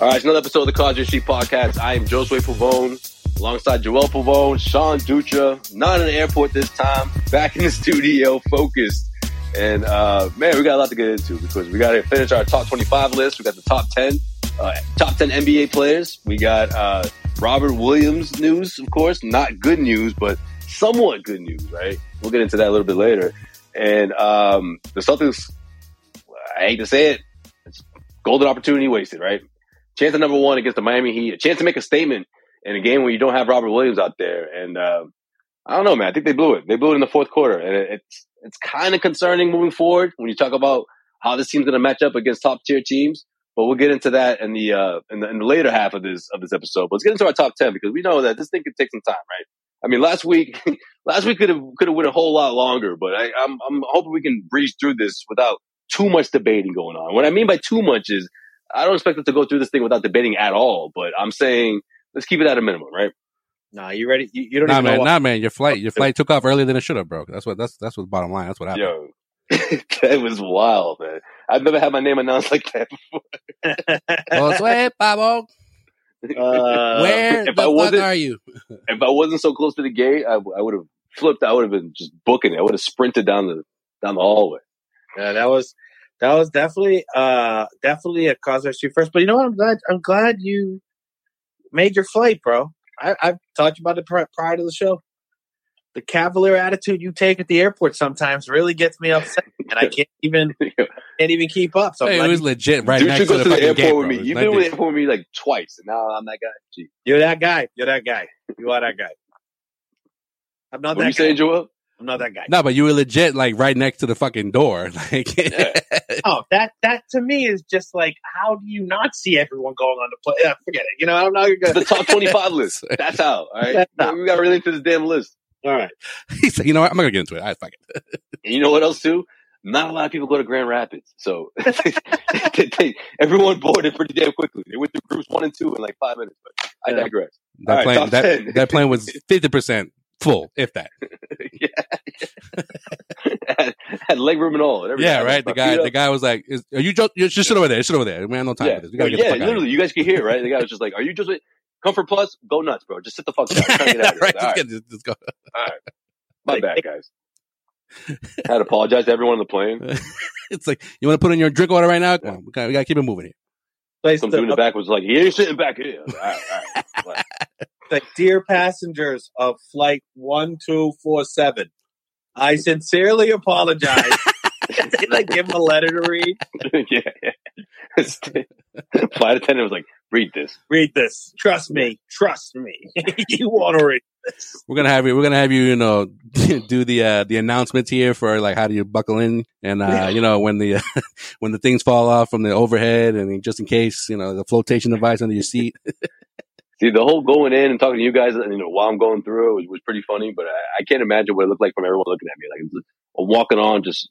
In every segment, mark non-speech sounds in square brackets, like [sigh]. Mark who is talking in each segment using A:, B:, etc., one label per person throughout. A: All right, it's another episode of the College Street Podcast. I am Josue Pavone, alongside Joel Pavone, Sean Dutra, not in the airport this time, back in the studio, focused. And uh, man, we got a lot to get into because we got to finish our top 25 list. We got the top 10, uh, top 10 NBA players. We got uh, Robert Williams news, of course, not good news, but somewhat good news, right? We'll get into that a little bit later. And um, the Celtics, I hate to say it, it's golden opportunity wasted, right? chance at number one against the Miami Heat, a chance to make a statement in a game where you don't have Robert Williams out there. And uh, I don't know, man. I think they blew it. They blew it in the fourth quarter, and it, it's it's kind of concerning moving forward when you talk about how this team's going to match up against top tier teams. But we'll get into that in the, uh, in the in the later half of this of this episode. But let's get into our top ten because we know that this thing could take some time, right? I mean, last week [laughs] last week could have could have went a whole lot longer, but I, I'm I'm hoping we can breeze through this without too much debating going on. What I mean by too much is I don't expect us to go through this thing without debating at all, but I'm saying let's keep it at a minimum, right?
B: Nah, you ready? You, you don't
C: Nah,
B: even
C: man,
B: know.
C: nah, man. Your flight, your flight took off earlier than it should have, bro. That's what. That's that's what's bottom line. That's what happened.
A: Yo, [laughs] that was wild, man. I've never had my name announced like that.
C: Well, it's, "Hey,
A: [laughs]
C: Pablo,
B: [laughs] uh,
C: where
A: if
C: the
A: I
C: fuck
A: wasn't-
C: are you?
A: [laughs] If I wasn't so close to the gate, I, I would have flipped. I would have been just booking it. I would have sprinted down the down the hallway. [laughs]
B: yeah, that was that was definitely uh definitely a Cosmic Street first. But you know what? I'm glad I'm glad you made your flight, bro. I, I've talked about it pri- prior to the show. The cavalier attitude you take at the airport sometimes really gets me upset, and I can't even can't even keep up. So I'm
C: Hey, it
B: glad
C: was legit right
A: Dude, you
C: next
A: should
C: to
A: go
C: the,
A: to the
C: fucking
A: airport
C: gate,
A: with
C: bro.
A: me.
C: It's
A: You've
C: like
A: been to
C: this.
A: the airport with me like twice, and now I'm that guy. Gee.
B: you're that guy. You're that guy. You are that guy. I'm not
A: What are you
B: that guy.
A: saying,
C: [laughs]
A: Joel?
B: I'm not that guy.
C: No, but you were legit like right next to the fucking door. [laughs] Like,
A: Yeah.
B: no, Oh, that that to me is just like, how do you not see everyone going on the play? Yeah, forget it. You know, I'm not
A: It's
B: gonna.
A: the top twenty-five
C: [laughs]
A: list. That's how. All right,
B: That's how.
A: we got to relate to this damn list.
B: [laughs] All right,
C: he said, you know what? I'm not gonna get into it. I fuck it.
A: And you know what else too? Not a lot of people go to Grand Rapids, so [laughs] they, they, everyone boarded pretty damn quickly. They went through groups one and two in like five minutes. But I
B: Yeah.
A: digress. [laughs]
C: That
A: All right,
C: plane,
A: top
C: that
A: 10.
C: that
A: [laughs]
C: plane was fifty percent full, if that.
A: had, had leg room and all. And everything.
C: Yeah, right. The
A: Fuck
C: guy,
A: it up.
C: the guy was like, is, "Are you just, you just sit over there? Sit over there. We have no time
A: yeah,
C: for this. We gotta get
A: yeah.
C: the fuck out." of
A: literally, you guys could hear right. The guy was just like, "Are you just comfort plus? Go nuts, bro. Just sit the fuck down. I'm trying to get
C: here." [laughs]
A: out of here."
C: right,
A: All
C: just
A: right,
C: get- just- just go.
A: my bad, guys. I had to apologize to everyone on the plane.
C: [laughs] It's like you want to put in your drink order right now. Come on, we gotta, we gotta keep it moving here.
B: place
A: Some dude in the
B: the,
A: back was like, "You ain't sitting back here." I was like, all right, all right. Like,
B: like, dear passengers of flight one two four seven. I sincerely [laughs] apologize. Did I give him a letter to read?
A: [laughs] yeah, yeah. [laughs] Flight attendant was like, "Read this."
B: Read this. Trust me. Trust me. [laughs] you want to read
C: We're gonna have you. We're gonna have you. You know, [laughs] do the uh, the announcements here for like how do you buckle in, and uh, you know when the [laughs] uh, when the things fall off from the overhead, and just in case you know the flotation device under your seat.
A: See, the whole going in and talking to you guys, you know, while I'm going through it was, was pretty funny, but I, I can't imagine what it looked like from everyone looking at me. Like, it's- I'm walking on, just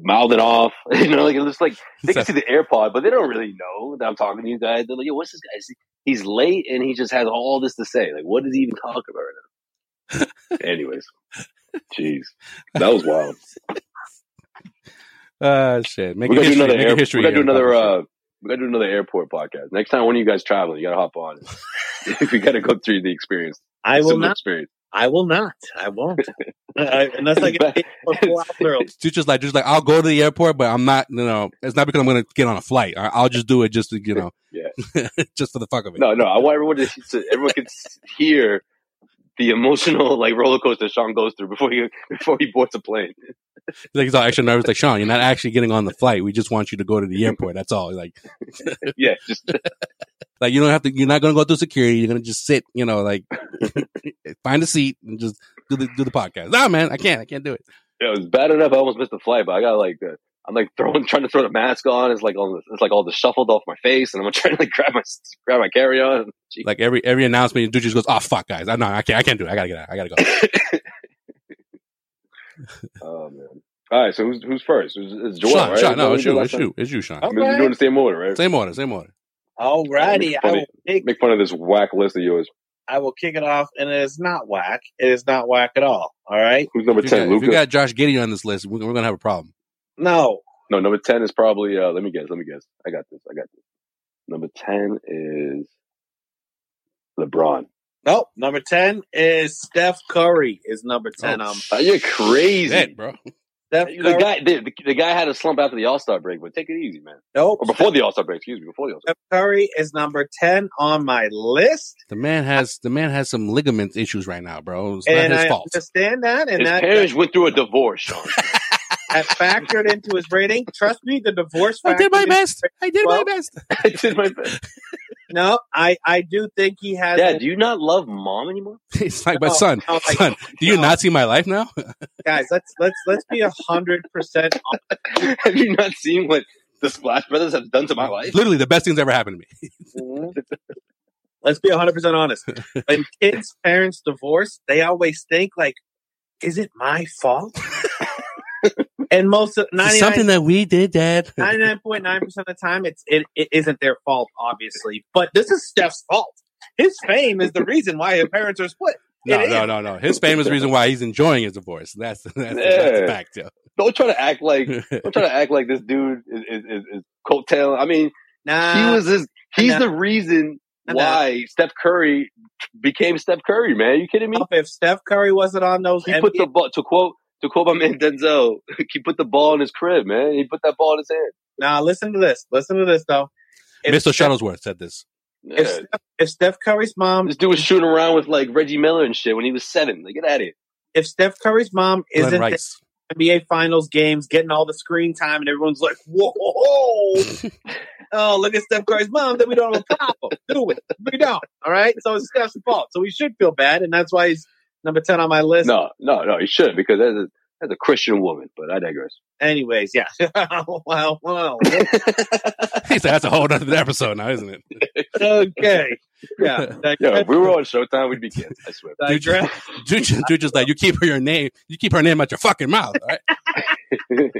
A: mouthing off, [laughs] you know, like, it looks like [laughs] they can see the AirPod, but they don't really know that I'm talking to you guys. They're like, yo, what's this guy? Is he- He's late and he just has all this to say. Like, what is he even talking about right
C: [laughs]
A: now? Anyways, jeez, that was wild.
C: Uh, shit. Make
A: We're
C: a
A: gonna do
C: history.
A: another.
C: Make a
A: Air,
C: history.
A: we're gonna do
C: here on
A: another.
C: Papa Shit.
A: Uh, we gotta do another airport podcast next time. One of you guys traveling, you gotta hop on. [laughs] we gotta go through the experience.
B: I will
A: Similar
B: not.
A: Experience.
B: I will not. I won't. [laughs] I, unless I get paid for four [laughs] hours.
C: She's just like, just like, I'll go to the airport, but I'm not. You know, it's not because I'm gonna get on a flight. I, I'll just do it just to
A: [laughs]
C: you know, [laughs] just for the fuck of it.
A: No, no. I want everyone to. to everyone can s- hear the emotional like roller coaster Sean goes through before he before he boards a plane.
C: Like he's all extra nervous. Like Sean, you're not actually getting on the flight. We just want you to go
A: [laughs]
C: to the airport. That's all. Like,
A: Yeah,
C: [laughs]
A: just
C: like you don't have to. You're not gonna go through security. You're gonna just sit. You know, like find a seat and just do the do the podcast. Nah, man, I can't. I can't do it.
A: it was bad enough. I almost missed the flight, but I got like the. I'm like throwing, trying to throw the mask on. It's like all, the- it's like all the shuffled off my face, and I'm [laughs] trying to like grab my grab my carry on.
C: Like every every announcement, you do just goes, oh fuck, guys, I no, I can't. I can't do it. I gotta get out. I gotta go.
A: Oh man! All right, so who's who's first? It's, it's Joel,
C: Sean,
A: right?
C: Sean, no,
A: Joel,
C: it's
A: did
C: you.
A: last
C: It's
A: time?
C: you. It's you, Sean.
B: Oh.
A: I mean, We're doing the same order, right?
C: Same order. Same order.
B: Alrighty, I will take
A: Make fun of this whack list of yours.
B: I will kick it off, and it is not whack. It is not whack at all. All right.
A: Who's number
C: If you, got,
A: ten?
C: if you
A: Luca.
C: got Josh Giddy on this list, we're, we're gonna have a problem.
B: No,
A: No, number ten is probably. Uh, let me guess. Let me guess. I got this. I got this. Number ten is LeBron.
B: nope. Number ten is Steph Curry. Is number ten.
C: Oh,
B: um,
A: Are you Uh, crazy?
C: Shit, bro.
B: Steph
A: The
B: Curry.
A: guy, the, the guy had a slump after the All Star break, but take it easy, man.
B: Nope.
A: Or before the All Star break, excuse me, before the All Star.
B: Steph Curry is number ten on my list,
C: The man has the man has some ligament issues right now, bro. It's
B: and
C: not his
B: I
C: fault.
B: understand that, and
A: His
B: that,
A: parents went through a divorce,
B: [laughs]
A: Sean. [laughs]
B: that factored into his rating. Trust me, the divorce.
C: I did my
B: factored in-
C: best. I did
B: Well,
C: my best. [laughs]
A: I did my best.
B: No, I I do think he has.
A: Dad, do you not love mom anymore? [laughs]
C: It's like, but
B: No,
C: son,
B: no, like-
C: son, do you
B: no.
C: not see my life now?
B: guys, let's let's let's be a hundred percent.
A: have you not seen what the Splash Brothers have done to my life?
C: Literally the best things ever happened to me.
B: Let's be a hundred percent
C: [laughs]
B: honest. When kids' parents divorce, they always think like, "Is it my
C: [laughs]
B: fault?" and most of
C: It's something
B: 99
C: that we did, Dad.
B: 99.9 percent of the time, it's it, it isn't their fault, obviously. But this is Steph's fault. His fame is the reason why his parents are split.
C: No,
B: It
C: no,
B: is.
C: no, no. His famous reason why he's enjoying his divorce. That's that's, that's
A: Yeah.
C: a fact. Yeah.
A: [laughs] Don't try to act
B: [laughs]
A: like
C: [laughs]
A: don't try to act like this dude is is, is, is coattail. I mean,
B: Nah,
A: he was his, he's
B: nah.
A: the reason
B: Nah.
A: why Steph Curry became Steph Curry. Man, you kidding me?
B: if Steph Curry wasn't on those,
A: He put
B: NBA
A: the ball to quote to quote my man Denzel. [laughs] He put the ball in his crib, man. He put that ball in his hand.
B: Now listen to this. Listen to this though. If
C: Mr.
B: Steph-
C: Shuttlesworth said this.
B: If
A: Yeah.
B: Steph, if Steph Curry's mom,
A: This dude was shooting around with like Reggie Miller and shit when he was seven. Like, get out of here.
B: if Steph Curry's mom
C: Glenn
B: isn't at
C: Rice. [laughs]
B: the NBA Finals games, getting all the screen time, and everyone's like, "Whoa, oh, look at Steph Curry's mom," then we don't have a problem, do we? We don't. All right. So it's Steph's fault. So we should feel bad, and that's why he's number ten on my list.
A: No, no, no. He shouldn't because that's a, that's a Christian woman. But I
B: [laughs]
A: digress.
B: Anyways, yeah. wow. Wow.
C: He said that's a whole other episode now, isn't it?
B: Okay.
A: [laughs]
B: Yeah.
A: Yo, if we were on Showtime, we'd be kids. I swear.
C: Dude,
B: Digress.
C: dude, just- dude just like you keep her your name, you keep her name out your fucking mouth. All
B: [laughs]
C: right?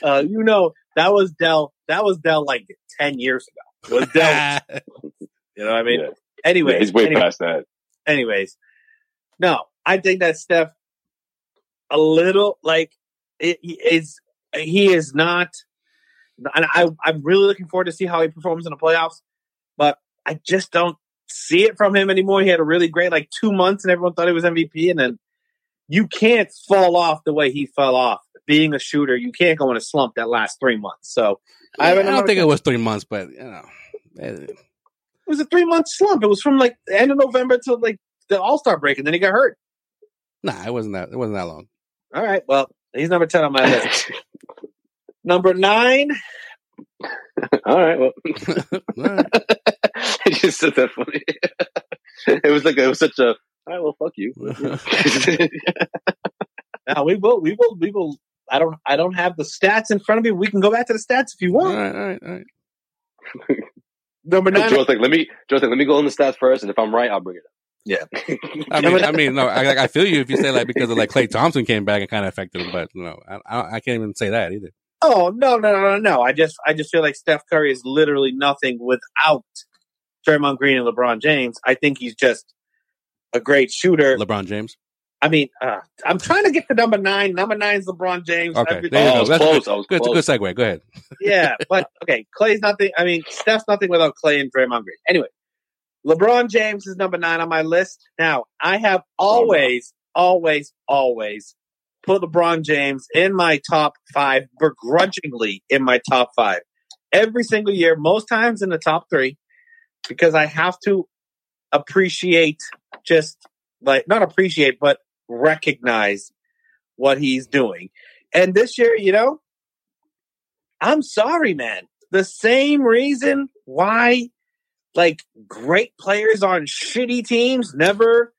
B: Uh, you know that was Dell. That was Dell like ten years ago. Was
C: [laughs]
B: Dell You know what I mean?
A: Yeah.
B: Anyways,
A: Yeah, he's way
B: any-
A: past that.
B: anyways, no, I think that Steph a little like it, he is he is not, and I I'm really looking forward to see how he performs in the playoffs, but I just don't see it from him anymore. He had a really great like two months, and everyone thought he was MVP, and then you can't fall off the way he fell off. Being a shooter, you can't go in a slump that last three months. So
C: I,
B: have
C: don't
B: another-
C: think it was three months, but you know, eh,
B: it was a three month slump. It was from like the end of November to like the All Star break, and then he got hurt.
C: nah, it wasn't that. It wasn't that long. [laughs]
B: All right, well, he's number ten on my list. number nine,
A: [laughs] All right. Well,
C: All right.
B: [laughs]
A: [laughs] he just said that funny. [laughs] it was like it was such a. All right, well, fuck you. [laughs]
B: Now we will, we will, we will. I don't, I don't have the stats in front of me. We can go back to the stats if you
C: all
B: want.
C: right, all right, all right.
B: Number nine.
A: Joe's like, let me. Joe's like, let me go on the stats first, and if I'm right, I'll bring it up. [laughs] Yeah.
C: I mean, I mean, no, I, like, I feel you if you say like because of like Clay Thompson came back and kind of affected him, but no, I, I, I can't even say that either.
B: Oh no, no, no, no, no! I just, I just feel like Steph Curry is literally nothing without Draymond Green and LeBron James. I think he's just a great shooter.
C: LeBron James.
B: I mean, uh, I'm trying to get to number nine. Number nine is LeBron James.
C: Okay,
B: Every-
C: there
A: Oh,
C: you
A: I
C: go.
A: was
C: That's a
A: close,
C: Good,
A: I was
C: good,
A: close.
C: good segue. Go ahead.
B: yeah, but okay, Clay's nothing. I mean, Steph's nothing without Clay and Draymond Green. Anyway, LeBron James is number nine on my list. Now, I have always, always, always put LeBron James in my top five, begrudgingly in my top five every single year, most times in the top three, because I have to appreciate just like not appreciate, but recognize what he's doing. And this year, you know, I'm sorry, man. The same reason why, like, great players on shitty teams never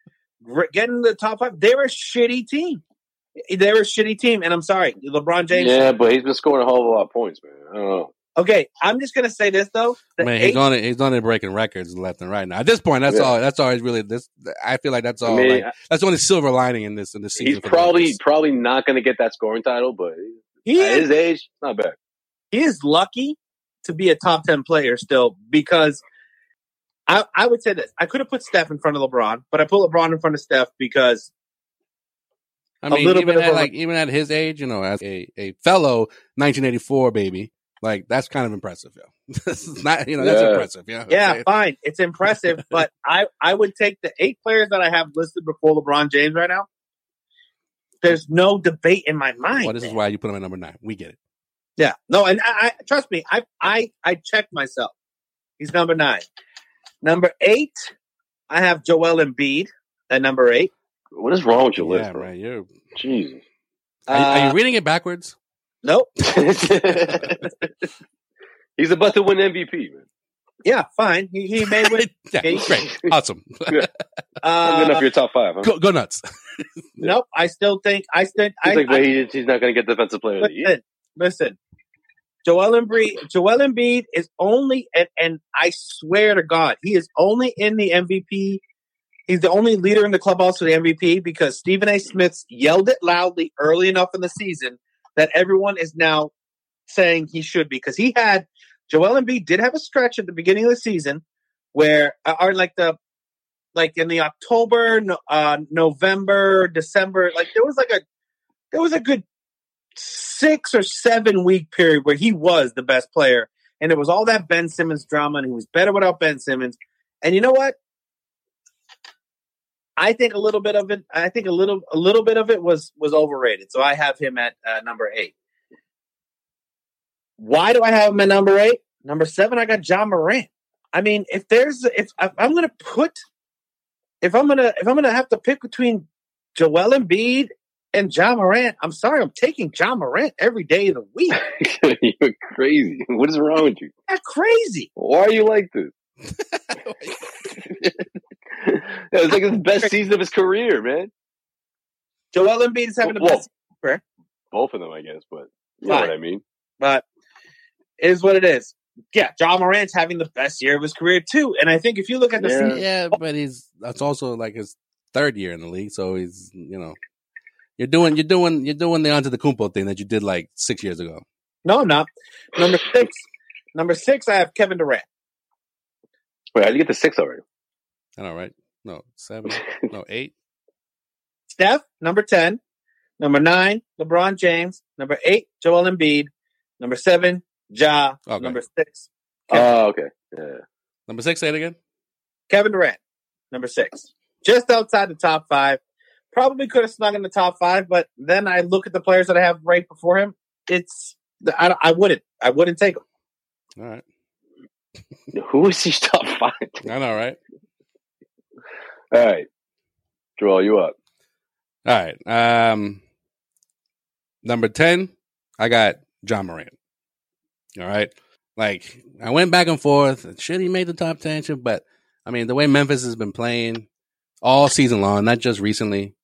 B: re- get in the top five. They're a shitty team. They're a shitty team. And I'm sorry, LeBron James.
A: yeah, but he's been scoring a hell of a lot of points, man. I don't know.
B: Okay, I'm just going to say this, though. The
C: Man, he's
B: eight-
C: on it. He's on it, breaking records left and right now. At this point, that's
A: Yeah.
C: all. That's all. He's really. This. I feel like that's
A: I
C: all.
A: mean,
C: like, that's the only silver lining in this in this season.
A: he's
C: for the
A: probably
C: Lakers.
A: probably not going to get that scoring title, but
B: he,
A: at
B: is,
A: his age, not bad.
B: he is lucky to be a top 10 player still because I, I would say this. I could have put Steph in front of LeBron, but I put LeBron in front of Steph because
C: I
B: a
C: mean,
B: little
C: even
B: bit of
C: at,
B: a-
C: like even at his age, you know, as a, a fellow 1984 baby, like that's kind of impressive. Yo. [laughs] it's not, you know, that's
A: Yeah.
C: impressive. Yeah,
B: Yeah,
C: Okay.
B: fine. It's
C: [laughs]
B: impressive, but I I would take the eight players that I have listed before LeBron James right now. There's no debate in my mind.
C: Well, this is
B: man.
C: why you put him at number nine. We get it.
B: Yeah, no, and I, I trust me. I I I checked myself. He's number nine. Number eight, I have Joel Embiid at number eight.
A: What is wrong with your
C: yeah,
A: list, bro?
C: man. You're.
A: Jesus. [laughs]
C: Are, you- are
B: Uh,
C: you reading it backwards?
B: Nope.
A: he's about to win MVP, man.
B: Yeah, fine. He he
C: [laughs]
B: may win.
C: yeah,
A: [laughs]
C: great, awesome.
A: Not good enough
B: Uh,
A: for your top five. Huh?
C: go, go nuts.
B: nope. I still think I still I,
A: He's like,
B: I
A: but he, he's not going to get defensive player of the year.
B: listen, listen. Joel Embiid, Joel Embiid is only, and, and I swear to God, he is only in the MVP. He's the only leader in the clubhouse for the MVP because Stephen A. Smith yelled it loudly early enough in the season that everyone is now saying he should be because he had Joel Embiid did have a stretch at the beginning of the season where uh, or like the like in the October, no, uh, November, December, like there was like a there was a good six or seven week period where he was the best player, and it was all that Ben Simmons drama, and he was better without Ben Simmons. And you know what? I think a little bit of it. I think a little a little bit of it was was overrated. So I have him at uh, number eight. Why do I have him at number eight? Number seven, I got John Morant. I mean, if there's if, if I'm gonna put if I'm gonna if I'm gonna have to pick between Joel Embiid and John Morant, I'm sorry, I'm taking John Morant every day of the week.
A: [laughs] You're crazy. What is wrong with you?
B: That's crazy.
A: Why are you like this? [laughs] that was like his best season of his career, man.
B: Joel Embiid is having the
A: Well,
B: best, career.
A: Both of them, I guess, but you know
B: Right.
A: what I mean.
B: but it is what it is. Yeah, John Morant's having the best year of his career too. And I think if you look at the
A: Yeah.
B: season,
C: Yeah, but he's that's also like his third year in the league, so he's you know you're doing you're doing you're doing the onto the Kumpo thing that you did like six years ago.
B: no, I'm not. Number six, number six, I have Kevin Durant.
A: Wait, I did get the six already. [laughs]
C: I know, right? No, seven, no, eight.
B: Steph, number 10. Number nine, LeBron James. Number eight, Joel Embiid. Number seven, Ja.
C: Okay.
B: Number six,
A: Oh,
B: Kevin,
A: okay. Yeah.
C: Number six, say it again.
B: Kevin Durant. Number six. Just outside the top five. Probably could have snuck in the top five, but then I look at the players that I have right before him. It's, I, don't- I wouldn't. I wouldn't take them.
C: All right,
A: Who is his top five? [laughs]
C: I know, right?
A: All right. Joel, you up.
C: All right. Um, number ten, I got John Morant. All right, like I went back and forth. Should he make the top ten? Should- But I mean, the way Memphis has been playing all season long, not just recently,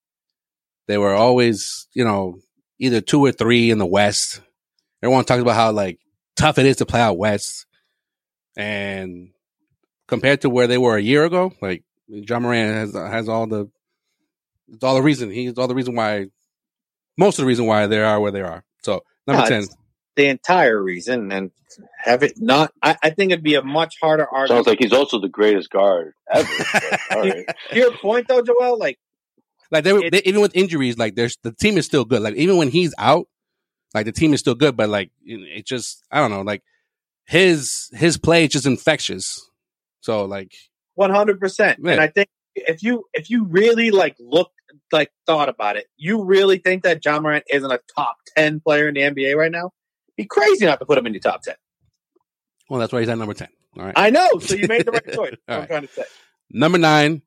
C: they were always, you know, either two or three in the West. Everyone talks about how like tough it is to play out West, and compared to where they were a year ago, like John Moran has has all the it's all the reason he's all the reason why most of the reason why they are where they are. So number
B: No,
C: ten,
B: it's the entire reason and have it not I, I think it'd be a much harder
A: Sounds
B: argument.
A: like he's also the greatest guard
B: [laughs]
A: ever.
C: [laughs]
A: All right.
B: To your point though, Joel, like
C: Like they, were-
B: It-
C: they even with injuries, like there's the team is still good. Like even when he's out, like the team is still good. But like it it just, I don't know. Like his his play is just infectious. So like
B: One hundred percent.
C: Yeah.
B: And I think if you if you really like looked like thought about it, you really think that John Morant isn't a top ten player in the NBA right now? Be crazy not to put him in your top ten.
C: well, that's why he's at number ten. All right,
B: [laughs] I know. So you made the right choice.
C: [laughs] All
B: I'm
C: right.
B: trying to say.
C: number nine.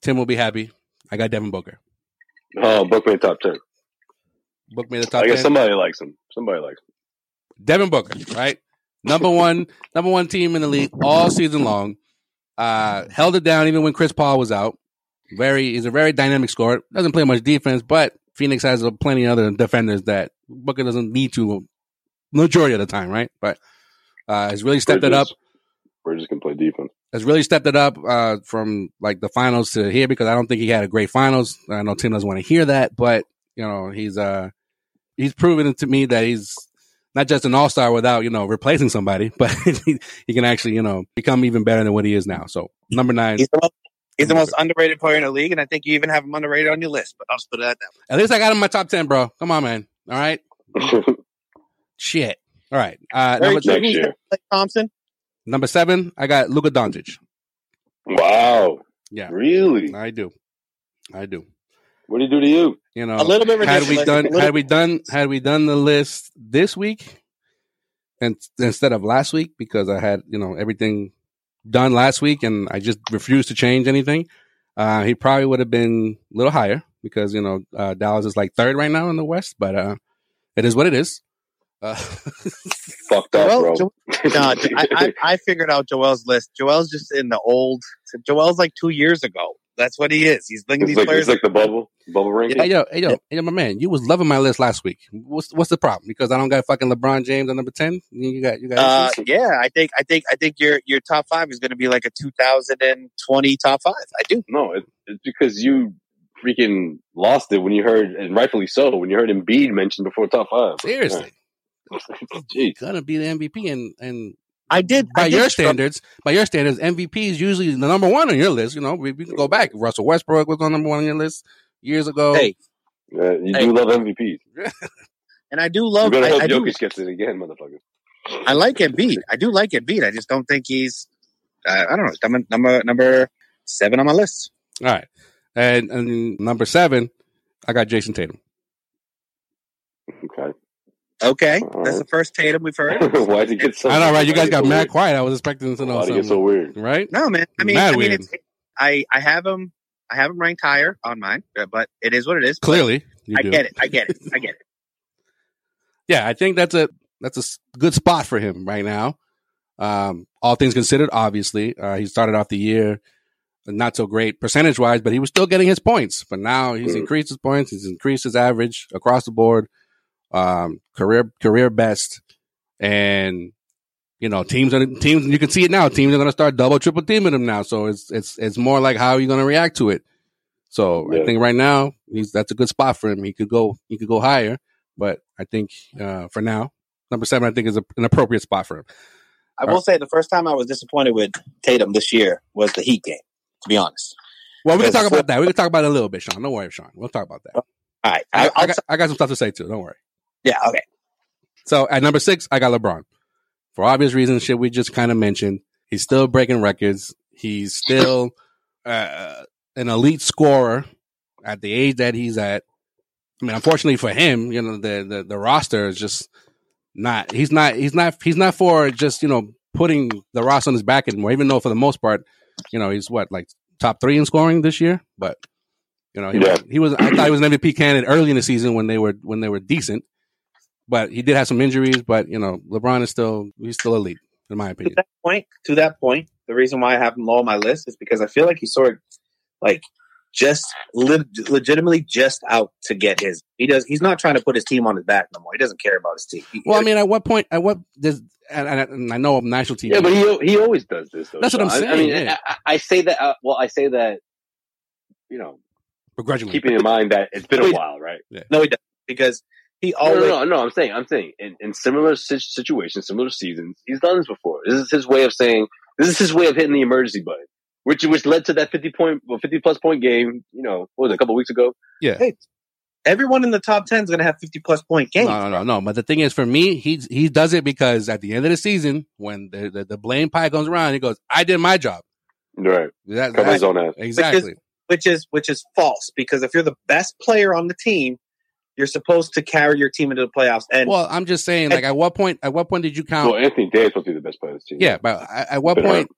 C: Tim will be happy. I got Devin Booker.
A: Oh, Bookman top ten.
C: Book me the top
A: I guess
C: ten.
A: somebody likes him. Somebody likes him.
C: Devin Booker, right? Number one, number one team in the league all season long. Uh, held it down even when Chris Paul was out. Very, he's a very dynamic scorer. Doesn't play much defense, but Phoenix has uh, plenty of other defenders that Booker doesn't need to majority of the time, right? But uh, has really stepped it up.
A: Bridges can play defense. [laughs]
C: Has really stepped it up uh, from like the finals to here because I don't think he had a great finals. I know Tim doesn't want to hear that, but you know he's uh he's proven it to me that he's not just an all star without you know replacing somebody, [laughs] but he, he can actually you know become even better than what he is now. So number nine,
B: He's the most he's the most underrated player in the league, and I think you even have him underrated on your list, but I'll just put it at that.
C: at least I got him in my top ten, bro. Come on, man. All right, shit. All right, uh,
B: Very
C: number,
B: true.
A: Next year.
B: Clay Thompson.
C: number seven, I got Luka Doncic.
A: Wow.
C: Yeah.
A: Really?
C: I do, I do.
A: What did he do to you?
C: You know,
B: A little bit
C: Oh. had
B: ridiculous.
C: we
B: A
C: done
B: little-
C: had we done had we done the list this week and instead of last week because I had you know everything done last week and I just refused to change anything, uh, he probably would have been a little higher because you know uh, Dallas is like third right now in the West, but uh, it is what it is.
A: [laughs]
C: Uh, [laughs]
A: Fucked up,
B: Joel-
A: bro. [laughs]
B: Joel- No, I, I, I figured out Joel's list. Joel's just in the old. Joel's like two years ago. That's what he is. He's thinking
A: it's,
B: these
A: like,
B: players.
A: it's like the bubble, bubble ring.
C: hey yo, hey yo, hey, yo, my man, you was loving my list last week. What's what's the problem? Because I don't got fucking LeBron James at number ten. You got you got
B: Uh,
C: issues?
B: yeah, I think I think I think your your top five is going to be like a 2020 top five. I do.
A: No, it, it's because you freaking lost it when you heard, and rightfully so, when you heard Embiid mentioned before top five. [laughs]
C: seriously.
A: Jeez.
C: Gonna be the MVP and and
B: I did.
C: by
B: I did
C: your
B: struggle.
C: standards, by your standards, MVP is usually the number one on your list. You know, we, we can go back. Russell Westbrook was on number one on your list years ago.
B: Hey,
A: Yeah, you
B: Hey.
A: do love MVPs.
B: and I do
A: You're
B: love.
A: gonna
B: I,
A: hope
B: I, do,
A: Jokic gets it again, motherfucker.
B: I like Embiid. I do like Embiid. I just don't think he's. Uh, I don't know. Number number number seven on my list.
C: all right, and, and number seven, I got Jason Tatum.
A: [laughs] Okay.
B: Okay,
A: All
B: that's
A: right.
B: the first Tatum
A: [laughs]
B: we've heard. [laughs]
A: Why'd you get so?
C: I know, right? You guys
A: why'd it get
C: got
A: so
C: mad
A: weird?
C: quiet. I was expecting to know
A: Why'd it
C: something,
A: get so weird?
C: right?
B: No, man. I mean,
C: Mad
B: I mean,
C: weird.
B: it's, I I have him. I have him ranked higher on mine, uh, but it is what it is.
C: Clearly, you
B: I
C: do.
B: get it. I get it. I get it.
C: Yeah, I think that's a that's a s- good spot for him right now. Um, all things considered, obviously, uh, he started off the year not so great percentage wise, but he was still getting his points. But now he's
A: Mm.
C: increased his points. He's increased his average across the board, um, career career best, and you know teams are teams. You can see it now. Teams are going to start double triple teaming him now. So it's it's it's more like how are you going to react to it. So I
A: Yeah.
C: think right now he's that's a good spot for him. He could go he could go higher, but I think uh, for now number seven I think is a, an appropriate spot for him.
B: I will say the first time I was disappointed with Tatum this year was the Heat game. To be honest,
C: Well, we can
B: Yes.
C: talk about that. We can talk about it a little bit, Sean. Don't worry, Sean. We'll talk about that.
B: all right. I,
C: I, I
B: I'll
C: got,
B: t-
C: I got some stuff to say too. Don't worry.
B: yeah. Okay.
C: So at number six, I got LeBron. For obvious reasons, shit we just kind of mentioned. He's still breaking records. He's still uh, an elite scorer at the age that he's at. I mean, unfortunately for him, you know the the, the roster is just not. He's not. He's not. He's not for just you know putting the roster on his back anymore. Even though for the most part, you know he's what like top three in scoring this year, but. You know, he,
A: Yeah.
C: was, he was. I thought he was an MVP candidate early in the season when they were when they were decent but he did have some injuries. But you know, LeBron is still he's still elite in my
B: To
C: opinion.
B: that point, to that point, The reason why I have him low on my list is because I feel like he's sort of like just le- legitimately just out to get his. He does. He's not trying to put his team on his back no more. He doesn't care about his team. He-
C: Well, I mean, at what point? At what does? And, and, and I know I'm national TV.
A: Yeah, but he he always does this. Though,
C: That's what I'm
A: Sean. I, I
C: saying,
A: mean,
C: yeah.
A: I, I say that. Uh, well, I say that. You know,
C: begrudgingly.
A: keeping in mind that it's been a while, right?
B: no, he doesn't because he
A: No,
C: Oh,
B: always.
A: no, no, no. I'm saying, I'm saying, in, in similar si- situations, similar seasons, he's done this before. This is his way of saying, this is his way of hitting the emergency button, which which led to that 50 point, well, 50 plus point game. You know, what was it, a couple weeks ago?
B: Everyone in the top ten is going to have fifty plus point games.
C: No, no, no, no. But the thing is, for me, he he does it because at the end of the season, when the the, the blame pie comes around, he goes, "I did my job."
A: Right,
C: That,
A: cover
C: that-
A: his own ass.
C: exactly.
B: which is which is false because if you're the best player on the team, you're supposed to carry your team into the playoffs. And
C: Well, I'm just saying, like, at what point? At what point did you count?
A: Well, Anthony Day is supposed to be the best player on this team. [laughs]
C: yeah, but at, at what
A: Been
C: point?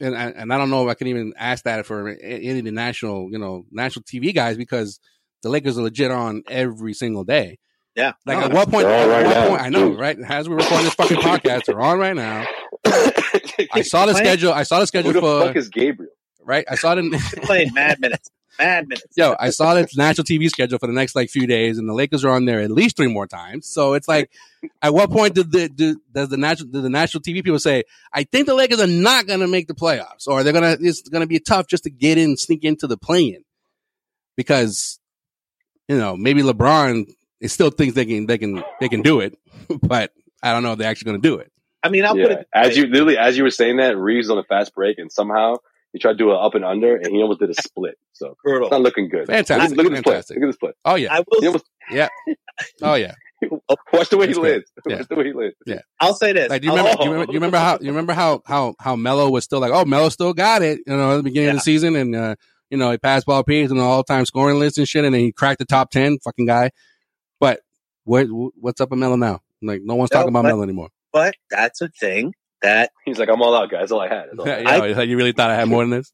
C: And I, and I don't know if I can even ask that for a- any of the national, you know, national TV guys because the Lakers are legit on every single day.
B: yeah,
C: Like uh,
B: No,
C: at what point?
A: they're
C: At
A: on right
C: what
A: now.
C: point? I know,
A: Dude.
C: right? As we're recording
A: [laughs]
C: this fucking podcast, they're on right now. I saw the
B: Playing-
C: schedule. I saw the
A: Who
C: schedule
A: the
C: for
A: fuck is Gabriel?
C: right. I saw the
B: they're playing mad minutes, mad
C: [laughs]
B: minutes.
C: yo. I saw the national TV schedule for the next like few days, and the Lakers are on there at least three more times. So it's like, at what point did the do, does the national do the national TV people say, I think the Lakers are not going to make the playoffs, or they're gonna it's gonna be tough just to get in, sneak into the play-in, because you know maybe LeBron is still thinks they can they can they can do it, [laughs] but I don't know if they're actually going to do it.
B: I mean, I'll put
A: Yeah,
B: it
A: as you literally as you were saying that, Reeves on a fast break, and somehow he tried to do an up and under, and he almost did a split. So it's not [laughs]
B: brutal.
A: looking good.
C: Fantastic,
A: Look at this play.
C: fantastic.
A: Look at this play.
C: Oh yeah,
B: I will.
A: He almost-
C: oh yeah.
A: [laughs] Watch the way he
C: It's great.
A: lands.
C: Yeah.
A: Watch the way he lands.
B: I'll say this.
C: Like, do you
B: I'll-
C: remember? Do you remember, do you remember how? You remember how how how Melo was still like, oh, Melo still got it, you know, at the beginning of the season, and uh, you know, he passed Paul Pierce in the all time scoring list and shit, and then he cracked the top ten, fucking guy. But what what's up with Melo now? Like, no one's
B: No,
C: talking about
B: but-
A: [laughs]
C: Melo anymore.
B: but that's a thing that
A: He's like, I'm all out, guys. That's all I had. That's
C: [laughs]
A: all I had.
C: you, know, like, you really thought I had more than this?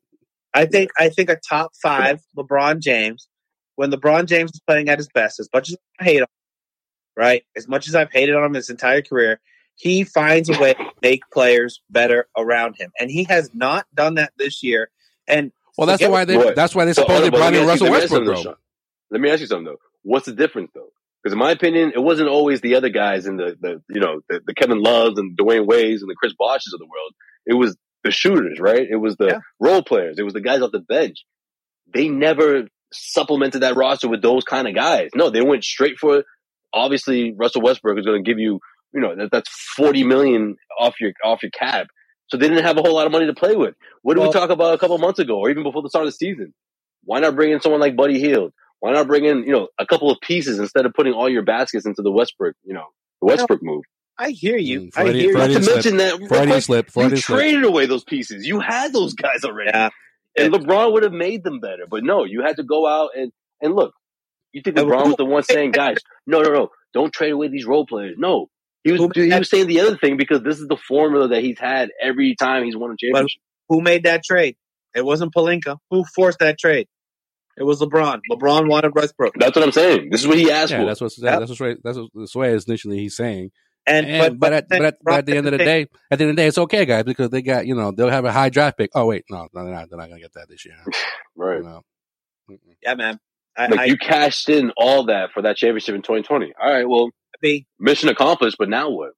B: I think I think a top five LeBron James when LeBron James is playing at his best, as much as I hate him, right? As much as I've hated on him his entire career, he finds a way
C: [laughs]
B: to make players better around him, and he has not done that this year. And
C: Well, that's
B: Forget
C: why they
A: what-
C: that's why they
A: So,
C: supposedly
A: but let
C: brought
A: me
C: in
A: ask you- let
C: Russell
A: me ask you
C: Westbrook,
A: something,
C: bro.
A: though, Sean. Let me ask you something though. What's the difference though? Because in my opinion, it wasn't always the other guys in the, the you know the, the Kevin Loves and Dwayne Ways and the Chris Boshes of the world. It was the shooters, right? It was the
B: Yeah.
A: role players. It was the guys off the bench. They never supplemented that roster with those kind of guys. No, they went straight for. Obviously, Russell Westbrook is going to give you you know that, that's forty million off your off your cap. So they didn't have a whole lot of money to play with. What did
B: Well-
A: we talk about a couple months ago, or even before the start of the season? Why not bring in someone like Buddy Hield? Why not bring in you know a couple of pieces instead of putting all your baskets into the Westbrook you know the Westbrook move?
B: I hear you.
C: Mm,
B: I
C: Freddie-
B: hear
A: Not
C: Freddie-
B: you.
A: to
C: Freudian slip.
A: mention that
C: Freudian
A: real quick,
C: slip, Freudian
A: you
C: slip.
A: traded away those pieces. You had those guys already,
B: Yeah.
A: and LeBron would have made them better. But no, you had to go out and and look. You think
B: And
A: LeBron
B: who-
A: was the one saying, "Guys, no, no, no, don't trade away these role players." No, he was
B: Who-
A: he was saying the other thing because this is the formula that he's had every time he's won a championship.
B: Who made that trade? It wasn't Palinka. Who forced that trade? It was LeBron. LeBron wanted Westbrook,
A: That's what I'm saying. This is what he asked
C: Yeah,
A: for.
C: that's what's
B: Yeah.
C: that's what's right. That's what the way initially he's saying.
B: and,
C: And, but, at, but, at, but at the end of the day, at the end of the day, it's okay, guys, because they got you know they'll have a high draft pick. Oh wait, no, no, they're not. They're not gonna get that this year.
A: right.
C: You know. Mm-mm.
B: [laughs]
C: [laughs]
B: yeah, man. I,
A: Like
B: I,
A: you cashed in all that for that championship in 2020. All right, well,
B: I'd be,
A: mission accomplished. But now what?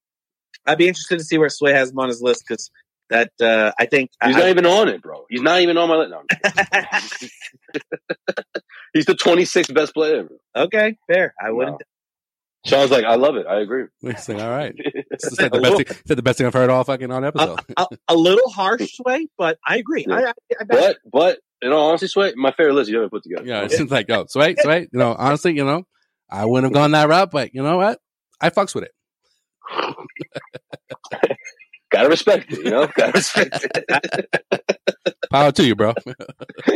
B: I'd be interested to see where Sway has him on his list because that uh, I think
A: He's
B: I,
A: not even on it, bro. He's not even on my list. No, I'm kidding. [laughs] He's the 26th best player. Bro.
B: Okay, fair. I wouldn't.
A: Sean's like, I love it. I agree. [laughs]
C: It's like, all right, it's like the best. Thing, it's like the best thing I've heard all fucking
A: Uh,
C: on episode.
B: A, a little harsh way, but I agree. I, I, I back-
A: but but in all honesty, sweat my favorite list you ever put together.
C: [laughs] yeah, it's just like yo, so right, so right. You know, honestly, you know, I wouldn't have gone that route, but you know what? I fucks with it.
A: gotta respect it. You
B: [laughs]
A: know, gotta respect it.
C: Power to you, bro. [laughs]
A: All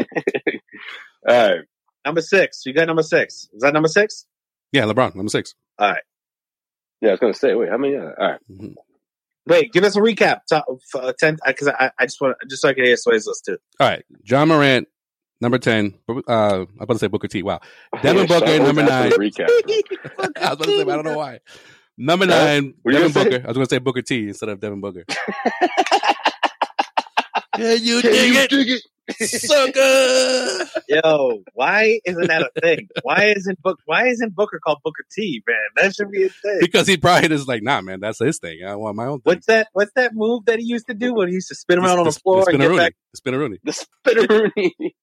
A: right,
B: number six. You got number six. Is that number six?
C: yeah, LeBron, number six.
A: yeah, I was gonna say, wait, how many? Uh, all right,
C: Mhm.
B: Wait, give us a recap. Top uh, ten, because I, I just want just so I can hear Sway's list [laughs] too.
C: All right, John Morant, number ten. Uh, I was about to say Booker T. Wow, Devin
A: Sean
C: Booker,
A: was
C: number
A: after the Recap, bro.
C: I was about to say, but I don't know why. Number
A: Huh?
C: nine,
A: Were you
C: Devin
A: gonna say-
C: Booker. I was going to say Booker T instead of Devin Booker. Can [laughs] you
A: Can
C: dig
A: you
C: it,
A: dig it?
C: sucker?
B: Yo, why isn't that a thing? Why isn't book? Why isn't Booker called Booker T? Man, that should be a thing.
C: Because he probably is like, nah, man, that's his thing. I want my own thing.
B: What's that? What's that move that he used to do when he used to spin around on the
C: It's- it's-
B: floor
C: It's
B: and
C: been a
B: get
C: Rooney.
B: back
C: It's been a Rooney.
A: The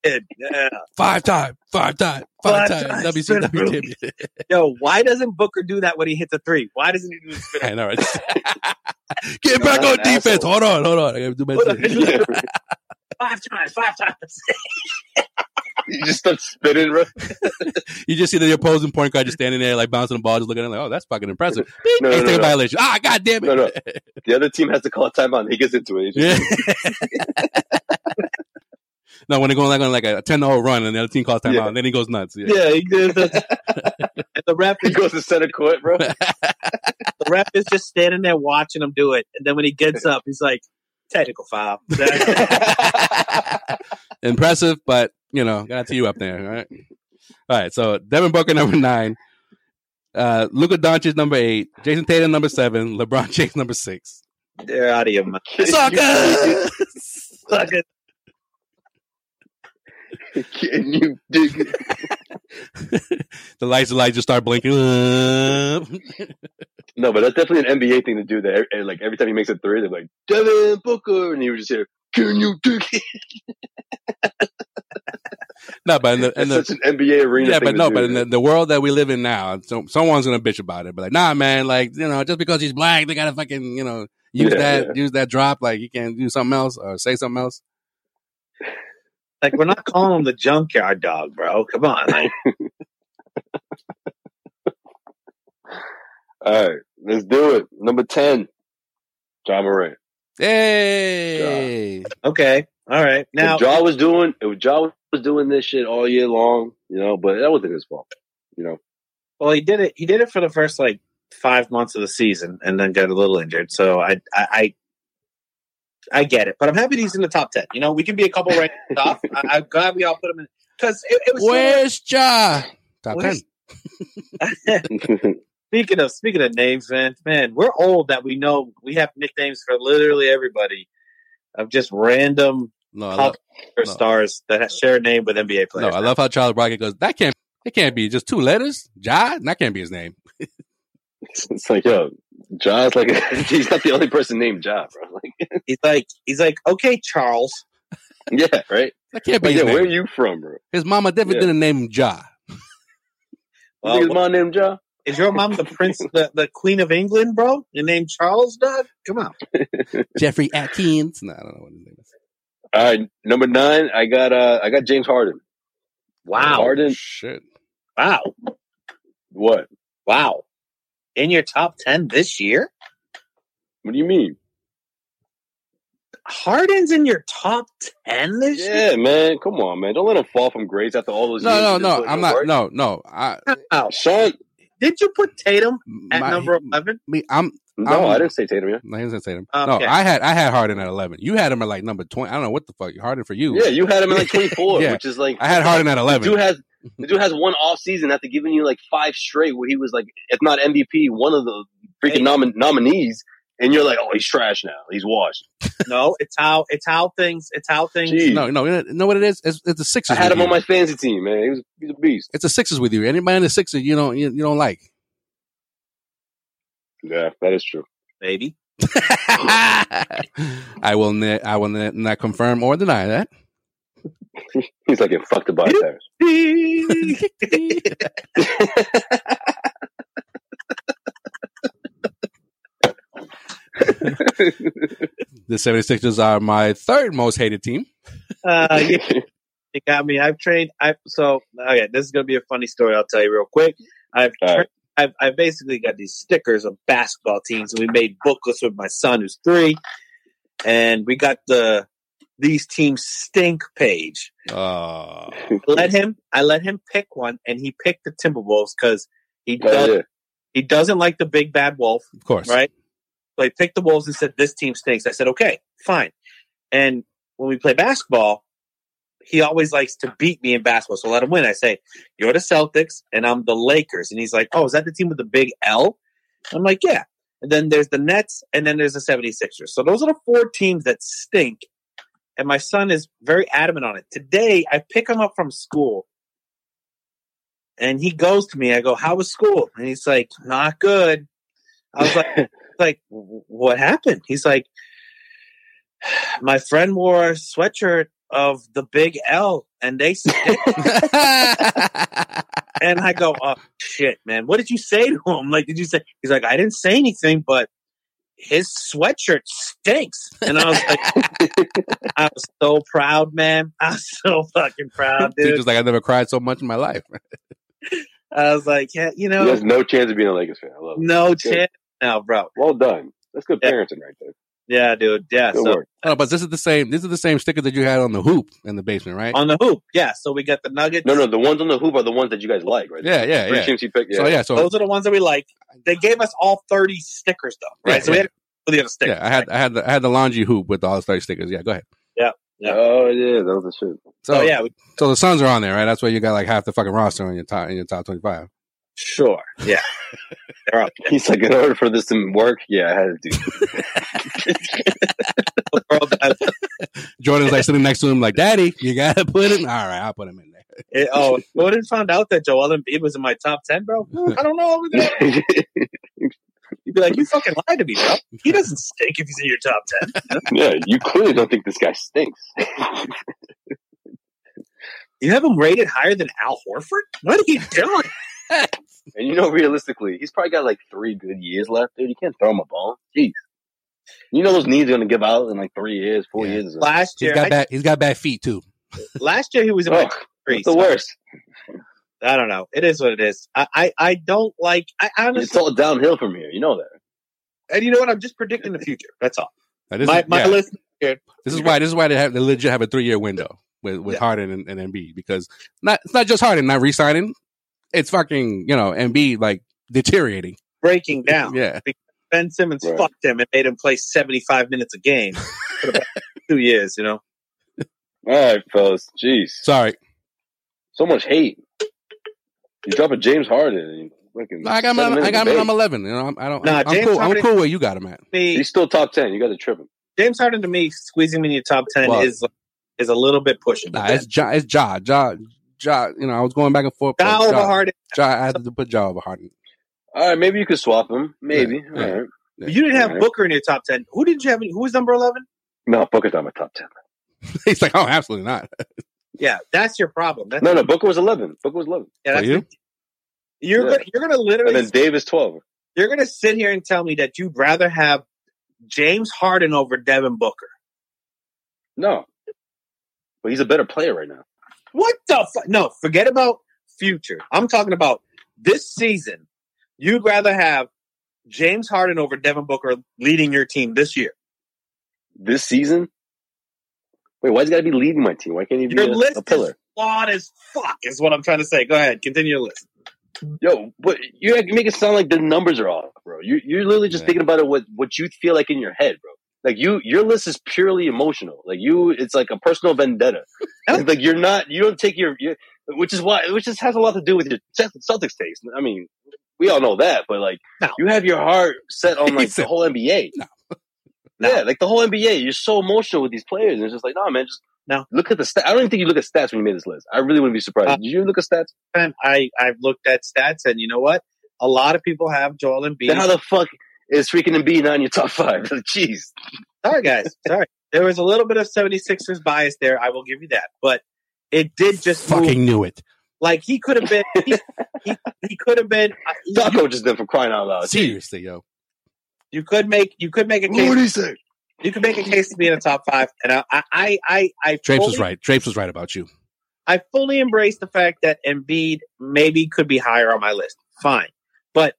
A: spinneroonie.
B: in? Yeah.
C: Five time, five time,
B: Five
C: five, time.
B: times,
C: WCW
B: been a
C: champion. [laughs]
B: Yo, why doesn't Booker do that when he hits a three? Why doesn't he do the spin?
C: I know, right? [laughs] Get
A: No,
C: back
A: that's
C: on
A: an
C: defense.
A: asshole.
C: Hold on, hold on. I gotta do my
B: Hold on.
C: thing.
B: five times, five times.
A: [laughs] you just start spinning, bro.
C: You just see the opposing point guard just standing there, like bouncing the ball, just looking at it, like, oh, that's
B: [laughs]
C: fucking impressive. Beep,
A: No, no,
C: Eighth
A: no,
C: no,
A: no.
C: violation. Ah, god damn it. [laughs]
A: No, no. The other team has to call a timeout. And he gets into it. He's just-
C: Yeah. [laughs] no, when they're going like on like a 10 0 run and the other team calls timeout,
A: Yeah.
C: and then he goes nuts. [laughs] Yeah.
B: Yeah, he did. The, [laughs] and the ref,
A: He
B: is,
A: goes to center court,
C: [laughs]
A: bro.
B: the ref is just standing there watching him do it, and then when he gets up, he's like, "Technical foul." [laughs]
C: Impressive, but you know, got to you up there. All right. All right. So Devin Booker number nine. Uh, Luka Doncic number eight, Jason Tatum number seven, LeBron [laughs] James number six.
B: They're out of your mind.
C: Sucker!
B: Fucking-
A: Can you dig it?
C: [laughs] the lights, the lights just start blinking. [laughs]
A: No, but that's definitely an NBA thing to do. There, and like every time he makes a three, they're like Devin Booker, and you just hear, "Can you dig it?"
C: no, but in the, in
A: That's
C: the
A: such an NBA arena.
C: yeah,
A: thing
C: but
A: to
C: no,
A: do,
C: but in
A: man.
C: the, the world that we live in now, so, someone's gonna bitch about it. But like, nah, man, like you know, just because he's black, they gotta fucking you know use
A: Yeah,
C: that
A: yeah.
C: use that drop. Like you can do something else or say something else.
B: Like we're not calling him the junkyard dog, bro. Come on, like
A: All right, let's do it. Number ten, John Morant.
C: Hey,
B: okay, all right. Now,
A: Now, Jaw was doing, if Ja was doing this shit all year long, you know, but that wasn't his fault, you know.
B: well, he did it. He did it for the first like five months of the season, and then got a little injured. So I, I, I, I get it. But I'm happy he's in the top ten. You know, we can be a couple right [laughs] at the top. I, I'm glad we all put him in because it, it was.
C: where's Ja? Top ten.
B: Where's-
A: [laughs]
B: Speaking of speaking of names, man, man, we're old that we know we have nicknames for literally everybody of just random
C: No, I love,
B: pop culture
C: no.
B: stars that ha- share a name with NBA
C: no,
B: players.
C: I love how Charles Brockett goes. That can't. It can't be just two letters. Ja. That can't be his name.
A: [laughs] it's like, yo, Jaw's like, [laughs] he's not the only person named Ja, bro. [laughs] Like,
B: he's like he's like, okay, Charles.
A: yeah, right.
C: That can't be
A: Like,
C: his
A: yo, where are
C: name.
A: you from, bro?
C: His mama definitely
A: Yeah.
C: didn't name him Ja.
A: You think
B: Well,
A: his mom named Ja?
B: uh, is your mom the prince, the, the queen of England, bro? Your name Charles, Doug? Come on,
C: Jeffrey Atkins. No, I don't know what his name is.
A: All right, number nine, I got, uh, I got James Harden.
B: wow,
A: Harden,
C: Oh, Shit.
B: wow,
A: what?
B: wow. In your top ten this year,
A: What do you mean?
B: Harden's in your top ten this year.
A: Yeah, man, come on, man, don't let him fall from grace after all those. years
C: No, no,
A: of
C: no.
A: putting
C: I'm
A: in
C: not.
A: work.
C: No, no. I,
B: Wow.
A: Sean.
B: Did you put Tatum at
C: my- [laughs]
B: number eleven?
C: me, I'm
A: No,
C: I'm-
A: I didn't say Tatum. Yeah,
C: No, he doesn't say them.
B: Oh, okay.
C: No, I had I had Harden at eleven. You had him at like number twenty. I don't know what the fuck Harden for you.
A: yeah, you had
C: [laughs]
A: him in like 24,
C: Yeah.
A: which is like
C: I had Harden at
A: The dude
C: eleven.
B: [laughs]
A: has the dude has one off season after giving you like five straight where he was like, if not MVP, one of the
B: Hey.
A: freaking nomin- nominees, and you're like, oh, he's trash now. He's washed.
B: No, it's how it's how things it's how things.
A: Jeez.
C: No, no, you know what it is? It's, it's the
A: I
C: Sixers.
A: had
C: with
A: him on
C: you.
A: my fantasy team, man. He was he's a beast.
C: It's the Sixers with you. Anybody in the Sixers you don't you, you don't like.
A: Yeah, that is true.
B: Maybe
C: [laughs] I will ne- I will ne- not confirm or deny that.
A: He's like getting fucked by
B: Yep.
A: Harris.
C: The 76ers are my third most hated team.
B: [laughs] [laughs] uh, you,
A: [laughs]
B: you got me. I've trained. I so okay. This is gonna be a funny story. I'll tell you real quick. I've
A: All right.
B: tra- I've, I've basically got these stickers of basketball teams, and we made booklets with my son who's three, and we got the these teams stink page.
C: Oh,
B: let him I let him pick one and he picked the Timberwolves because he
A: Yeah,
B: does he doesn't like the big bad wolf,
C: of course. [laughs]
B: right? [laughs] So he picked the Wolves and said this team stinks. I said, Okay, fine. And when we play basketball, he always likes to beat me in basketball. So let him win. I say, You're the Celtics and I'm the Lakers. And he's like, Oh, is that the team with the big L? I'm like, Yeah. And then there's the Nets and then there's the 76ers. So those are the four teams that stink and my son is very adamant on it. Today, I pick him up from school, and he goes to me. I go, "How was school?" And he's like, "Not good." I was like, "Like what happened?" He's like, "My friend wore a sweatshirt of the big L, and they said." and I go, "Oh shit, man! What did you say to him? Like, did you say?" He's like, "I didn't say anything, but." His sweatshirt stinks, and I was like, [laughs] I was so proud, man. I was so fucking proud, dude.
C: Teacher's like, I never cried so much in my life.
B: I was like, yeah, you know,
A: He has no chance of being a Lakers fan. I love it.
B: no
A: That's good.
B: chance now, bro.
A: Well done. That's good
B: Yeah.
A: parenting right there.
B: Yeah, dude. Yeah.
A: Good
B: so
A: work.
C: No, but this is the same. This is the same sticker that you had on the hoop in the basement, right?
B: on the hoop, yeah. So we got the Nuggets.
A: No, no, the ones on the hoop are the ones that you guys like, right?
C: yeah, yeah,
A: Three
C: yeah.
A: teams he picked. Yeah.
C: So yeah, so
B: those are the ones that we like. They gave us all thirty stickers, though, right?
C: Yeah,
B: so we
C: yeah.
B: had all the other stickers.
C: yeah, I had I had the, I had the laundry hoop with all the thirty stickers. Yeah, go ahead.
B: Yeah.
A: Oh yeah, that was the shit.
C: So
B: so Oh, yeah, we,
C: so the Suns are on there, right? That's why you got like half the fucking roster in your top in your top twenty five.
B: sure, yeah. They're up.
A: He's like, in order for this to work, yeah, I had to do.
B: The world- I-
C: Jordan's like sitting next to him, like, Daddy, you gotta put him. All right, I'll put him in there.
B: it- oh, Jordan found out that Joel Embiid was in my top ten,
C: [laughs]
B: bro. I don't know.
A: [laughs]
B: You'd be like, you fucking lied to me, bro. He doesn't stink if he's in your top ten.
A: yeah, you clearly don't think this guy stinks.
B: You have him rated higher than Al Horford? What are you doing?
A: [laughs] And you know, realistically, he's probably got like three good years left, dude. You can't throw him a ball. Jeez. You know those knees are gonna give out in like three years, four
C: Yeah.
A: years.
B: Last
C: He's
B: year,
C: got
B: I,
C: bad he's got bad feet too.
B: last year he was in
A: Oh,
B: my
A: it's
B: three.
A: the
B: so
A: worst.
B: I don't know. It is what it is. I, I, I don't like. I
A: It's
B: honestly,
A: all downhill from here. You know that.
B: and you know what? I'm just predicting the future. That's all.
C: Now, this,
B: my
C: is,
B: my
C: yeah,
B: list.
C: this is why this is why they have they legit have a three year window with, with
B: Yeah.
C: Harden and, and Embiid because not it's not just Harden not re signing. It's fucking, you know, Embiid like deteriorating.
B: breaking down.
C: Yeah.
B: Ben Simmons
A: Right.
B: fucked him and made him play 75 minutes a game for
C: [laughs]
B: about two years. You know.
A: All right, fellas. Jeez. So,
C: Sorry.
A: much hate. You drop a James Harden and you fucking
C: No, I got him
A: send
C: on,
A: him in
C: I
A: the
C: got him on
A: debate.
C: 11. You know, I'm, I don't,
B: Nah,
C: I'm, I'm
B: James
C: cool. I'm
B: Harden-
C: cool where you got him at.
B: Me,
A: He's still top ten. You guys are tripping.
B: James Harden to me squeezing me in your top ten
C: Well-
B: is is a little bit pushing.
C: Nah, it's Ja, it's Ja, Ja, Ja. You know, I was going back and forth. but
B: Ja over Harden.
C: Ja, I had to put Ja over Harden. [laughs]
A: All right, maybe you could swap him. Maybe.
C: Yeah, yeah.
A: All right.
C: Yeah.
B: You didn't have
A: Alright.
B: Booker in your top ten. Who did you have? in- Who was number eleven?
A: No, Booker's not my top ten.
C: He's like, oh, absolutely not.
B: Yeah, that's your problem. That's,
A: No, no, Booker was eleven. Booker was eleven,
B: yeah,
C: For
B: that's
C: you?
B: You're
A: Yeah.
B: gonna, you're gonna
A: and
B: literally
A: then Davis twelve.
B: you're gonna sit here and tell me that you'd rather have James Harden over Devin Booker.
A: No, but he's a better player right now.
B: What the fuck? No, forget about future. I'm talking about this season. You'd rather have James Harden over Devin Booker leading your team this year.
A: This season. Wait, why's he got to be leading my team? Why can't he be
B: Your
A: a,
B: list
A: a pillar?
B: is flawed as fuck, is what I'm trying to say. Go ahead, continue your list.
A: Yo, but you act- make it sound like the numbers are off, bro. You, you're literally just
C: Yeah.
A: thinking about it what what you feel like in your head, bro. Like you, your list is purely emotional. Like you, it's like a personal
B: [laughs]
A: vendetta. It's like you're not, you don't take your, your, which is why, which just has a lot to do with your Celtics taste. I mean, we all know that, but like
B: No.
A: you have your heart set on
C: He
A: like
C: said-
A: the whole NBA.
B: [laughs]
C: No.
A: Yeah, like the whole NBA. You're so emotional with these players, and it's just like, nah, man, just
B: No.
A: Look at the stat. I don't even think you look at stats when you made this list. I really wouldn't be surprised.
B: Uh,
A: Did you look at stats?
B: And I, I've looked at stats, and you know what? A lot of people have Joel Embiid.
A: Then how the fuck is freaking Embiid not in your top five? [laughs] Jeez. [laughs]
B: Sorry, guys. Sorry. There was a little bit of 76ers bias there. I will give you that. But it did just move.
C: Fucking knew it.
B: Like, he could have been. He, he, he could have been. uh, I- You,
A: Doc just done for crying out
B: Oh,
A: loud.
C: Seriously, yo.
B: you could make. You could make a case.
A: he say?
B: You could make a case to be in the top five. And I, I, I, I, I
C: Drapes
B: fully,
C: was right. Drapes was right about you.
B: I fully embrace the fact that Embiid maybe could be higher on my list. Fine, but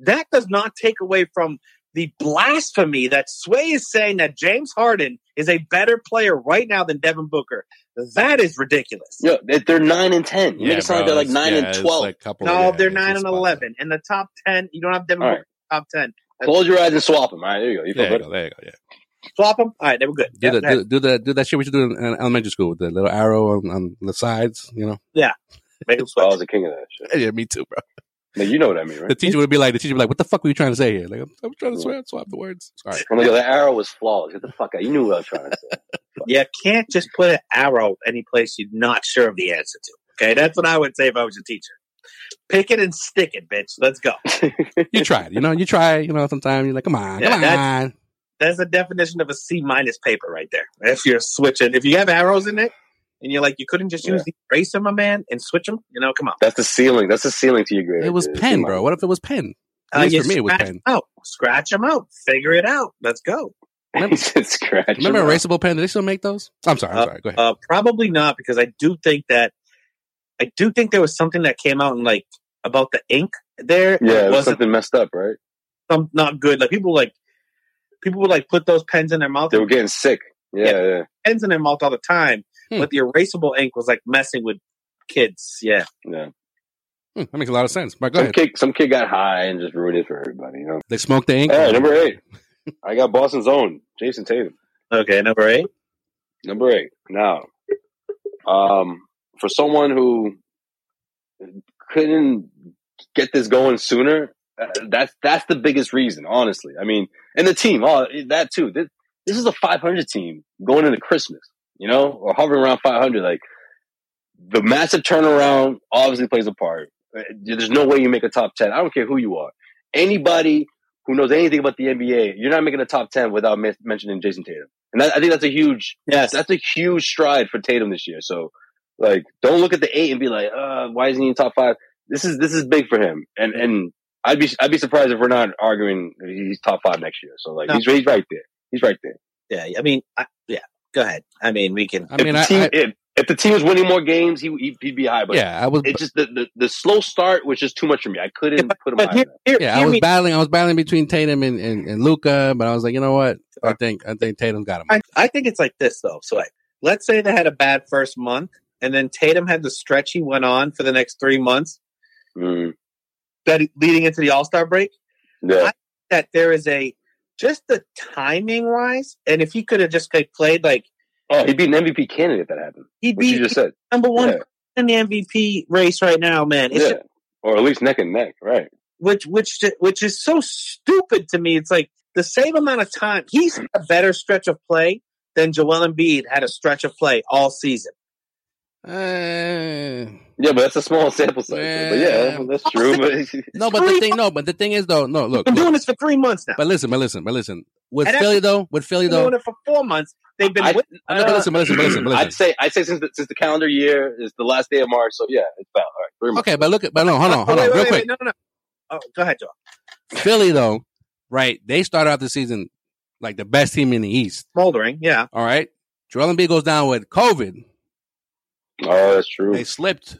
B: that does not take away from the blasphemy that Sway is saying that James Harden is a better player right now than Devin Booker. That is ridiculous.
A: Yo, they- they're nine and ten. You make it sound like they're like nine and twelve.
C: Oh,
B: No, they're nine and eleven. In the top ten, you don't have Devin
A: All
B: Booker in the top ten.
A: Close your eyes and swap them. All right, there you go. You feel
C: There you
A: better.
C: go. There you go. Yeah.
B: Swap them. All right, they were good.
C: Do,
B: Yeah,
C: the, do, do the do that shit we should do in, in elementary school with the little arrow on, on the sides. You know.
B: make them
A: So I
B: swap.
A: was the king of that shit.
C: [laughs] Yeah, me too, bro.
A: Now, you know what I mean,
C: The
A: right?
C: teacher would be like, the teacher would be like, what the fuck were you trying to say here? Like, I'm, I'm trying to swear, swap the words. All right.
A: Oh I'm like, yo, that arrow was flawless. Get the fuck out. You knew what I was trying to say.
B: You can't just put an arrow any place you're not sure of the answer to. Okay, that's what I would say if I was a teacher. Pick it and stick it, bitch. Let's go.
C: [laughs]
A: [laughs]
C: You try it, you know. You try, you know. Sometimes you're like, come on,
B: Yeah,
C: come
B: that's-
C: on.
B: That's the definition of a C minus paper right there. If you're switching, if you have arrows in it, and you're like, you couldn't just use the eraser, my man, and switch them. You know, come on.
A: That's the ceiling. That's the ceiling to your grade.
C: It was
A: It's
C: pen,
A: in my-
C: bro. What if it was pen? At
B: Uh,
C: least
B: you
C: for me, it was
B: scratch
C: pen.
B: 'em out, scratch them out, figure it out. Let's go.
C: [laughs]
A: [laughs] He said scratch.
C: Remember
A: him out.
C: erasable pen? Did they still make those? I'm sorry. I'm sorry. Go
B: [laughs]
C: ahead.
B: Uh, probably not, because I do think that I do think there was something that came out and like about the ink there. and
A: Yeah,
B: it
A: it was
B: wasn't
A: something messed up, right?
B: some not good. Like people like people would like put those pens in their mouth.
A: They were getting sick. Yeah,
B: Yeah.
A: yeah.
B: pens in their mouth all the time,
C: Hmm.
B: but the erasable ink was like messing with kids. Yeah,
A: yeah.
C: Hmm, that makes a lot of sense. But go
A: Some
C: ahead.
A: kid, some kid got high and just ruined it for everybody. You know.
C: They smoked the ink.
A: Hey, number eight. I got Boston's own Jason Tatum.
B: okay, number eight.
A: Number eight. Now, um, for someone who couldn't get this going sooner, uh, that's that's the biggest reason, honestly. I mean, and the team, oh, that too. This, this is a 500 team going into Christmas, you know, or hovering around 500. Like the massive turnaround obviously plays a part. Uh, There's no way you make a top 10. I don't care who you are. Anybody who knows anything about the NBA, you're not making a top 10 without men- mentioning Jason Tatum. And that, I think that's a huge
B: Yes,
A: that's a huge stride for Tatum this year. So, like, don't look at the eight and be like, uh, why isn't he in top five? This is this is big for him, and and I'd be I'd be surprised if we're not arguing he's top five next year. So like,
B: No.
A: he's he's right there. He's right there.
B: yeah. I mean, I, yeah. Go ahead. I mean, we can.
C: I
A: if
C: mean, I,
A: the team
C: I,
A: if, if the team was winning more games, he he'd, he'd be high. But
C: yeah, I was.
A: it's just the, the the slow start was just too much for me. I couldn't put him
B: But
A: higher.
B: here,
A: than
B: here,
C: Yeah, I
B: hear
C: was
B: me.
C: battling. I was battling between Tatum and, and, and Luca, but I was like, you know what? I think I think Tatum got him.
B: I, I think it's like this though. So, like, let's say they had a bad first month, and then Tatum had the stretch he went on for the next three months,
A: that. Mm,
B: that leading into the All Star break.
A: yeah,
B: That there is a just the timing wise, and if he could have just like, played like
A: oh, he'd be an MVP candidate if that happened.
B: he'd
A: What
B: be
A: you just said,
B: number one
A: yeah,
B: in the MVP race right now, man. It's
A: yeah.
B: just-
A: or at least neck and neck, right?
B: which which which is so stupid to me. It's like the same amount of time. He's had a better stretch of play than Joel Embiid had a stretch of play all season.
C: Uh,
A: Yeah, but that's a small [laughs] sample size. But
C: Yeah.
A: yeah, that's true. [laughs] But
C: no, but the thing, no, but the thing is though, no, look,
B: Been
C: look.
B: doing this for three months now.
C: but listen, but listen, but listen. With
B: And that's-
C: Philly though, with Philly
B: Been
C: though,
B: doing it for four months. They've been.
A: I-
B: win-
C: I know, but listen, but listen, but listen, but listen.
A: I'd say I'd say since the, since the calendar year is the last day of March, so yeah, it's about all right. Three months.
C: okay, but look at, but no, hold on,
B: Oh,
C: hold on,
B: wait,
C: real
B: wait,
C: quick.
B: wait, no, no, no. Oh, go ahead, Joel.
C: Philly though, right? They started out the season like the best team in the East.
B: Smoldering, yeah.
C: All right, Joel Embiid goes down with COVID.
A: Oh, that's true.
C: They slipped.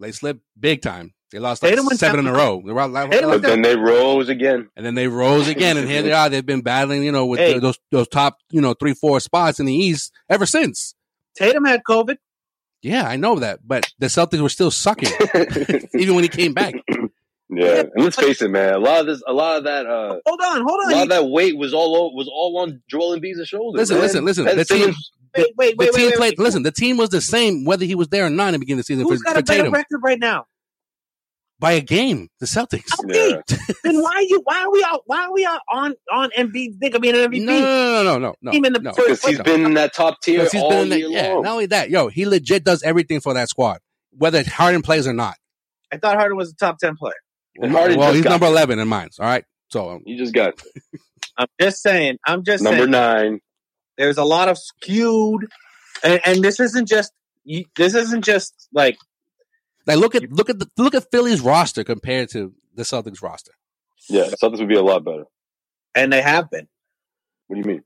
C: They slipped big time. They lost like
B: Tatum went
C: seven in a
B: down-
C: row. They were out-
B: Tatum
A: but
B: went
A: then they rose again.
C: And then they rose again, and here they are. They've been battling, you know, with
B: Hey.
C: the- those those top, you know, three, four spots in the East ever since.
B: Tatum had COVID.
C: Yeah, I know that, but the Celtics were
B: [laughs]
C: still sucking,
A: yeah,
C: even when he came back.
A: and let's face it, man. A lot of this, a lot of that, uh,
B: Hold on, hold
A: a
B: on.
A: lot of that weight was all o- was all on Joel Embiid's shoulders.
C: Listen,
A: man.
C: listen, listen.
A: Ben
C: The team,
A: Simmons-
B: wait, wait,
C: the
B: wait,
C: team
B: wait, wait,
C: played. Listen, the team was the same whether he was there or not in the beginning of the season for,
B: Who's got
C: for
B: a better
C: Tatum
B: record right now?
C: by a game. The Celtics.
B: Oh,
C: [laughs]
A: Yeah.
B: Then why are you? Why are we all? Why are we all on on Embiid? Think of being an
C: No,
B: MVP?
C: no, no, no, no,
B: Team in the
C: no.
B: first-
A: Because he's been in that top tier
C: Because he's
A: all
C: been in the-
A: year
C: yeah,
A: long.
C: not only that, yo, he legit does everything for that squad, whether Harden plays or not.
B: I thought Harden was a top ten player.
A: And Harden
C: well,
A: just
C: he's
A: got
C: number
A: it.
C: eleven in mine. All right, so um,
A: You just got
B: I'm just saying. I'm just
A: number
B: saying.
A: nine.
B: there's a lot of skewed and, and this isn't just you, this isn't just like
C: Like look at look at the look at Philly's roster compared to the Celtics roster.
A: Yeah, Celtics would be a lot better.
B: and they have been
A: What do you mean?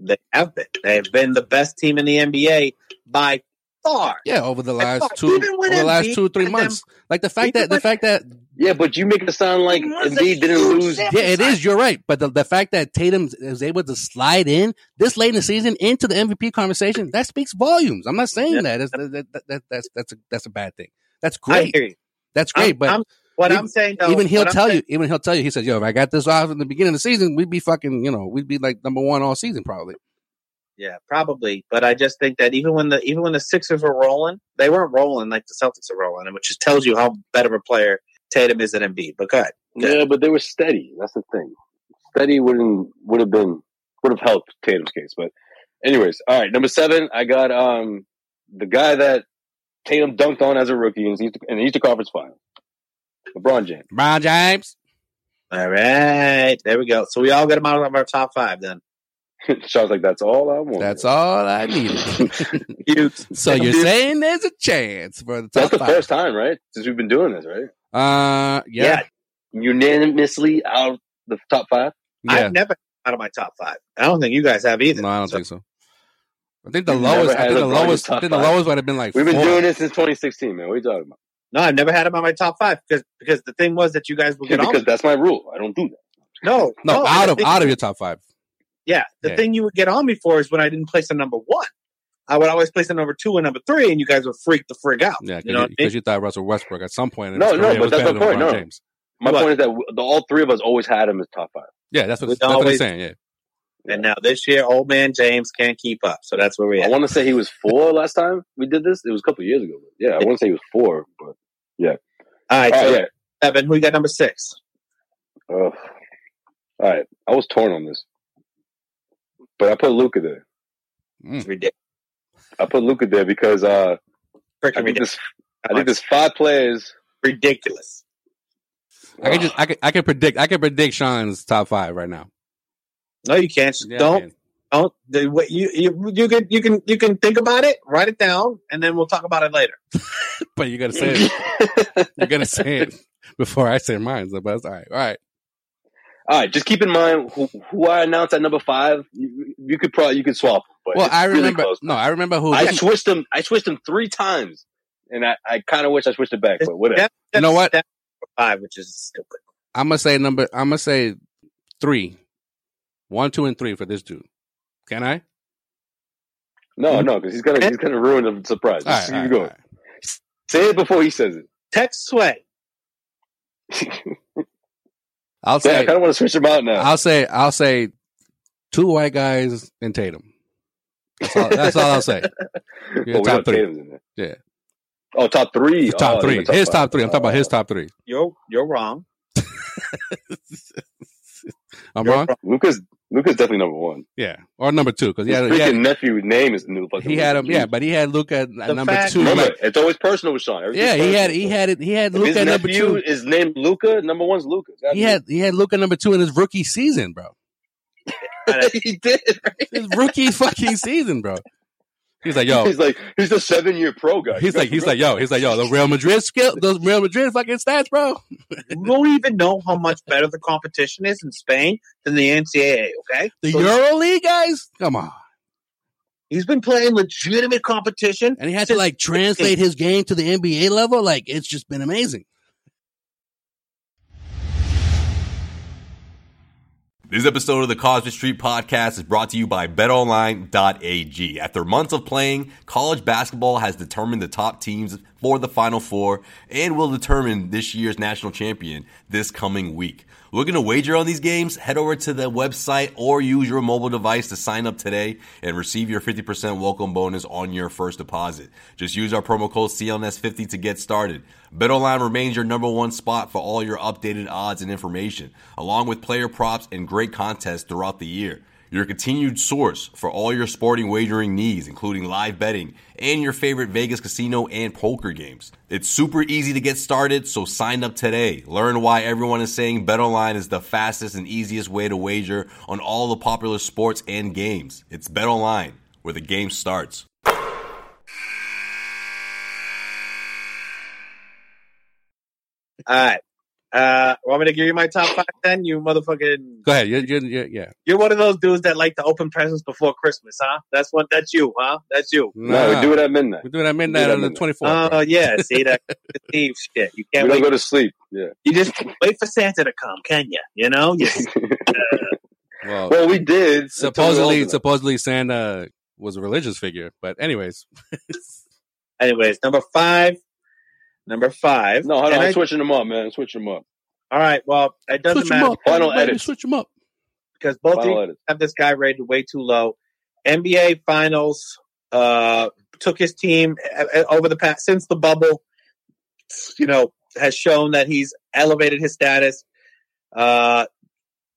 B: they have been they've been the best team in the nba by far
C: Yeah, over the
B: I
C: last
B: thought
C: two
B: even
C: over
B: with
C: the last
B: Embiid
C: two three
B: and
C: months. Like the fact
B: even
C: that the
B: with-
C: fact that
A: Yeah, but you make it sound like
B: It was a
A: Embiid didn't
B: huge
A: lose.
B: sample
C: yeah, it is. You're right, but the, the fact that Tatum is able to slide in this late in the season into the MVP conversation that speaks volumes. I'm not saying
B: Yeah.
C: that. That's, that, that, that that's that's a, that's a bad thing. That's
B: i
C: great.
B: hear you
C: That's great.
B: I'm-
C: but
B: I'm- what
C: even-
B: i'm saying though,
C: even he'll
B: what I'm
C: tell
B: saying-
C: you. Even he'll tell you. He says, "Yo, if I got this off in the beginning of the season, we'd be fucking. You know, we'd be like number one all season probably."
B: yeah probably but i just think that even when the even when the sixers were rolling they weren't rolling like the celtics are rolling which just tells you how better of a player tatum is than Embiid. but god
A: Yeah, but they were steady. That's the thing. Steady wouldn't would have been would have helped Tatum's case, but Anyways, all right, number seven, I got um the guy that Tatum dunked on as a rookie in the Eastern, in the Eastern Conference Final, LeBron James.
C: Brown James.
B: All right, there we go. So we all got him out of our top five then.
A: [laughs] Sean's like, that's all I want.
C: That's all I needed. [laughs]
B: Cute.
C: so you're saying there's a chance for the top
A: That's the
C: five?
A: first time, right? Since we've been doing this, right?
C: uh, yeah,
B: Yeah.
A: Unanimously out of the top five.
C: yeah.
B: I've never out of my top five. I don't think you guys have either.
C: No, I don't think so. I think the
A: We've
C: lowest.
A: never
C: I
A: had
C: think
A: LeBron
C: the
A: in
C: lowest. I
A: top
C: think the
A: five.
C: lowest would have been like.
A: We've been
C: four.
A: doing this since 2016, man. What are you talking about?
B: No, I've never had him on my top five because because the thing was that you guys will get on.
A: because that's my rule. I don't do that.
B: No,
C: [laughs] No,
A: Oh,
C: out
B: the
C: of
B: thing-
C: out of your top five.
B: Yeah, the
C: Yeah.
B: thing you would get on me for is when I didn't place a number one. I would always place a number two and number three, and you guys would freak the frig out.
C: Yeah,
B: you know,
C: because
B: what
C: you,
B: I mean?
C: thought Russell Westbrook at some point. In
A: No,
C: his
A: no,
C: career
A: but
C: was
A: that's
C: better
A: the
C: than
A: point,
C: LeBron
A: no.
C: James.
A: My
B: What?
A: point is that w- the, all three of us always had him as top five.
C: Yeah, that's what,
B: We'd
C: that's what I'm
B: always-
C: saying. Yeah,
B: and now this year, old man James can't keep up, so that's where we
A: I
B: at.
A: want to say he was four last time we did this. It was a couple of years ago. But yeah, I want to say he was four, but
B: All right,
A: all
B: so
A: right, Oh, yeah.
B: Evan, who you got number six?
A: Ugh. all right. I was torn on this, but I put Luca there.
C: Hmm.
B: It's ridiculous.
A: I put Luca there because uh, I
B: Freaking
A: think
B: ridiculous.
A: this. I think there's five players.
B: ridiculous.
C: I can
A: [sighs]
C: just I can I can predict I can predict Sean's top five right now.
B: No, you can't.
C: Yeah,
B: don't
C: man.
B: don't. The, what you, you you can you can you can think about it, write it down, and then we'll talk about it later.
C: [laughs] but you gotta say it. You're gonna say
A: [laughs]
C: it before I say mine. So, but that's all right. All right.
A: All right, just keep in mind who, who I announced at number five. You, you could probably you could swap. But
C: Well,
A: it's
C: I
A: really
C: remember.
A: close.
C: no, I remember who.
A: I switched them. I switched them three times, and I, I kind of wish I switched it back, but whatever.
B: That-
C: You know what?
B: that's Five, which is stupid.
C: I'm gonna say number. I'm gonna say three, one, two, and three for this dude. Can I?
A: No, no, because he's gonna he's gonna ruin the surprise.
C: All right,
A: Just
C: all
A: keep
C: right,
A: going.
C: all right.
A: Say it before he says it.
B: Text Sway.
C: I'll
A: Yeah, I
C: say.
A: kind of want to switch him out now.
C: I'll say. I'll say two white guys and Tatum. That's all, that's all
A: [laughs]
C: I'll say. Yeah,
A: Oh, we
C: top
A: got
C: three.
A: Tatum's in there.
C: Yeah.
A: Oh, top three.
C: His top
A: Oh,
C: three.
A: yeah,
C: his
A: five.
C: top three. I'm talking about his top three.
B: You're you're wrong.
C: I'm
B: You're
C: wrong.
A: Luca's Luca's definitely number one.
C: Yeah, or number two because he
A: His
C: had
A: freaking
C: he had,
A: nephew's name is new. Fucking
C: he had him.
A: Luka.
C: Yeah, but he had Luca at number
B: fact-
C: two.
A: Remember,
C: like-
A: it's always personal with Sean. Everything's
C: yeah, he
A: personal.
C: had he had it. He had
A: If his
C: Luca number
A: nephew
C: two.
A: is named Luca. Number one's Luca. [laughs]
C: He had he had Luca number two in his rookie season, bro. [laughs]
A: he did. Right?
C: His rookie [laughs] fucking season, bro. He's like, yo.
A: He's like he's a seven year pro guy.
C: He's like, he's like, yo, he's like, yo, the Real Madrid skill, the Real Madrid fucking stats, bro.
B: You don't even know how much better the competition is in Spain than the NCAA. Okay,
C: The
B: So
C: Euro League guys, come on.
B: he's been playing legitimate competition.
C: And he had to like translate his game to the NBA level. Like, it's just been amazing.
D: This episode of the Cosby Street Podcast is brought to you by BetOnline.ag. After months of playing, college basketball has determined the top teams for the Final Four and will determine this year's national champion this coming week. Looking to wager on these games? Head over to the website or use your mobile device to sign up today and receive your 50% welcome bonus on your first deposit. Just use our promo code CLNS50 to get started. BetOnline remains your number one spot for all your updated odds and information, along with player props and great contests throughout the year. Your continued source for all your sporting wagering needs, including live betting and your favorite Vegas casino and poker games. It's super easy to get started, so sign up today. Learn why everyone is saying BetOnline is the fastest and easiest way to wager on all the popular sports and games. It's BetOnline, where the game starts.
B: All right. Uh, want me to give you my top five? Then you motherfucking
C: Go ahead. You're, you're, you're, yeah.
B: You're one of those dudes that like to open presents before Christmas, huh? That's one. That's you, huh? That's you.
A: no, we do it at midnight.
C: We're doing it at midnight
A: at
C: on the
A: midnight.
C: 24th.
B: Oh
C: bro.
B: yeah, see
C: [laughs]
B: that Eve shit. You can't
A: we don't
B: wait.
A: go to sleep. Yeah.
B: you just can't wait for Santa to come, can you? You know,
C: [laughs]
B: you
A: [laughs]
C: Well,
A: Well, we did
C: supposedly,
A: Until
C: supposedly Santa was a religious figure, but anyways,
B: Anyways, number five. Number five.
A: we all- no, hold on.
B: And
A: I'm
B: I-
A: switching them up, man. I'm switching them up.
B: all right. Well, it doesn't
C: switch him
B: matter
C: up.
A: Final
C: Everybody
A: edits.
C: Switch him up.
B: because both of
A: Final
B: you
A: edit.
B: have this guy rated way too low. NBA Finals uh, took his team uh, uh, over the past since the bubble. You know, has shown that he's elevated his status. Uh,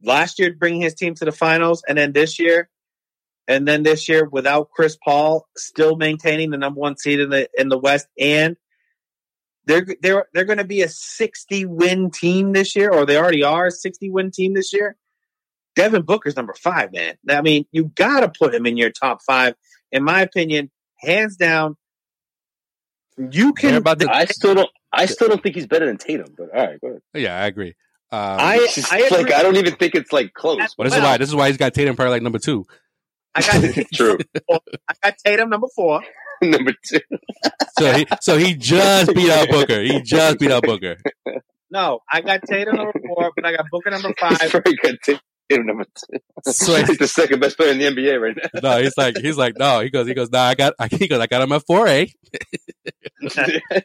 B: last year, bringing his team to the finals, and then this year, And then this year, without Chris Paul, still maintaining the number one seed in the in the West, and they're they're they're going to be a sixty win team this year, or they already are a sixty win team this year. Devin Booker's number five, man. I mean, you got to put him in your top five, in my opinion, hands down. You can.
C: They're about to-
A: I still don't. I still don't think he's better than Tatum. But all right, go ahead.
C: Yeah, I agree. Um,
B: I-
A: It's just, like
B: agree.
A: I don't even think it's like close.
C: well, this is
B: Well-
C: why this is why he's got Tatum probably like number two.
A: [laughs]
B: I got
A: True.
B: I got Tatum number four.
A: Number two.
C: So he so he just beat out Booker. He just beat out Booker.
B: No, I got Tatum number four, but I got Booker number
A: He's
B: five.
C: [laughs]
A: very good. Tatum number two.
C: So
A: He's the second best player in the NBA right now.
C: no, he's like he's like no. He goes he goes no. I got [laughs] I, he goes I got him at four A. [laughs]
A: [laughs]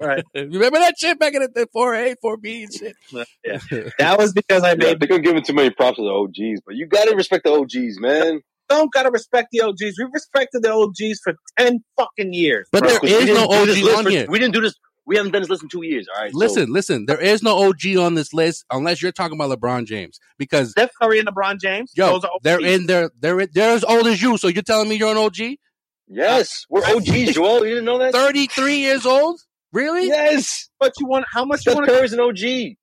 B: Right.
C: Remember that shit back in the four A four B and shit.
B: [laughs]
C: [laughs]
B: Yeah. That was because I
A: Yeah,
B: made.
A: they're gonna give him too many props to the OGs, but you gotta respect the OGs, man.
B: Don't gotta respect the OGs. We respected the OGs for ten fucking years.
C: But
A: Bro,
C: there
A: 'cause we
C: is
A: didn't
C: no
A: do this list
C: OG on
A: for-
C: here.
A: We didn't do this. We haven't done this list in two years. All right. so-
C: Listen, listen. There is no OG on this list unless you're talking about LeBron James because
B: Steph Curry and LeBron James.
C: yo,
B: those are
C: they're
B: OGs.
C: in there. They're in, they're as old as you. So you're telling me you're an OG?
A: yes, we're OGs, Joel. You didn't know that?
C: Thirty three years old? Really?
A: Yes,
B: But you want how much you
A: Steph
B: want to?
A: Curry's an OG.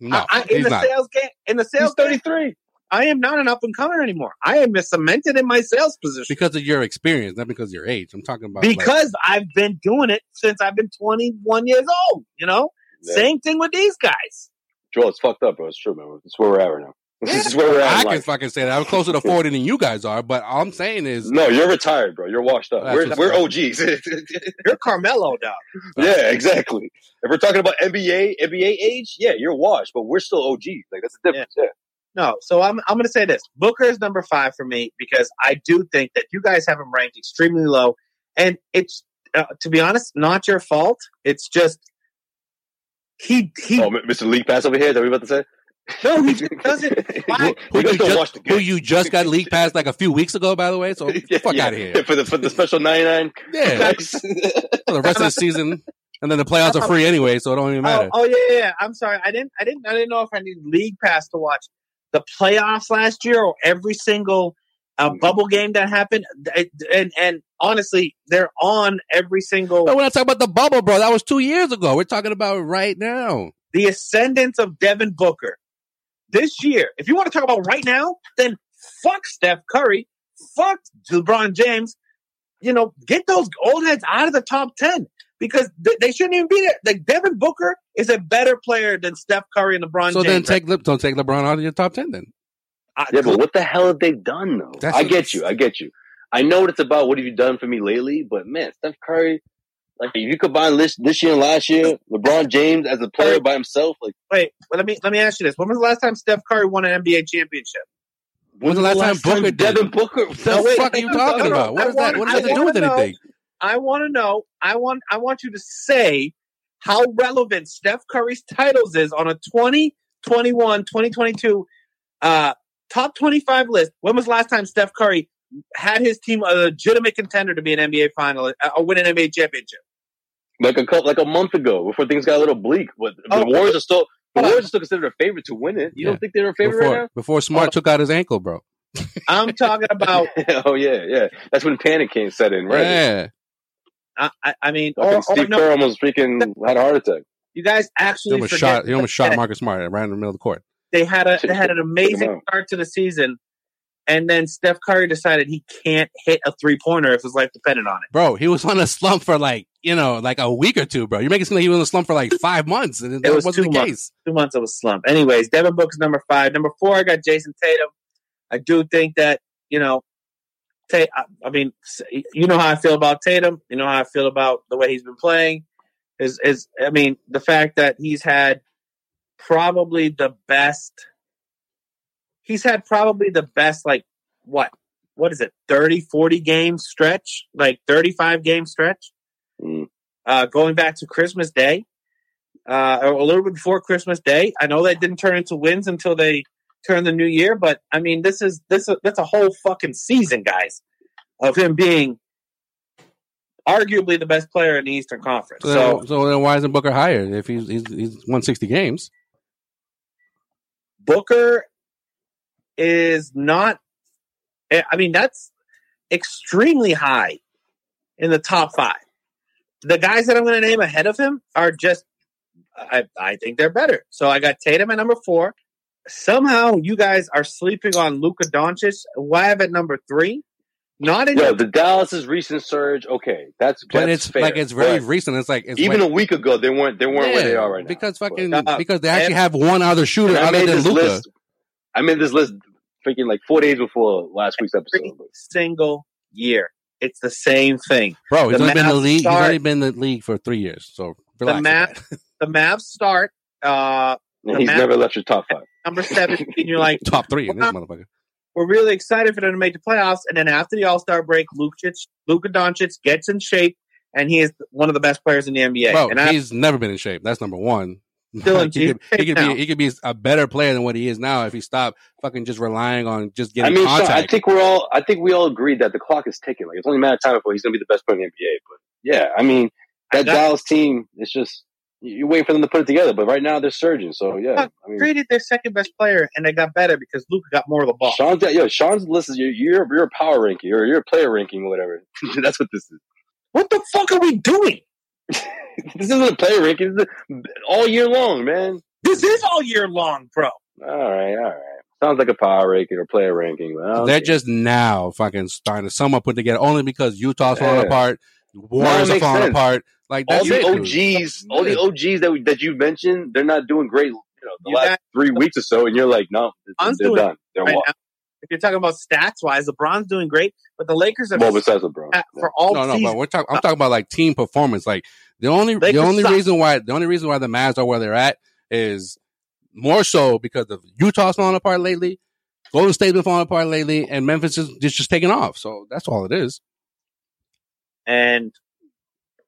C: No,
B: I, I, in
C: he's
B: the
C: not.
B: sales game, in the
A: He's
B: sales game,
A: thirty-three.
B: I am not an up and comer anymore. I am cemented in my sales position
C: Because of your experience, not because of your age. I'm talking about like-
B: because I've been doing it since I've been 21 years old. You know,
A: Yeah.
B: same thing with these guys.
A: Joel, it's fucked up, bro. It's true, man. It's where we're at right now. [laughs] This is where we're at.
C: I
A: in
C: can
A: life.
C: fucking say that. I'm closer to 40 than you guys are, but all I'm saying is,
A: No, you're retired, bro. You're washed up.
C: That's
A: We're,
C: what's
A: we're
C: up.
A: [laughs] OGs.
B: You're Carmelo, dog.
A: yeah, exactly. If we're talking about NBA, NBA age, yeah, you're washed, but we're still OGs. Like that's the difference. Yeah.
B: No, so I'm I'm going to say this. Booker is number five for me because I do think that you guys have him ranked extremely low, and it's uh, to be honest, not your fault. It's just he he
A: Oh, Mr. League Pass over here. Is that what you about to say?
B: no he just
A: [laughs]
B: doesn't.
A: Who-
B: Why?
A: who
C: who,
A: just
C: you
A: don't
C: just,
A: watch the
C: who
A: game.
C: you just
B: [laughs]
C: got leaked past like a few weeks ago, by the way. So fuck out of
A: Yeah, [laughs]
C: here.
A: for the for the special ninety nine.
B: [laughs]
C: Yeah, for the rest of the season, and then the playoffs are free anyway, so it don't even
B: Oh,
C: matter.
B: oh, yeah, yeah, yeah. I'm sorry. I didn't I didn't I didn't know if I needed league pass to watch the playoffs last year or every single uh,
A: Mhm.
B: bubble game that happened. And, and and honestly, they're on every single.
C: But we're not talking about the bubble, bro. That was two years ago. We're talking about right now.
B: the ascendance of Devin Booker this year. If you want to talk about right now, then fuck Steph Curry, fuck LeBron James. You know, get those old heads out of the top ten because th- they shouldn't even be there. Like Devin Booker is a better player than Steph Curry and LeBron.
C: So
B: James.
C: then take Le- don't take LeBron out of your top ten. Then
B: I-
A: Yeah, but what the hell have they done though?
C: That's
A: I
C: what-
A: get you. I get you. I know what it's about. What have you done for me lately? But man, Steph Curry, like if you combine this this year and last year, LeBron James as a player by himself, like
B: wait, well, let me let me ask you this: When was the last time Steph Curry won an NBA championship?
C: When's the last time Booker did?
A: Devin Booker?
C: the
B: wait,
C: fuck are
B: [laughs]
C: you
B: no, no,
C: talking
B: no, no.
C: about? What
B: I
C: does that?
B: wanna-
C: What does that
B: I
C: have to do with
B: wanna know.
C: anything?
B: I want to know. I want I want you to say how relevant Steph Curry's titles is on a 2021 2022 uh, top 25 list. When was the last time Steph Curry had his team a legitimate contender to be an NBA finalist uh, or win an NBA championship?
A: Like a couple, like a month ago, before things got a little bleak. But the
B: Oh.
A: Warriors are still the
B: Hold on.
A: Warriors are still considered a favorite to win it. You
C: Yeah.
A: don't think they're a favorite
C: Before, before Smart took out his ankle, bro.
B: I'm talking
C: [laughs]
B: about
A: right now? [laughs] oh yeah, yeah. That's when panic came set in, right?
C: Yeah.
B: I, I, I mean
A: Fucking
B: or, or
A: Steve
B: Oh, no,
A: Kerr almost freaking had a heart attack.
B: you guys
C: He
B: actually
C: almost
B: forget
C: shot. He almost shot
B: that
C: Marcus Smart right in the middle of the court.
B: they had a they had an
A: Come
B: amazing
A: on.
B: start to the season and then Steph Curry decided he can't hit a three pointer if his life depended on it.
C: Bro, he was [laughs] on a slump for like you know like a week or two, bro. You're making it seem like he was on a slump for like five months, and that
B: was
C: wasn't
B: two
C: the
B: months.
C: case.
B: two months of a slump. Anyways, Devin Booker's number five. Number four, I got Jason Tatum. I do think that you know, Tay. I, I mean, s- you know how I feel about Tatum. You know how I feel about the way he's been playing. Is is I mean, the fact that he's had probably the best. He's had probably the best like what what is it 30 40 game stretch like 35 game stretch
A: Mm.
B: uh, going back to Christmas Day, uh, or a little bit before Christmas Day. I know that didn't turn into wins until they turned the new year, but I mean, this is this is, that's a whole fucking season, guys, of him being arguably the best player in the Eastern Conference.
C: So,
B: So
C: then, so then why isn't Booker higher if he's he's, he's won sixty games?
B: Booker is not Eh, I mean, that's extremely high in the top five. The guys that I'm going to name ahead of him are just, I, I think they're better. So I got Tatum at number four. Somehow you guys are sleeping on Luka Doncic. Wab at number three. Not in
A: Yo,
B: your-
A: the Dallas's recent surge. Okay, that's
C: But
A: that's
C: it's
A: fair.
C: like it's very
A: But
C: recent. It's like it's
A: even
C: like-
A: a week ago they weren't they weren't where
C: Yeah,
A: they are right now.
C: because
A: But-
C: fucking
B: Uh,
C: because they actually
B: and-
C: have one other shooter
A: And I
C: other
A: made
C: than
A: this
C: Luca.
A: list. I made this list freaking like four days before last week's
B: every
A: episode.
B: single year. It's the same thing.
C: Bro, he's
B: The
C: only been in the
B: Mavs
C: league. He's
B: start-
C: only been in the league for three years. So relax.
B: The Mavs-
C: with that.
B: The Mavs start uh,
A: And he's
B: The Mavs-
A: never left your top five.
B: number seven, and you're like,
C: [laughs] top three in
A: [laughs]
C: this
B: Well,
C: motherfucker.
B: we're really excited for them to make the playoffs. And then after the All Star break, Lukic, Luka Doncic gets in shape, and he is one of the best players in the NBA.
C: Bro,
B: and I,
C: he's never been in shape. That's number one. [laughs]
B: Still in
C: he, could, he could
B: shape now.
C: be he could be a better player than what he is now if he stopped fucking just relying on just
A: I
C: getting
A: mean, Sean,
C: contact.
A: I think we're all I think we all agreed that the clock is ticking. Like it's only a matter of time before he's going to be the best player in the NBA. But yeah, I mean that
B: I-
A: Dallas team is just you you wait for them to put it together. But right now they're surging. So yeah, I mean,
B: traded their second best player, and they got better because Luka got more of the ball.
A: Sean's yo, Sean's list is your your, your power ranking or your player ranking or whatever. That's what this is.
B: What the fuck are we doing?
A: [laughs] This isn't a player ranking. This is all year long, man.
B: This is all year long, bro.
A: All right, all right. Sounds like a power ranking or player ranking. but I don't
C: They're
A: care.
C: just now fucking starting to somewhat put together only because Utah's falling
A: Yeah.
C: apart, Warriors are
A: makes
C: falling
A: sense.
C: apart. Like
A: all
C: that's
A: the
C: it, dude.
A: OGs, all the OGs that we, that you mentioned, they're not doing great. You know, the
B: You
A: last
B: got-
A: three weeks or so, and you're like, no, they're,
B: Lon's
A: they're
B: doing
A: done. They're
B: Right
A: wa-
B: now, if you're talking about stats wise, LeBron's doing great, but the Lakers are
A: well, besides LeBron,
B: at- for all
C: no, no,
B: season. uh,
C: but we're talking. I'm talking about like team performance. Like the only
B: They
C: the
B: could
C: only
B: suck.
C: reason why the only reason why the Mavs are where they're at is more so because of Utah's falling apart lately, Golden State's been falling apart lately, and Memphis is just, just taking off. So that's all it is.
B: and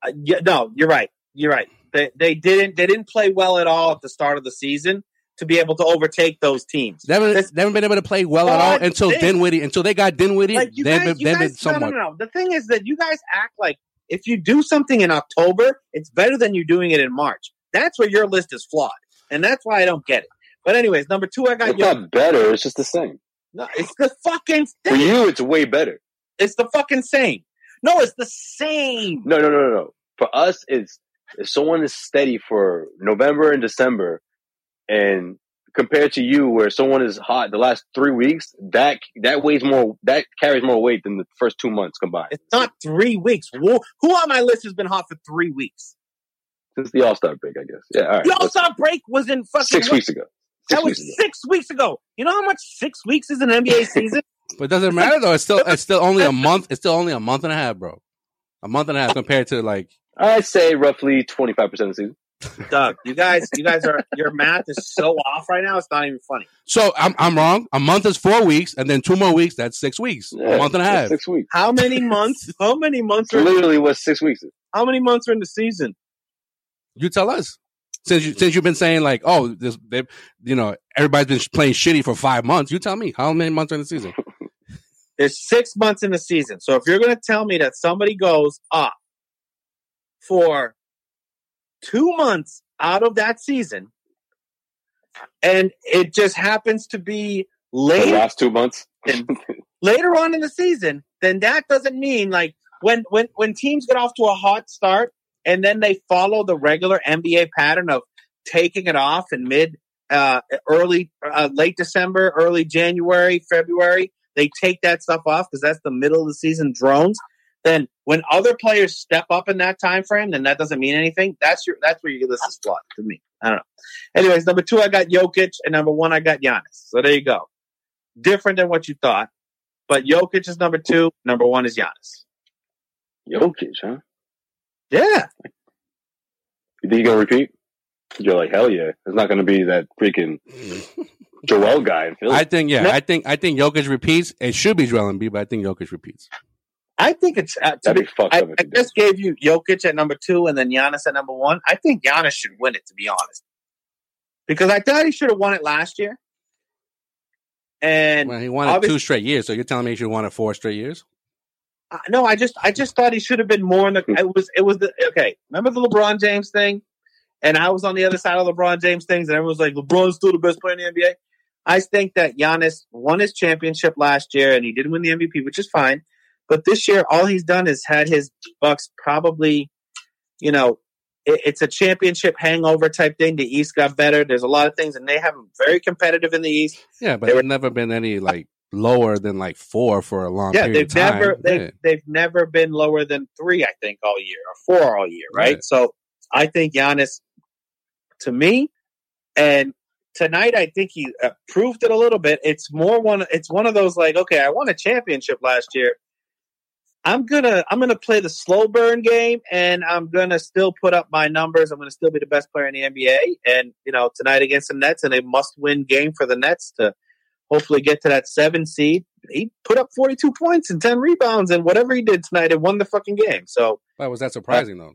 B: uh, yeah, no, you're right. You're right. They they didn't they didn't play well at all at the start of the season to be able to overtake those teams.
C: They haven't,
B: That's-
C: they haven't been able to play well at all
B: Odd
C: until
B: thing.
C: Dinwiddie. Until they got Dinwiddie,
B: Like you
C: they've
B: guys,
C: been,
B: you
C: they've been
B: guys no, no,
C: somewhat.
B: no, no. The thing is that you guys act like if you do something in October, it's better than you doing it in March. That's where your list is flawed, and that's why I don't get it. But anyways, number two, I got
A: it's
B: Jokic.
A: not better. It's just the same.
B: No, it's the fucking
A: For
B: thing.
A: you, it's way better.
B: It's the fucking same. No, it's the same.
A: No, no, no, no, no. For us, it's if someone is steady for November and December, and compared to you, where someone is hot the last three weeks, that that weighs more. That carries more weight than the first two months combined
B: It's not three weeks. Who, who on my list has been hot for three weeks?
A: since the All Star break, I guess. Yeah, all right.
B: The All Star break was in fucking
A: six
B: what?
A: weeks ago. Six
B: That
A: weeks
B: was
A: ago.
B: six weeks ago. You know how much six weeks is an NBA
A: [laughs]
B: season?
C: But it doesn't matter though. It's still it's still only a month. It's still only a month and a half, bro. A month and a half compared to like
A: I'd say roughly 25% of the season.
B: Doug, you guys, you guys are your math is so off right now. It's not even funny.
C: So I'm I'm wrong. A month is four weeks, and then two more weeks. That's six weeks.
A: Yeah,
C: a month and a
A: that's
C: half.
A: Six weeks.
B: How
A: [laughs]
B: many months? How many months
A: It's
B: are?
A: literally what six weeks is.
B: How many months are in the season?
C: You tell us. Since you since you've been saying like, oh, this they, you know, everybody's been sh- playing shitty for five months. You tell me how many months are in
A: [laughs]
C: the season?
B: There's six months in the season. So if you're going to tell me that somebody goes up for two months out of that season, and it just happens to be
A: The
B: later
A: last two months.
B: later on in the season, then that doesn't mean like when when when teams get off to a hot start and then they follow the regular NBA pattern of taking it off in mid uh early uh, late December, early January, February, they take that stuff off because that's the middle of the season drones. Then when other players step up in that time frame, then that doesn't mean anything. That's your that's where you this is flawed to me. I don't know. Anyways, number two I got Jokic and number one I got Giannis. So there you go. Different than what you thought. But Jokic is number two. Number one is Giannis.
A: Jokic, huh?
B: Yeah.
A: You think you're going to repeat? You're like, hell yeah. It's not going to be that freaking Joel guy in Philly.
C: I think yeah.
B: No.
C: I think I think Jokic repeats. It should be Joel Embiid, but I think Jokic repeats.
B: I think it's. Uh, to
A: That'd
B: be,
A: be fucked
B: I,
A: up. If
B: I
A: he did.
B: just gave you Jokic at number two and then Giannis at number one. I think Giannis should win it, to be honest. Because I thought he should have won it last year. And
C: Well, he wanted
B: obvious-
C: two straight years. So you're telling me he should have wanted four straight years?
B: Uh, no, I just I just thought he should have been more in the. It was it was the okay. Remember the LeBron James thing, and I was on the other side of LeBron James things, and everyone was like, "LeBron's still the best player in the NBA." I think that Giannis won his championship last year and he did win the MVP, which is fine. But this year, all he's done is had his Bucks probably, you know, it, it's a championship hangover type thing. The East got better. There's a lot of things, and they have them very competitive in the East.
C: Yeah, but
B: They were-
C: they've never been any like lower than like four for a long
B: yeah,
C: period
B: they've
C: of time.
B: never they've,
C: Yeah.
B: they've never been lower than three, I think, all year or four all year, right?
C: Right.
B: So I think Giannis, to me, and tonight I think he uh, proved it a little bit. It's more one. It's one of those like, okay, I won a championship last year. I'm gonna I'm gonna play the slow burn game, and I'm gonna still put up my numbers. I'm gonna still be the best player in the NBA, and you know tonight against the Nets, and a must win game for the Nets to hopefully get to that seven seed. He put up 42 points and 10 rebounds and whatever he did tonight and won the fucking game. So
C: Why was that surprising though?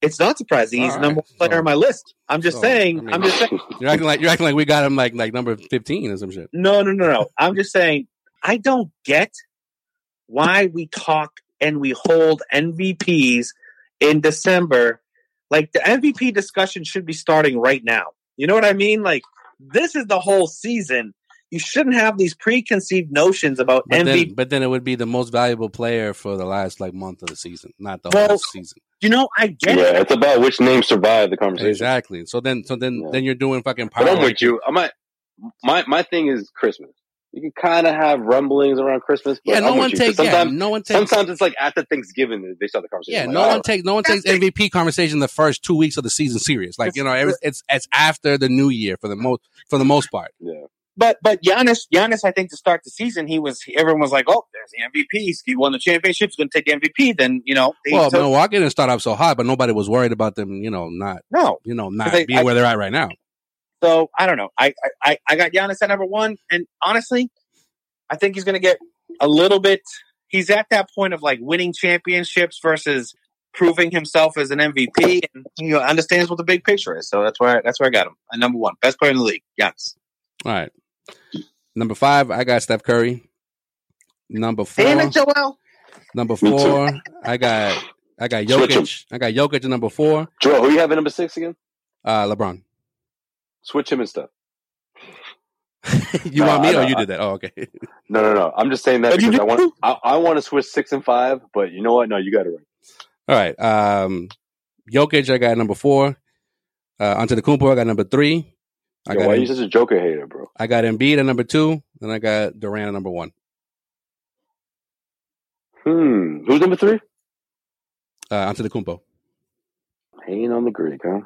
B: it's not surprising. He's
C: All
B: the number
C: right.
B: one player
C: So-
B: on my list. I'm just
C: so,
B: saying.
C: I mean-
B: I'm just saying.
C: You're acting like you're acting like we got him like like number fifteen or some shit.
B: No, no, no, no. I'm just saying. I don't get why we talk and we hold MVPs in December. Like the MVP discussion should be starting right now. You know what I mean? Like this is the whole season. You shouldn't have these preconceived notions about
C: But
B: MVP.
C: then, but then it would be the most valuable player for the last like month of the season, not the whole
B: Well,
C: season.
B: you know, I get it.
A: Yeah, it's about which name survived the conversation.
C: Exactly. So then, so then,
A: Yeah.
C: then you're doing fucking power.
A: But I'm with you. I might. My my thing is Christmas. You can kind of have rumblings around Christmas. But
C: Yeah, no
A: I'm with
C: one
A: you, 'cause
C: takes. Yeah,
A: Sometimes
C: no one takes.
A: sometimes it's like after Thanksgiving that they start the conversation.
C: yeah,
A: Like, uh,
C: no
A: all
C: one
A: right.
C: takes. No one takes MVP conversation the first two weeks of the season serious. Like you know, every, it's it's after the new year for the most for the most part.
A: Yeah,
B: But but Giannis, Giannis, I think to start the season, he was everyone was like, "Oh, there's the MVP. He won the championship. He's going to take the MVP." Then you know, they
C: Well,
B: took-
C: Milwaukee didn't start off so hot, but nobody was worried about them. You know, not
B: no.
C: you know not
B: They-
C: being
B: I-
C: where they're at right now.
B: So I don't know. I I- I I got Giannis at number one, and honestly, I think he's going to get a little bit. He's at that point of like winning championships versus proving himself as an MVP, and you know understands what the big picture is. So that's where that's where I got him at number one, best player in the league. Giannis.
C: All right. Number five, I got Steph Curry. Number four,
B: Damn it, Joel.
C: number
A: Me too.
C: four, I got I got
A: Switch 'em.
C: Jokic. I got Jokic at number four.
A: Joel, who you have at number six again?
C: Uh, LeBron. [laughs]
A: Switch him and stuff.
C: you
A: No,
C: want me
A: I
C: or
A: know.
C: you did that? Oh, okay. [laughs]
A: No, no, no. I'm just saying that
B: But you
A: because I
B: do.
A: want I, I want to switch six and five. But you know what? No, you got it right.
C: All right. Um, Jokic, I got number four. Uh, onto the Kumpo, I got number three. I
A: Yo,
C: got
A: why are
C: Em-
A: you such a Joker hater, bro?
C: I got Embiid at number two, and I got Durant at number one.
A: Hmm. Who's number three?
C: Uh, onto the Kumpo.
A: Hating on the Greek, huh?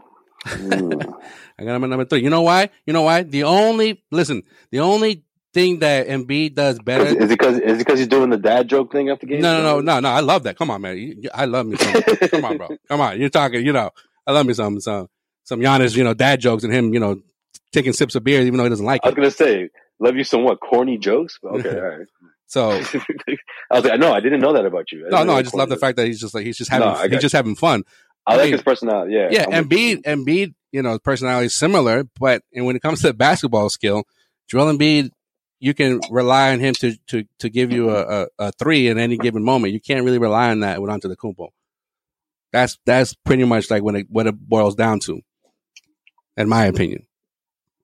A: Hmm.
C: [laughs] I got him at number three. You know why? You know why? The only listen, the only thing that Embiid does
A: is,
C: better
A: is it because is it because he's doing the dad joke thing after game?
C: No, no, no, no, no. I love that. Come on, man. You- you- I love me. Some, come on, bro. Come on. You're talking. You know, I love me some some some Giannis. You know, dad jokes and him. You know, taking sips of beer even though he doesn't like
A: I was
C: it.
A: gonna say, love you some what corny jokes. But
C: [laughs]
A: okay, all right. [laughs]
C: So
A: I was like, no, I didn't know that about you.
C: no,
A: didn't know
C: no. I
A: you
C: just
A: were
C: love the
A: corny.
C: fact that he's just like he's just having
A: No, I got
C: he's just having fun.
A: I
C: I
A: like
C: mean-
A: his personality. Yeah,
C: Yeah,
A: I'm with you.
C: Embiid, Embiid. You know, personality is similar, but and when it comes to basketball skill, Joel Embiid, you can rely on him to to to give you a, a, a three in any given moment. You can't really rely on that with onto the Kumpo. That's that's pretty much like when it what it boils down to, in my opinion.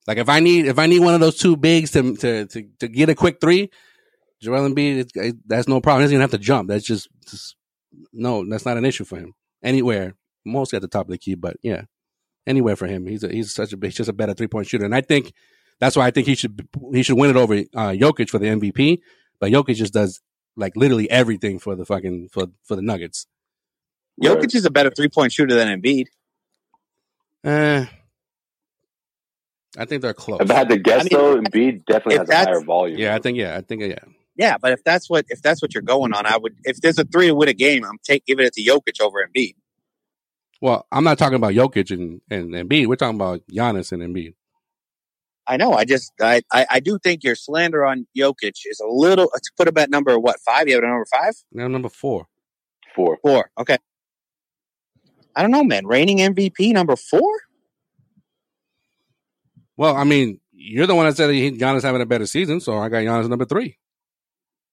C: Like if I need if I need one of those two bigs to to to, to get a quick three, Joel Embiid, it, it, that's no problem. He doesn't even have to jump. That's just, just no, that's not an issue for him anywhere. Mostly at the top of the key, but yeah, anywhere for him. He's a, he's such a he's just a better three point shooter, and I think that's why I think he should he should win it over uh, Jokic for the MVP. But Jokic just does like literally everything for the fucking for for the Nuggets.
A: Right.
B: Jokic is a better three point shooter than Embiid.
C: Eh, I think they're close.
A: If I had to guess
B: I mean,
A: though, Embiid definitely
B: if
A: has a
B: that's-
A: higher volume.
C: Yeah, I think yeah, I think yeah.
B: Yeah, but if that's what if that's what you're going on, I would. If there's a three to win a game, I'm take giving it to Jokic over Embiid.
C: Well, I'm not talking about Jokic and and Embiid. We're talking about Giannis and Embiid.
B: I know. I just I, I I do think your slander on Jokic is a little. To put him at number what five? You have it at number five,
C: Now number four.
A: four.
B: four. Okay. I don't know, man. Reigning MVP number four.
C: Well, I mean, you're the one that said he, Giannis having a better season, so I got Giannis number three.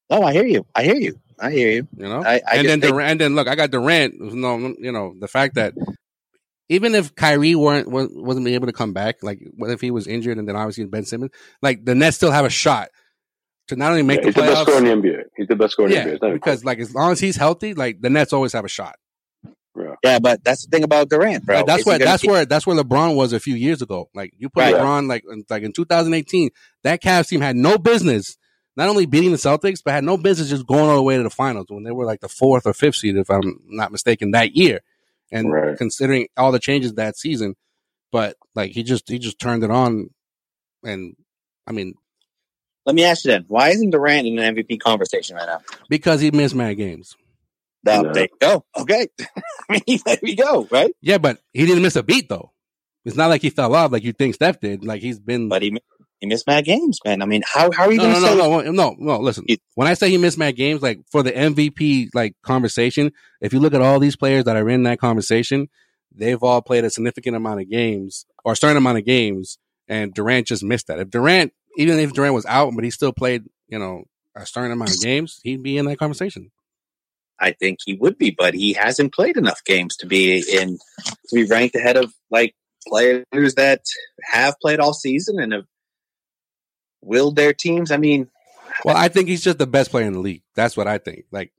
B: No, Oh, I hear you. I hear you. I hear you.
C: You know,
B: I- I
C: and
B: just
C: then
B: think-
C: Durant, and then look, I got Durant. No, you know the fact that even if Kyrie weren't wa- wasn't able to come back, like what if he was injured and then obviously Ben Simmons, like the Nets still have a shot to not only make
A: Yeah, he's
C: the
A: the best
C: playoffs,
A: scorer in the NBA. He's the best scorer in the NBA. It's
C: yeah,
A: not
C: because like as long as he's healthy, like the Nets always have a shot.
B: Yeah, but that's the thing about Durant, bro.
C: Like, that's
B: Is he
C: where
B: gonna
C: that's
B: keep-
C: where that's where LeBron was a few years ago. Like you put
B: Right.
C: LeBron like in- like in 2018, that Cavs team had no business not only beating the Celtics, but had no business just going all the way to the finals when they were like the fourth or fifth seed, if I'm not mistaken, that year. And
A: Right.
C: considering all the changes that season, but like he just he just turned it on, and I mean
B: Let me ask you then: Why isn't Durant in an MVP conversation right now?
C: because he missed mad games.
B: Now,
A: No.
B: There you go. Okay, [laughs] I mean, there we go. Right,
C: Yeah, but he didn't miss a beat though. It's not like he fell off like you think Steph did. Like he's been
B: but he he missed mad games, man. I mean, how how are you
C: no,
B: going
C: no,
B: to
C: no,
B: say?
C: no, no, no, no. Listen,
B: It-
C: when I say he missed mad games, like for the MVP like conversation, if you look at all these players that are in that conversation, they've all played a significant amount of games or a certain amount of games, and Durant just missed that. If Durant, even if Durant was out, but he still played, you know, a certain amount of games, he'd be in that conversation.
B: I think he would be, but he hasn't played enough games to be in to be ranked ahead of like players that have played all season and have willed their teams. I mean,
C: Well, I think he's just the best player in the league. That's what I think. Like.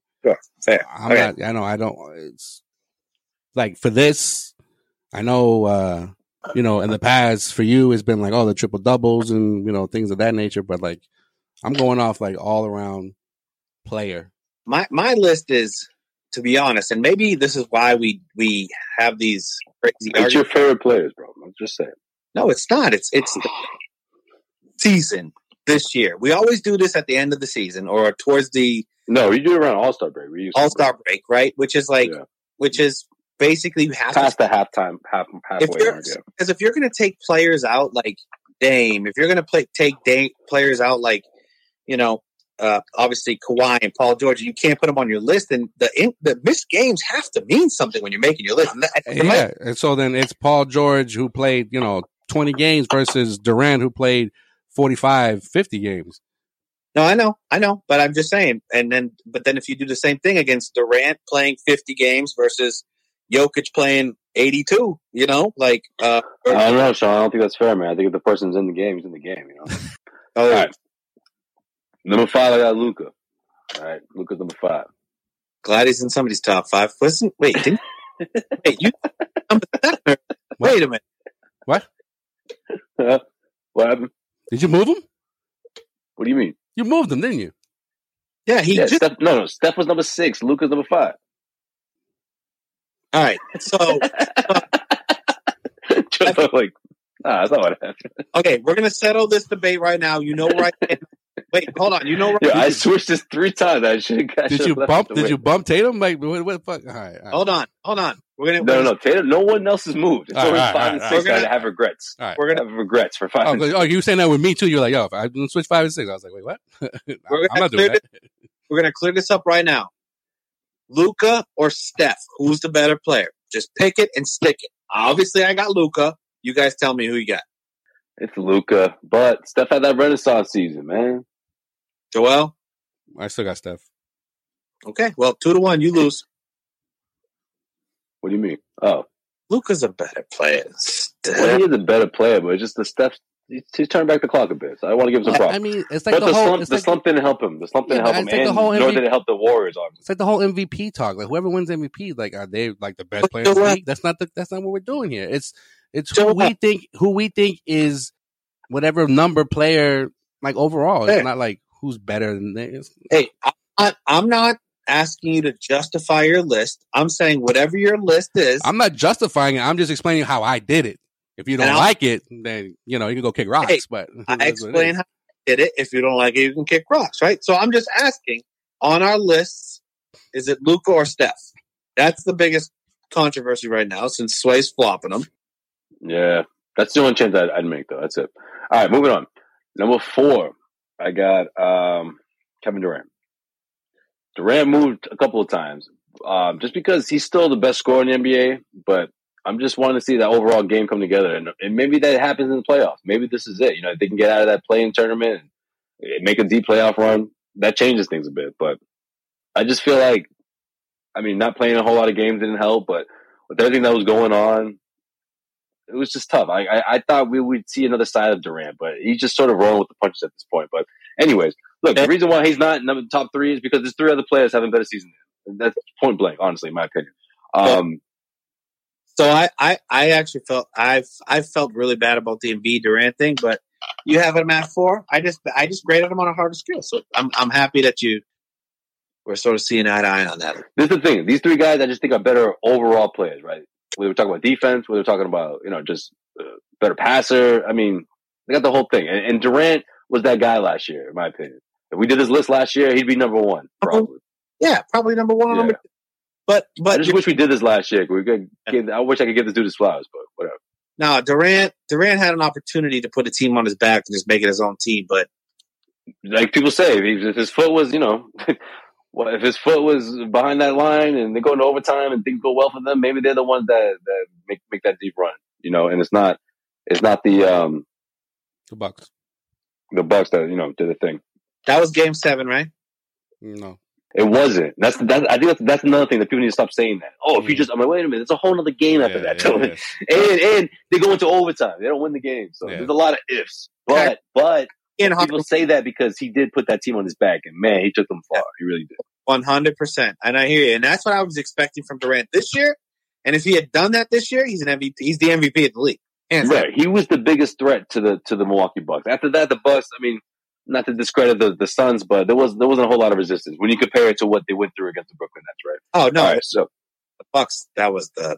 B: fair.
C: I'm
B: Okay.
C: not. I know. I don't. It's like for this. I know. uh You know, in the past, for you, it's been like all the triple doubles and you know things of that nature. But like, I'm going off like all around player.
B: my my list is to be honest, and maybe this is why we we have these crazy
A: It's
B: arguments.
A: your favorite players, bro. I'm just saying.
B: No, it's not. It's it's the season this year. We always do this at the end of the season or towards the
A: No, you do it around All Star break. We used to-
B: All Star break, right? Which is like,
A: Yeah.
B: which is basically you have
A: past
B: to
A: the halftime, half halfway
B: if you're
A: mark. Yeah.
B: because if you're going to take players out like Dame, if you're going to play take Dame players out like you know, uh, obviously Kawhi and Paul George, you can't put them on your list, and the in, the missed games have to mean something when you're making your list. And that,
C: Yeah. And so then it's Paul George who played you know 20 games versus Durant who played 45, 50 games.
B: No, I know, I know, but I'm just saying. And then, but then if you do the same thing against Durant playing 50 games versus Jokic playing 82, you know, like, uh, or-
A: I don't know, Sean. I don't think that's fair, man. I think if the person's in the game, he's in the game. You
C: [laughs]
A: know.
B: oh,
A: All right. Number five, I got Luca. All right, Luca's number five. [laughs]
B: glad he's in somebody's top five. Listen, wait, didn't, wait, you, I'm- wait a minute.
A: What happened?
C: Did you move him?
A: What do you mean?
C: You moved him, didn't you?
B: Yeah, he
A: Yeah,
B: just,
A: Steph, no, no. Steph was number six. Luca's number five. [laughs]
B: all right. So,
A: Just like, nah, that's not what happened.
B: okay, we're going to settle this debate right now. You know, right. wait, hold on. You know, right.
A: Yo, I switched this three times. I should have.
C: Did you bump? Did you bump Tatum? Like what? What the fuck? All right, all right.
B: Hold on. Hold on. We're going
A: No, no, no. Tatum, no one else has moved. It's
C: All right,
A: only
C: all right,
A: five
C: all
A: and
C: right,
A: six
B: all right.
A: that have regrets.
C: All right.
B: We're
A: We're
B: going to,
A: gonna have regrets for five.
C: Oh,
A: and
C: 'cause- oh, you were saying that with me too. You're like, yo, if I didn't switch five and six. I was like, wait, what? [laughs]
B: We're
C: I'm
B: gonna
C: not
B: clear
C: doing that.
B: We're gonna clear this up right now. Luca or Steph, who's the better player? Just pick it and stick it. Obviously, I got Luca. You guys tell me who you got.
A: It's Luca, but Steph had that Renaissance season, man.
B: Joel.
C: I still got Steph.
B: Okay, well, two to one, you lose.
A: What do you mean? Oh,
B: Luca's a better player.
A: well,
B: Steph.
A: he is a better player, but it's just the Steph. He's, he's turning back the clock a bit. So I want to give him some
C: I, I
A: props.
C: mean, it's like
A: But
C: the,
A: the
C: whole,
A: slump,
C: it's,
A: the
C: like,
A: slump didn't help him. The slump
C: Yeah,
A: didn't
C: but
A: help him,
C: it's like the
A: and
C: whole
A: nor
C: MVP
A: did it help the Warriors. Obviously,
C: it's like the whole MVP talk. Like whoever wins MVP, like are they like the best
B: But
C: player in the
B: Joel-
C: league? That's not the, that's not what we're doing here. It's it's
B: Joel-
C: who we think who we think is whatever number player like overall.
B: Fair.
C: It's not like who's better than this.
B: Hey, I'm not, I'm not asking you to justify your list. I'm saying whatever your list is.
C: I'm not justifying it. I'm just explaining how I did it. If you don't
B: And I'll-
C: like it, then you know you can go kick rocks.
B: Hey,
C: but
B: I
C: that's what it
B: explain
C: is.
B: how I did it. If you don't like it, you can kick rocks, right? So I'm just asking on our lists, is it Luca or Steph? That's the biggest controversy right now since Sway's flopping them.
A: yeah, that's the only change I'd, I'd make, though. That's it. All right, moving on. Number four, I got um, Kevin Durant. Durant moved a couple of times, um, just because he's still the best scorer in the NBA. But I'm just wanting to see that overall game come together, and, and maybe that happens in the playoffs. Maybe this is it. You know, if they can get out of that playing tournament, and make a deep playoff run. That changes things a bit, but I just feel like, I mean, not playing a whole lot of games didn't help, but with everything that was going on, it was just tough. I, I, I thought we would see another side of Durant, but he's just sort of rolling with the punches at this point. But anyways, look, the reason why he's not number top three is because there's three other players having better season. than him. That's point blank, honestly, in my opinion. Um,
B: So I, I, I actually felt I've I felt really bad about the Embiid Durant thing, but you have him at four. I just I just graded him on a harder scale, so I'm I'm happy that you we're sort of seeing eye to eye on that.
A: this is the thing. These three guys, I just think are better overall players, right? Whether we're talking about defense, whether we're talking about you know just uh, better passer. I mean, they got the whole thing. And, and Durant was that guy last year, in my opinion. If we did this list last year, he'd be number one probably.
B: Yeah, probably number one. Or
A: Yeah.
B: number two. But
A: I
B: but
A: just wish we did this last year. We could give, I wish I could give this dude his flowers, but whatever.
B: now Durant Durant had an opportunity to put a team on his back and just make it his own team, but
A: Like people say, if, he- if his foot was, you know, [laughs] well, if his foot was behind that line and they go into overtime and things go well for them, maybe they're the ones that, that make make that deep run, you know. And it's not it's not the um
C: The Bucks.
A: the Bucks that you know did the thing.
B: that was Game Seven, right?
C: No.
A: It wasn't. That's that's I think that's, that's another thing that people need to stop saying that. Oh, if you
C: Mhm.
A: just I'm like, wait a minute, it's a whole other game after that.
C: Yeah, yeah, yeah.
A: [laughs] And and they go into overtime, they don't win the game. So
C: Yeah.
A: there's a lot of ifs, but but.
B: In Hawk-
A: people say that because he did put that team on his back, and man, he took them far. He really did.
B: One hundred percent, and I hear you, and that's what I was expecting from Durant this year. And if he had done that this year, he's an MVP. He's the MVP of the league. [laughs] Hands down.
A: Right, he was the biggest threat to the to the Milwaukee Bucks. After that, the Bucks. I mean, not to discredit the the Suns, but there was there wasn't a whole lot of resistance when you compare it to what they went through against the Brooklyn Nets. Right.
B: Oh no,
A: All right, so
B: the Bucks. That was the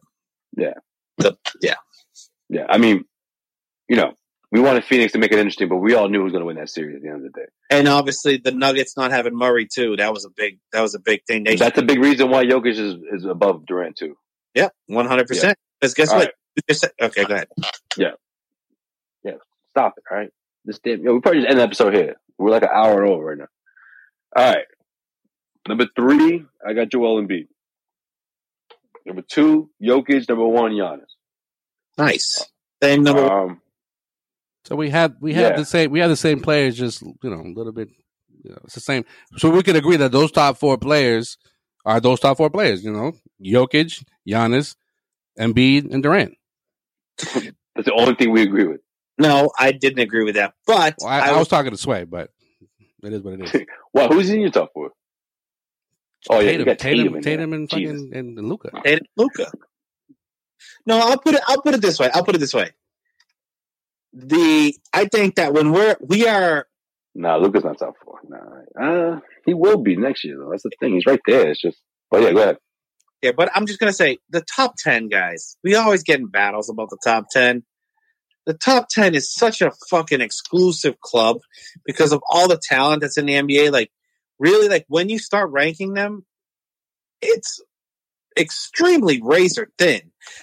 A: Yeah.
B: the yeah.
A: yeah, I mean, you know, we wanted Phoenix to make it interesting, but we all knew who was going to win that series at the end of the day.
B: And obviously the Nuggets not having Murray too. That was a big that was a big thing. They
A: That's a big reason why Jokic is is above Durant too.
B: yeah, one hundred percent. Because guess
A: All
B: what? You just said- Okay, go ahead.
A: Stop it. All right. This damn. Yo, we probably just end the episode here. We're like an hour over right now. All right. Number three, I got Joel Embiid. Number two, Jokic. Number one, Giannis.
B: Nice. Same number. one.
A: Um,
C: So we had we had
A: Yeah.
C: the same we had the same players, just you know, a little bit. You know, it's the same. So we could agree that those top four players are those top four players. You know, Jokic, Giannis, Embiid, and Durant.
A: that's the only thing we agree with.
B: No, I didn't agree with that. But
C: Well, I,
B: I,
C: I was
B: was
C: talking to Sway, but it is what it is.
A: Wow, who's in your top four? [laughs] Oh yeah, you
C: Tatum,
A: got
C: Tatum,
A: in there.
C: Tatum, and
A: Jesus.
C: fucking and, and Luca.
B: Tatum Luca. No, I'll put it. I'll put it this way. I'll put it this way. The I think that when we're we are
A: Nah, Luca's not top four. Nah, uh, he will be next year though. That's the thing. He's right there. It's just. But yeah, go ahead.
B: Yeah, but I'm just gonna say the top ten guys. We always get in battles about the top ten. The top ten is such a fucking exclusive club because of all the talent that's in the NBA. Like, really, like when you start ranking them, it's extremely razor thin.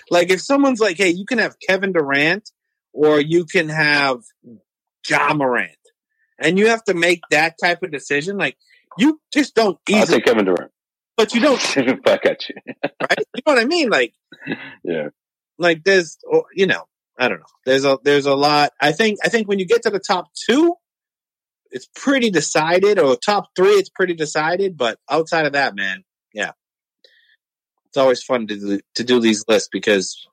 B: Like, if someone's like, "Hey, you can have Kevin Durant, or you can have John Morant," and you have to make that type of decision, like you just don't
A: I'll
B: easily.
A: take Kevin Durant. [laughs]
B: But you don't,
A: Back at you.
B: right? You know what I mean? Like
A: Yeah.
B: like there's or, you know i don't know there's a there's a lot i think i think when you get to the top two it's pretty decided or top three it's pretty decided but outside of that man yeah it's always fun to do, to do these lists because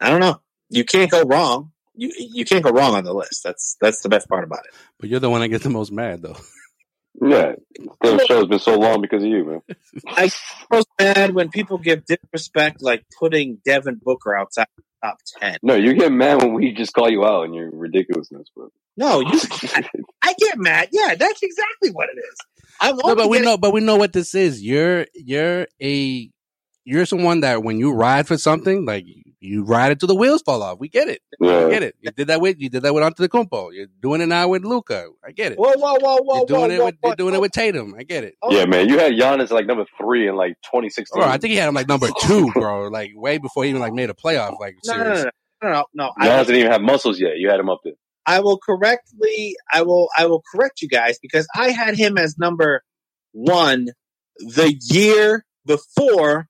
B: i don't know you can't go wrong you you can't go wrong on the list that's that's the best part about it
C: But you're the one that gets the most mad, though.
A: Yeah. Damn show's been so long because of you, man.
B: i was mad when people give disrespect like putting devin booker outside the top 10
A: No, you get mad when we just call you out and your ridiculousness,
C: [laughs]
A: bro.
B: no you
A: [laughs]
B: I get mad. Yeah, that's exactly what it is. I'm
C: No,
B: only
C: but we
B: getting-
C: know, but we know what this is. You're you're a you're someone that when you ride for something, like you ride it till the wheels fall off. We get it.
B: Uh,
C: I
A: yeah.
C: get it. You did that with you did that with Antetokounmpo. You're doing it now with Luca. I get it.
B: Whoa, whoa, whoa, whoa,
C: you're doing
B: whoa,
C: it
B: whoa,
C: with
B: whoa, Oh,
C: you're doing it with Tatum. I get it.
B: whoa.
A: Oh. Yeah, man. You had Giannis like number three in like 2016.
C: Bro, I think he had him like number two, bro. Like way before he even like made a playoff like
B: No, no, no,
C: series.
B: no, no, no, no.
A: Giannis
B: I, will,
A: didn't even have muscles yet. You had him up there.
B: I will correctly. I will. I will correct you guys because I had him as number one the year before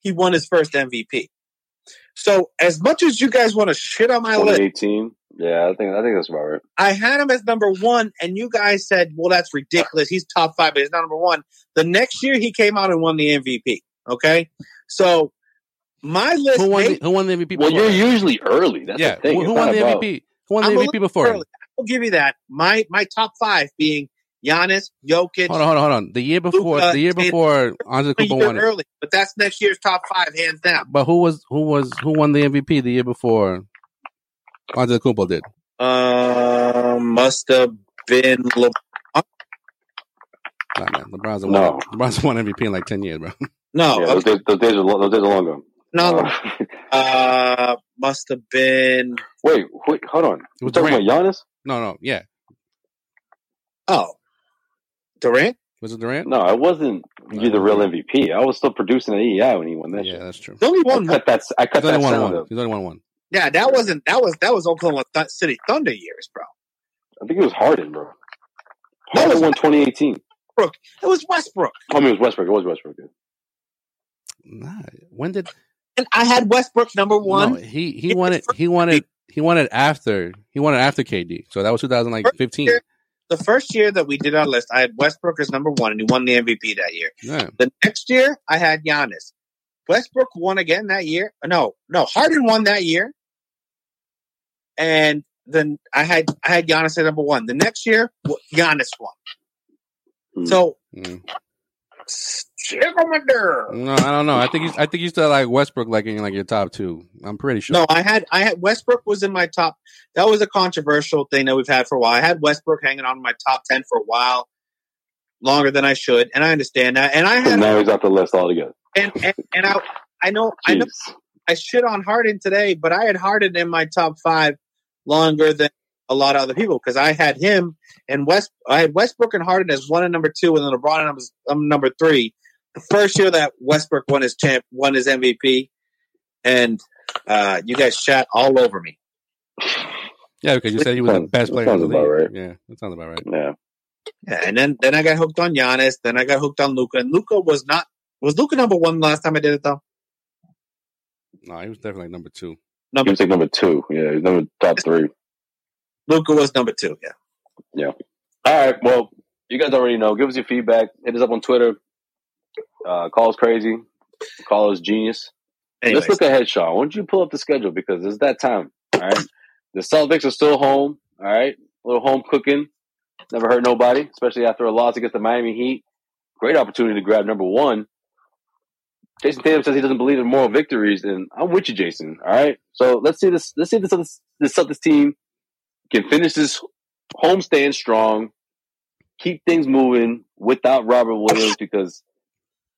B: he won his first MVP. So, as much as you guys want to shit on my list,
A: 2018. Yeah, I think I think that's about right.
B: I had him as number one, and you guys said, "Well, that's ridiculous. He's top five, but he's not number one." The next year, he came out and won the MVP. Okay, so My list.
C: Who won?
B: may-
C: The, who won the MVP?
A: Well,
C: before?
A: you're usually early. That's
C: yeah.
A: the thing.
C: Who,
A: It's
C: who
A: not
C: won the
A: about-
C: MVP? Who won
B: I'm
C: the
B: a
C: MVP
B: little
C: before? him?
B: early. I'll give you that. My my top five being Giannis, Jokic.
C: Hold on, hold on, hold on. The year before,
B: Luka
C: the year
B: and-
C: before, Antetokounmpo
B: [laughs] a year
C: won it.
B: early, but that's next year's top five, hands down.
C: But who was who was who won the MVP the year before? Antetokounmpo did.
B: Uh, must have been Le-
C: Nah, man, LeBron's won.
A: No.
C: [laughs] LeBron's won MVP in like ten years, bro. [laughs]
B: no, uh,
A: Yeah, those, days, those days are lo- those days are long gone.
B: Oh, no.
A: Uh, [laughs]
B: Uh, must have been.
A: wait, wait, hold on.
C: It
A: You
C: was
A: talking about
C: Durant.
A: Giannis?
C: No, no, yeah.
B: Oh, Durant.
C: Was it Durant?
A: No, I wasn't.
C: No,
A: You're the
C: it
A: real
C: wasn't.
A: MVP. I was still producing at EI when he won that.
C: Yeah,
A: shit.
C: that's true.
B: The only
A: I
B: one.
A: cut that. s- I cut
C: He's
A: that
C: only won
A: sound
C: one.
A: up.
C: He's only won one.
B: Yeah, that wasn't. That was that was Oklahoma Th- City Thunder years, bro.
A: I think it was Harden, bro.
B: No, it
A: Harden
B: was
A: won 2018.
B: It was Westbrook,
A: I mean, it was Westbrook. It was Westbrook. yeah.
C: Nah, when did
B: and I had Westbrook number one.
C: No, he he
B: His
C: won it.
B: first
C: He won it. He won it after. He won it after KD. So that was 2015.
B: First The first year that we did our list, I had Westbrook as number one, and he won the MVP that year.
C: Yeah.
B: The next year, I had Giannis. Westbrook won again that year. No, no, Harden won that year. And then I had I had Giannis at number one. The next year, w- Giannis won.
A: Hmm.
B: So,
C: Mm.
B: Schimmerder.
C: No, I don't know. I think you, I think you still like Westbrook like in like your top two. I'm pretty sure.
B: No, I had I had Westbrook was in my top. That was a controversial thing that we've had for a while. I had Westbrook hanging on my top ten for a while, longer than I should, and I understand that. And I
A: So
B: had
A: now he's off the list altogether.
B: and and, and I I know I know
A: Jeez.
B: I shit on Harden today, but I had Harden in my top five longer than a lot of other people because I had him and West. I had Westbrook and Harden as one and number two, and then LeBron and i number three. The first year that Westbrook won his champ, won his MVP, and uh, you guys shat all over me.
C: Yeah, because you said he was the
A: Sounds-
C: best player in the
A: sounds about
C: league.
A: right.
C: Yeah, that sounds about right.
A: [laughs] Yeah.
B: Yeah, and then then I got hooked on Giannis. Then I got hooked on Luca, and Luca was not was Luca number one last time I did it though.
C: No, he was definitely like number two.
A: He
B: Number
A: was like number two. Yeah, he's number top three.
B: Luca was number two. Yeah.
A: All right. Well, you guys already know. Give us your feedback. Hit us up on Twitter. Uh, call us crazy. Call us genius.
B: Anyways,
A: Let's look ahead, Sean. Why don't you pull up the schedule because it's that time. All right. The Celtics are still home. All right. A little home cooking. Never hurt nobody, especially after a loss against the Miami Heat. Great opportunity to grab number one. Jason Tatum says he doesn't believe in moral victories, and I'm with you, Jason. All right. So let's see this. Let's see if this Celtics, this Celtics team can finish this homestand strong. Keep things moving without Robert Williams because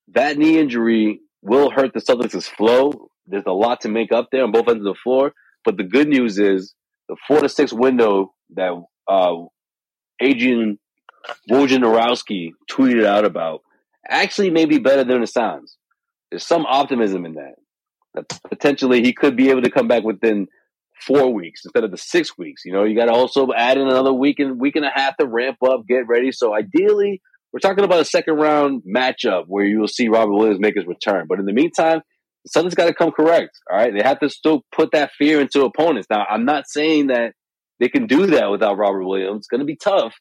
A: that knee injury will hurt the Celtics' flow. There's a lot to make up there on both ends of the floor. But the good news is the four to six window that uh, Adrian Wojnarowski tweeted out about actually may be better than it sounds. There's some optimism in that. That potentially he could be able to come back within four weeks instead of the six weeks. You know, you got to also add in another week and week and a half to ramp up, get ready. So ideally, we're talking about a second round matchup where you will see Robert Williams make his return. But in the meantime, the Celtics got to come correct. All right, they have to still put that fear into opponents. Now, I'm not saying that they can do that without Robert Williams. It's going to be tough,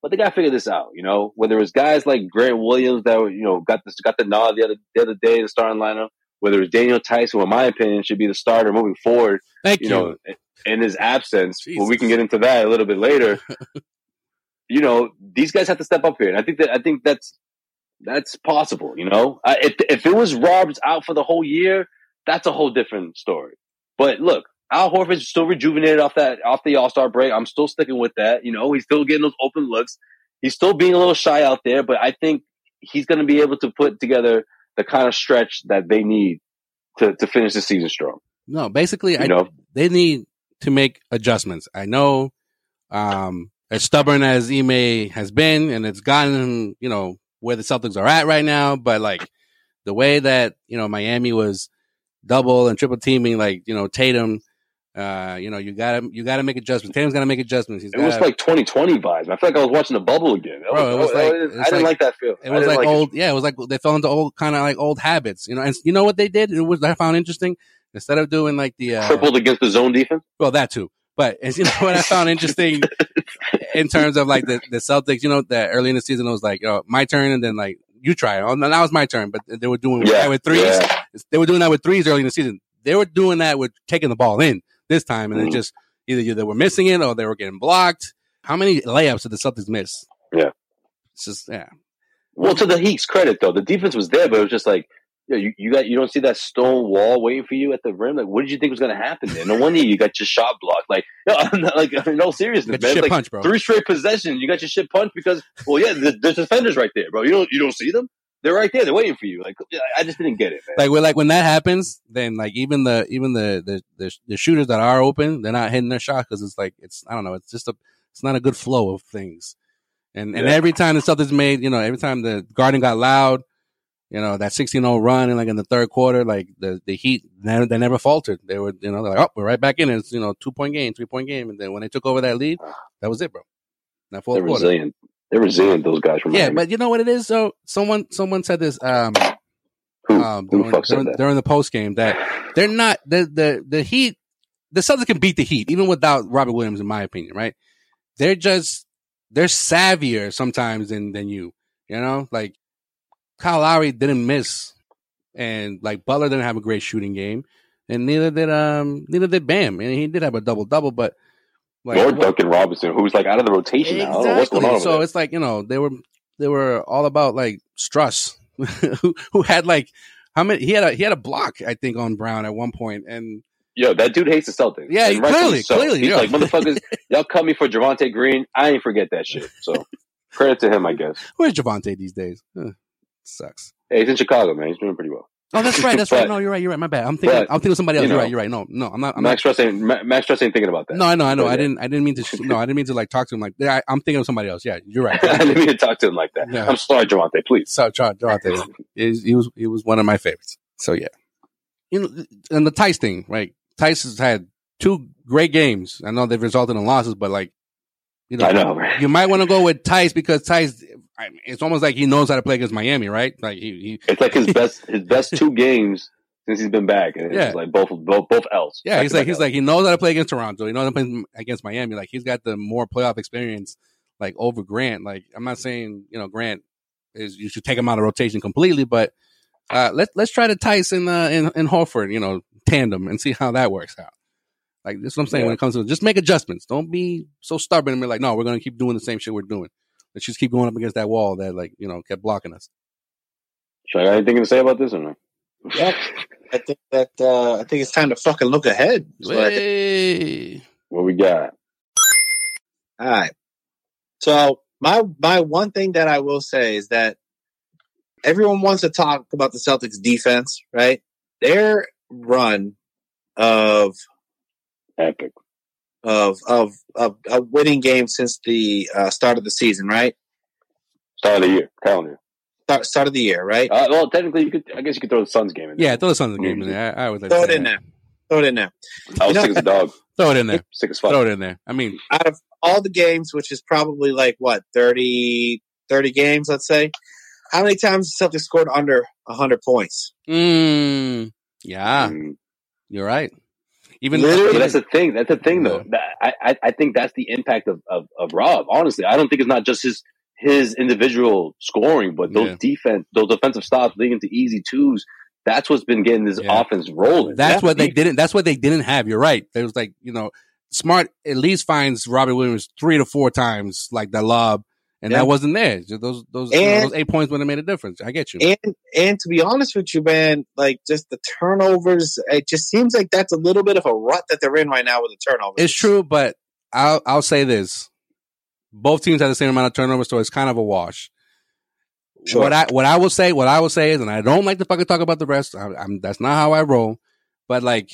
A: but they got to figure this out. You know, whether it's guys like Grant Williams that were, you know got this got the nod the other the other day in the starting lineup, whether it's Daniel Tice, who in my opinion should be the starter moving forward
C: Thank you.
A: you know, in his absence. But we
C: Jesus.
A: can get into that a little bit
C: [laughs]
A: later. you know, these guys have to step up here, and I think that I think that's that's possible. You know, I, if if it was Rob's out for the whole year, that's a whole different story. But look, Al Horford's still rejuvenated off that off the All Star break. I'm still sticking with that. You know, he's still getting those open looks. He's still being a little shy out there, but I think he's going to be able to put together the kind of stretch that they need to, to finish the season strong.
C: No, basically, I,
A: You know?
C: they need to make adjustments. I know, um, as stubborn as Ime has been, and it's gotten you know where the Celtics are at right now, but like the way that you know Miami was double and triple teaming, like you know Tatum, uh, you know you gotta you gotta make adjustments. Tatum's gotta make adjustments. He's
A: It was
C: gotta-
A: like 2020 vibes. I feel like I was watching the bubble again. That
C: Bro,
A: was-
C: it was
A: I- I
C: like-
A: didn't-
C: it
A: I
C: was
A: didn't
C: like-
A: like that feel. I
C: It was
A: didn't
C: like,
A: like
C: old, yeah. It was like they fell into old kind of like old habits, you know. And you know what they did? It was I found interesting. Instead of doing like the uh,
A: tripled against the zone defense.
C: well, that too. But and you know [laughs] what I found interesting in terms of like the, the Celtics, you know, that early Oh, in the season it was like, you know, my turn and then like you try it. Oh, no, now it's my turn. But they were doing yeah, with threes.
A: yeah.
C: They were doing that with threes early in the season. They were doing that with taking the ball in this time, and
A: Mm-hmm.
C: it just either they were missing it or they were getting blocked. How many layups did the Celtics miss?
A: Yeah.
C: It's just yeah.
A: Well, to the Heat's credit, though, the defense was there, but it was just like, yo, you, you got you don't see that stone wall waiting for you at the rim. Like, what did you think was going to happen there? No wonder you got your shot blocked. Like, [laughs] no, I'm not- like in all seriousness,
C: Got your
A: man,
C: shit
A: like
C: punch, bro.
A: three straight possessions, you got your shit punched because, well, yeah, the, the defenders right there, bro. You don't you don't see them. They're right there. They're waiting for you. Like, I- I just didn't get it, man.
C: Like we're like when that happens, then like even the even the the the, the shooters that are open, they're not hitting their shot because it's like it's I don't know, it's just a it's not a good flow of things. And and
A: Yeah.
C: every time the Celtics made, you know, every time the Garden got loud, you know that 16-0 run and like in the third quarter, like the the Heat never, they never faltered. They were you know they're like oh we're right back in. It's you know two point game, three point game, and then when they took over that lead, that was it, bro. In That fourth
A: They're
C: quarter.
A: resilient. They're resilient. Those guys from
C: Yeah,
A: Miami.
C: but you know what it is though. Someone someone said this um,
A: who,
C: um
A: who
C: during,
A: the fuck said
C: during,
A: that?
C: during the post game that they're not the the the Heat. The Celtics can beat the Heat even without Robert Williams, in my opinion. Right? They're just they're savvier sometimes than than you. You know, like Kyle Lowry didn't miss, and like Butler didn't have a great shooting game, and neither did um neither did Bam, and he did have a double double, but like
A: Lord Duncan Robinson, who's like out of the rotation now. I don't know what's going on. over
C: so
A: there.
C: it's like you know they were they were all about like Struss, [laughs] who who had like how many he had a he had a block I think on Brown at one point, and
A: Yo, that dude hates the Celtics.
C: Yeah,
A: And
C: he-
A: rightfully
C: clearly,
A: so.
C: clearly,
A: He's
C: yeah.
A: like,
C: [laughs]
A: motherfuckers, y'all cut me for Javante Green. I ain't forget that shit. So credit to him, I guess.
C: where's Javante these days? Huh, sucks.
A: Hey, he's in Chicago, man. He's doing pretty well.
C: Oh, that's right. That's right.
A: But-
C: No, you're right. You're right. My bad. I'm thinking.
A: but,
C: I'm thinking of somebody else.
A: you
C: You're
A: know,
C: right. You're right. No, no. I'm not. I'm
A: Max Stress ain't Ma- Max Stress ain't thinking about that.
C: not. No, I know. I know.
A: Oh,
C: I
A: yeah.
C: didn't. I didn't mean to. sh- No, I didn't mean to like talk to him like. I, I'm thinking of somebody else. Yeah, you're
A: [laughs]
C: right.
A: [laughs] I didn't mean to talk to him like that.
C: No.
A: I'm sorry, Javante. Please.
C: So John, Javante, is- he was he was one of my favorites. So yeah, you know, and the Tice thing, right? Tice has had two great games. I know they've resulted in losses, but like, you know,
A: I know. right?
C: you might want to go with Tice because Tice, I mean, it's almost like he knows how to play against Miami, right? Like he, he
A: It's like his best his best two games since he's been back, and it's
C: Yeah.
A: just like both both both L's.
C: yeah, he's like
A: Back-to-back
C: he's like he knows how to play against Toronto. He knows how to play against Miami. Like he's got the more playoff experience, like over Grant. Like I'm not saying you know Grant is you should take him out of rotation completely, but uh, let let's try to Tyson uh, in in Horford, you know, tandem and see how that works out. Like that's what I'm saying when it comes to just make adjustments. Don't be so stubborn and be like, no, we're gonna keep doing the same shit we're doing. Let's just keep going up against that wall that like you know kept blocking us.
A: Should I got anything to say about this or no?
E: Yep. I think that uh, I think it's time to fucking look ahead. That's what I think.
C: Hey.
A: [laughs] What we got?
E: All right. So my my one thing that I will say is that everyone wants to talk about the Celtics defense, right? Their run of
A: Epic.
E: of of of, of winning games since the uh, start of the season, right?
A: Start of the year. Calendar.
E: Start, start of the year, right?
A: Uh, well, technically, you could. I guess you could throw the Suns game in. there.
C: Yeah, throw the Suns game in there. I, I would like
E: Mm-hmm. Throw
C: to
E: it
C: say
E: in
C: that.
E: there. Throw it in there.
A: I
E: You
A: was
E: know-
A: sick as a dog.
C: Throw it in there.
A: Sick as
C: Throw
A: fuck.
C: it in there. I mean,
E: out of all the games, which is probably like what 30, 30 games, let's say. How many times the Celtics scored under hundred points?
C: Mm, yeah,
A: Mm.
C: you're right. Even
A: But that's the thing. That's the thing, though. That- I, I, I think that's the impact of, of, of Rob. Honestly, I don't think it's not just his his individual scoring, but those
C: Yeah.
A: defense, those defensive stops leading to easy twos. That's what's been getting this
C: Yeah.
A: offense rolling.
C: that's what they didn't. That's what they didn't have. You're right. There was like you know, smart at least finds Robert Williams three to four times like that lob, and
E: Yeah.
C: that wasn't there. Just Those those you know,
E: And-
C: those eight points would have made a difference. I get you.
E: And and to be honest with you, man, like just the turnovers, it just seems like that's a little bit of a rut that they're in right now with the turnovers.
C: It's true, but I'll I'll say this: both teams had the same amount of turnovers, so it's kind of a wash.
E: Sure.
C: What I what I will say, what I will say is, and I don't like to fucking talk about the rest. I, I'm that's not how I roll. But like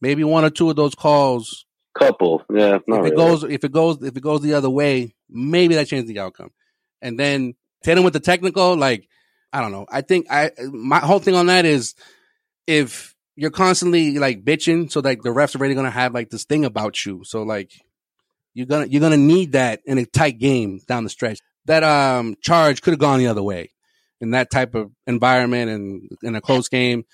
C: maybe one or two of those calls,
A: couple. Yeah, not really.
C: if it goes, if it goes, if it goes the other way, maybe that changes the outcome. And then Tatum with the technical, like I don't know. I think I my whole thing on that is if you're constantly like bitching, so like the refs are already gonna have like this thing about you. So like you're gonna you're gonna need that in a tight game down the stretch. That um charge could have gone the other way in that type of environment and in a close game.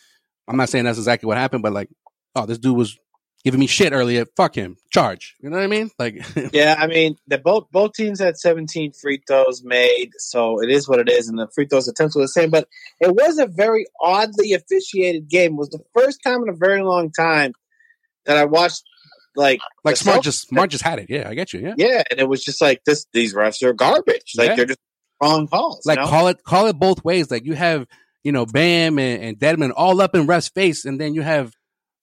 C: I'm not saying that's exactly what happened, but like, oh, this dude was giving me shit earlier, fuck him. Charge. You know what I mean? Like, [laughs]
B: Yeah, I mean, the both both teams had 17 free throws made, so it is what it is, and the free throws attempts were the same. But it was a very oddly officiated game. It was the first time in a very long time that I watched like
C: like
B: the
C: smart
B: Celtics-
C: just smart just had it. Yeah, I get you. Yeah.
B: yeah, and it was just like this. These refs are garbage. Like
C: Yeah.
B: they're just wrong calls.
C: Like
B: you know?
C: call it call it both ways. Like you have you know Bam and, and Deadman all up in ref's face, and then you have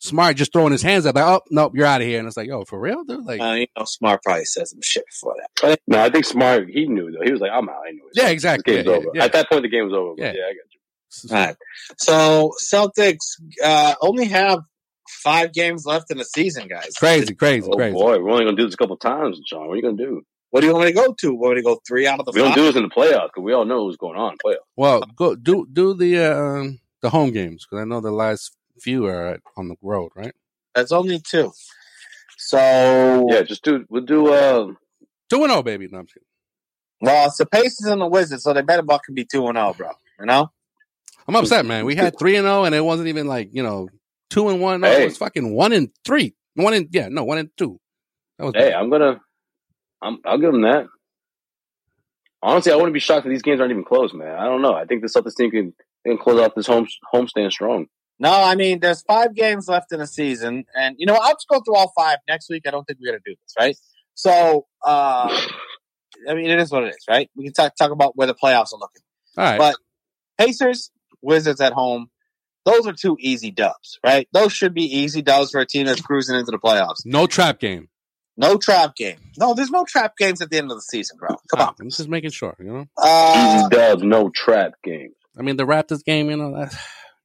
C: Smart just throwing his hands up like, oh nope, you're out of here. And it's like, yo, for real, dude. Like,
B: uh, you know, Smart probably says some shit before that.
A: Uh, No, I think Smart. He knew though. He was like, "I'm out. I knew it.
C: yeah,
A: This
C: exactly.
A: game's
C: Yeah,
A: over."
C: yeah,
A: At that point, the game was over. But
C: Yeah.
A: yeah, I got you.
C: yeah.
B: All right. So Celtics uh, only have five games left in the season, guys.
C: Crazy, crazy,
A: Oh
C: crazy.
A: boy, we're only gonna do this a couple times, John. What are you gonna do?
B: What do you want me to go to? Want me to go three out of the
A: We
B: five?
A: don't do this in the playoffs because we all know what's going on in the playoffs.
C: Well, go do do the uh, um, the home games because I know the last few are at- on the road, right?
B: That's only two. So
A: Yeah, just do. We'll do. Uh,
C: Two and zero, baby. No, I'm just kidding.
B: well, it's the Pacers and the Wizards, so they better ball can be two and zero, Oh, bro. You know,
C: I'm upset, man. We had three and zero, and it wasn't even like you know two and one. No,
A: Hey.
C: it was fucking one and three, one and yeah, no, one and two. That was
A: hey,
C: bad.
A: I'm gonna. I'm, I'll give them that. Honestly, I wouldn't be shocked if these games aren't even close, man. I don't know. I think this Celtics team can, they can close out this home homestand strong.
B: no, I mean there's five games left in the season, and you know I'll just go through all five next week. I don't think we're gonna do this, right? So, uh, I mean it is what it is, right? We can talk talk about where the playoffs are looking.
C: all right.
B: but- Pacers, Wizards at home. Those are two easy dubs, right? Those should be easy dubs for a team that's cruising into the playoffs.
C: no trap game.
B: No trap game. No, there's no trap games at the end of the season, bro. Come on.
C: I'm just making sure. You know,
B: Uh,
A: Easy dubs, no trap games.
C: I mean the Raptors game. You know that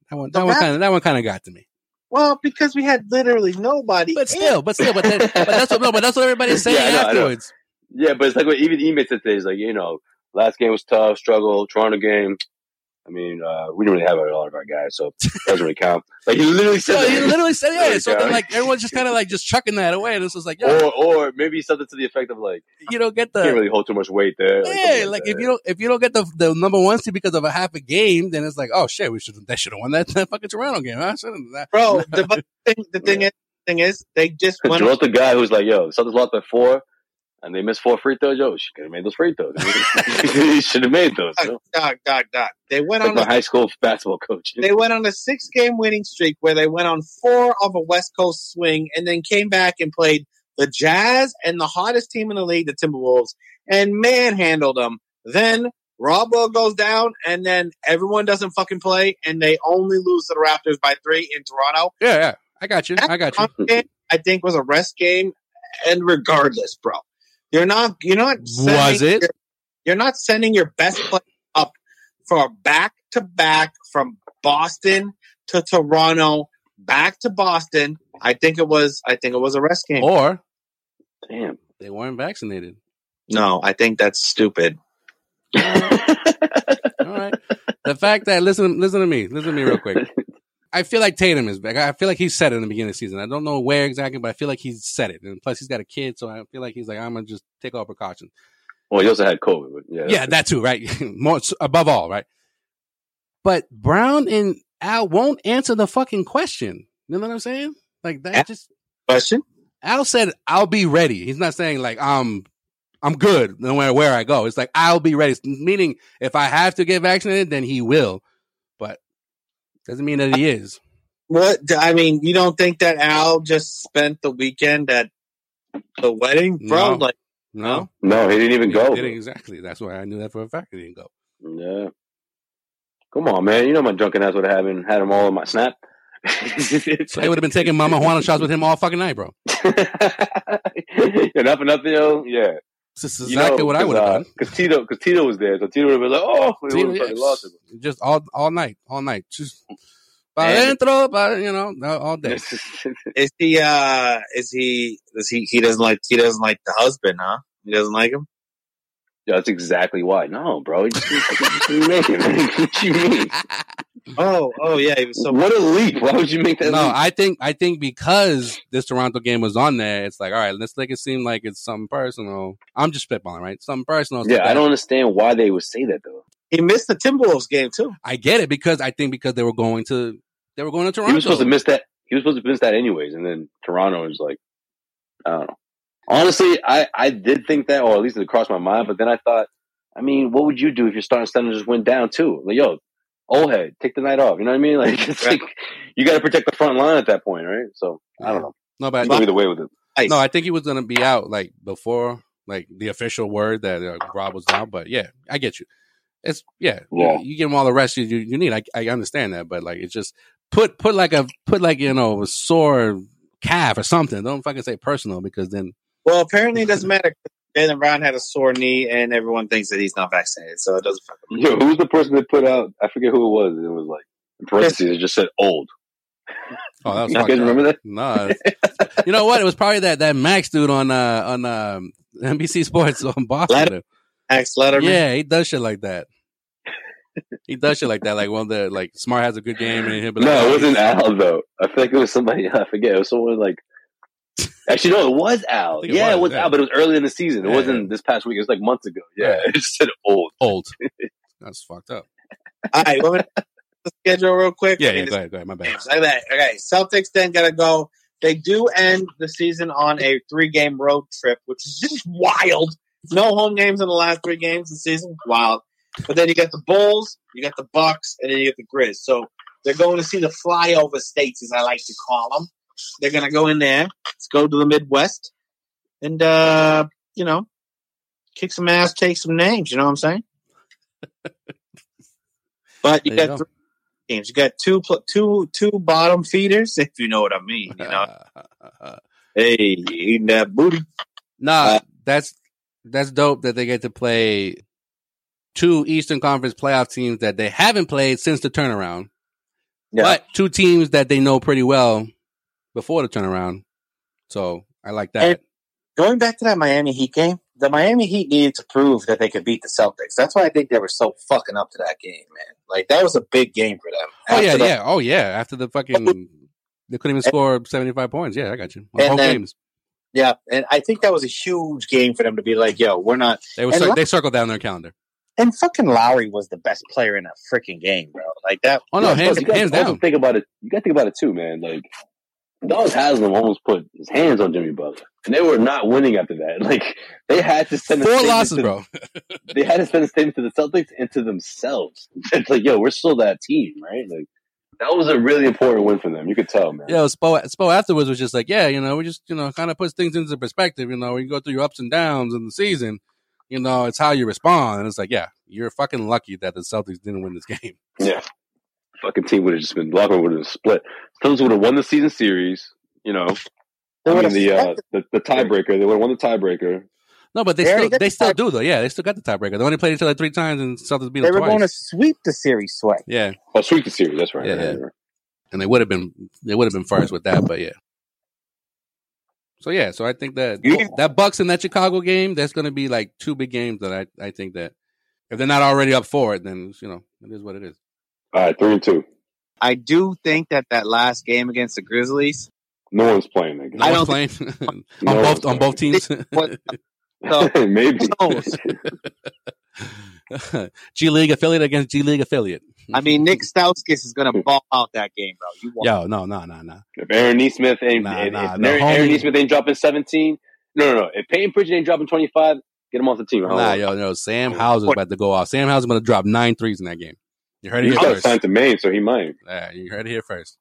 C: that one
B: The
C: that one
B: Rap-
C: kind of that one kind of got to me.
B: well, because we had literally nobody.
C: But still, but still, but,
B: [laughs]
C: that, but that's what no, but that's what everybody's saying
A: Yeah, I know, I know. [laughs]
C: afterwards.
A: Yeah, but it's like what even Emit said today. He's like, you know, last game was tough, struggle, Toronto game. I mean, uh, we didn't really have a lot of our guys, [laughs] so it doesn't really count. Like he literally said,
C: No,
A: that.
C: he literally said
A: There
C: yeah.
A: you
C: So
A: go.
C: then, like everyone's just kind of like just chucking that away, and it's just like, yo,
A: or or maybe something to the effect of like,
C: you don't get
A: you
C: the
A: can't really hold too much weight there. something
C: Yeah, like if
A: that.
C: you don't if you don't get the the number one seed because of a half a game, then it's like, oh shit, we should that should have won that, [laughs] that fucking Toronto game. Huh? Shouldn't that-
B: bro, the bu- thing, the thing,
A: Yeah.
B: is, thing is, they just
A: Because
B: went.
A: Joel's the guy who's like, yo, Celtics lost by four, and they missed four free throws. Yo, she could have made those free throws. [laughs] he should have made those. You know?
B: Dog, dog, dog, dog. They went
A: Like
B: on.
A: my
B: A,
A: high school basketball coach.
B: they went on a six-game winning streak where they went on four of a West Coast swing, and then came back and played the Jazz and the hottest team in the league, the Timberwolves, and manhandled them. Then Robo goes down, and then everyone doesn't fucking play, and they only lose to the Raptors by three in Toronto.
C: yeah, yeah, I got you, I [laughs] got you.
B: Toronto game, I think was a rest game, and regardless, bro, you're not you're not sending
C: Was it?
B: your- you're not sending your best player up for back to back from Boston to Toronto back to Boston. I think it was I think it was a rest game.
C: Or
A: Damn. [laughs]
C: they weren't vaccinated.
B: No, I think that's stupid.
C: All right, the fact that listen, listen to me, listen to me real quick. I feel like Tatum is back. I feel like he said it in the beginning of the season. I don't know where exactly, but I feel like he said it. And plus, he's got a kid, so I feel like he's like, I'm gonna just take all precautions.
A: Well, he also had COVID, but yeah.
C: yeah, that too, right? [laughs] More above all, right? But Brown and Al won't answer the fucking question. You know what I'm saying? Like that
B: Yeah.
C: just
B: Question?
C: Al said, "I'll be ready." He's not saying like I'm, I'm good no matter where I go. It's like I'll be ready. Meaning, if I have to get vaccinated, then he will. But doesn't mean that he is.
B: What I mean, you don't think that Al just spent the weekend at the wedding, bro?
C: No.
B: Like
C: No,
A: No, he didn't even
C: He
A: go.
C: didn't exactly. That's why I knew that for a fact. He didn't go.
A: Yeah. Come on, man. You know my drunken ass would have had, him- had him all in my snap. [laughs]
C: So they would have been taking Mama Juana shots with him all fucking night, bro.
A: yeah, not for nothing, yo. Yeah.
C: This is exactly what I would have done.
A: Because uh, Tito, because Tito was there, so Tito would have been like, "Oh, we
C: Tito,
A: would've
C: yeah,
A: fucking lost him."
C: Just all all night, all night. Just by
B: And-
C: dentro, by you know, all-
A: [laughs]
C: all day. [laughs]
B: Is he? Uh, is he? Is he? He doesn't like. He doesn't like the husband, huh? He doesn't like him.
A: Yeah, that's exactly why. No, bro. What you make it? [laughs] What you mean?
B: Oh, oh yeah. He was so.
A: what a leap. Why would you make that
C: No,
A: leap?
C: I think I think because this Toronto game was on there, it's like, all right, let's make it seem like it's something personal. I'm just spitballing, right? Something personal. it's like
A: yeah, I
C: that.
A: don't understand why they would say that, though.
B: He missed the Timberwolves game too.
C: I get it because I think because they were going to they were going to Toronto.
A: He was supposed to miss that. he was supposed to finish that anyways, and then Toronto is like, I don't know. Honestly, I I did think that, or at least it crossed my mind. But then I thought, I mean, what would you do if your starting center just went down too? Like, yo, old head, take the night off. You know what I mean? [laughs] Like, it's
B: Right.
A: like you got to protect the front line at that point, right? So I don't know.
C: No, but I
A: I
C: think-
A: go either way with it.
B: Ice.
C: No, I think he was gonna be out like before like the official word that uh, Rob was down. But yeah, I get you. It's yeah,
A: Yeah.
C: You, you give him all the rest you you, you need. I, I understand that, but like it's just put put like a put like you know a sore calf or something. Don't fucking say personal because then
B: well, apparently it doesn't matter. Jalen Brown had a sore knee, and everyone thinks that he's not vaccinated, so it doesn't fucking
A: Yo, who was the person that put out? I forget who it was. It was like in parentheses, it just said old.
C: oh that was
A: You guys
C: fucked up.
A: remember that? [laughs]
C: No, it's- you know what? It was probably that that Max dude on uh on um NBC Sports on [laughs] Boston.
B: Max Letterman.
C: Yeah, he does shit like that. He does shit like that. Like when the like Smart has a good game and he'll be like,
A: no,
C: "Oh,
A: it wasn't Al though. I feel like it was somebody. [laughs] I forget. It was someone like. Actually, no, it was
C: I
A: Al.
C: think it
A: Yeah, it was,
C: was, yeah.
A: Al, but it was early in the season. It
C: Yeah.
A: wasn't this past week. It was like months ago. Yeah,
C: Right.
A: it just said old.
B: [laughs]
C: old. That's fucked up.
B: All right, well, the schedule real quick.
C: Yeah,
B: I mean,
C: yeah.
B: it's
C: Go ahead, go ahead. My bad.
B: games. Look at that. Okay, Celtics then gotta go. They do end the season on a three-game road trip, which is just wild. No home games in the last three games of the season. Wild. But then you got the Bulls, you got the Bucks, and then you got the Grizz. So they're going to see the flyover states, as I like to call them. They're gonna go in there. Let's go to the Midwest, and uh, you know, kick some ass, take some names. You know what I'm
C: [laughs]
B: saying? but [laughs] you
C: There you
B: got
C: go.
B: three games. You got two pl- two two bottom feeders, [laughs] if you know what I mean. You know, [laughs] Uh, hey, eating that booty.
C: [laughs] nah, that's that's dope that they get to play two Eastern Conference playoff teams that they haven't played since the turnaround.
A: Yeah.
C: But two teams that they know pretty well before the turnaround. So I like that.
B: And- Going back to that Miami Heat game, the Miami Heat needed to prove that they could beat the Celtics. That's why I think they were so fucking up to that game, man. Like that was a big game for them.
C: oh yeah,
B: After the-
C: yeah. Oh yeah. After
B: [laughs]
C: the fucking they couldn't even score seventy five points. Yeah, I got you. On
B: And
C: both
B: then-
C: games.
B: yeah. And I think that was a huge game for them to be like, "Yo, we're not
C: They were
B: and
C: cir-
B: la-
C: they circled down their calendar.
B: And fucking Lowry was the best player in that freaking game, bro. Like that.
C: Oh no,
A: Yeah,
C: hands,
A: but you guys
C: hands
A: also
C: down.
A: Think about it. You got to think about it too, man. Like Dallas Haslam almost put his hands on Jimmy Butler, and they were not winning after that. [laughs] Like they had to send a
C: Four
A: statement
C: losses,
A: to-
C: bro.
A: They had to send a statement to the Celtics and to themselves. [laughs] It's like, yo, we're still that team, right? Like that was a really important win for them. You could tell, man.
C: Yeah, Spo, Spo afterwards was just like, yeah, you know, we just, you know, kind of puts things into perspective. You know, we go through your ups and downs in the season. You know, it's how you respond. And it's like, yeah, you're fucking lucky that the Celtics didn't win this game. [laughs]
A: Yeah. Fucking team would have just been locker would have been split. Celtics would have won the season series, you know. I mean
B: would've
A: the uh, the, the tiebreaker. They would have won the tiebreaker.
C: No, but they,
B: They already
C: still
B: got
C: they
B: the
C: still
B: tie-
C: do though. Yeah, they still got the tiebreaker. They only played each other three times and Celtics beat
B: They
C: them
B: were going to
C: twice.
B: sweep the series, sweat.
C: Yeah,
A: Oh, sweep the series, that's right.
C: Yeah, yeah.
A: right.
C: and they would have been they would have been first with that, but yeah. So yeah, so I think that
B: Yeah.
C: that Bucks and that Chicago game, that's going to be like two big games that I I think that if they're not already up for it, then you know it is what it is.
A: All right, three and two.
B: I do think that that last game against the Grizzlies.
A: No one's playing that game.
C: No
A: [laughs]
B: I
C: one's
B: don't
C: playing
A: No
C: on
A: one's
C: both on both teams.
B: What,
A: [laughs] playing. Maybe.
B: who knows?
C: [laughs] G League affiliate against G League affiliate.
B: I mean, Nick Stauskas is going to ball out that game, bro. You won't.
C: yo, no, no, no, no.
A: If Aaron Neesmith ain't
C: Nah,
A: if-
C: nah,
A: if
C: the
A: Aaron,
C: homie-
A: Aaron Neesmith ain't dropping seventeen. No, no, no. If Peyton Pritchard ain't dropping twenty five, get him off the team. I don't
C: Nah,
A: want him.
C: yo, no. Sam Hauser's about to go off. Sam Hauser's going to drop nine threes in that game. You heard it
A: He's
C: here
A: got
C: first.
A: signed to Maine, so he might.
C: Yeah, you heard it here first.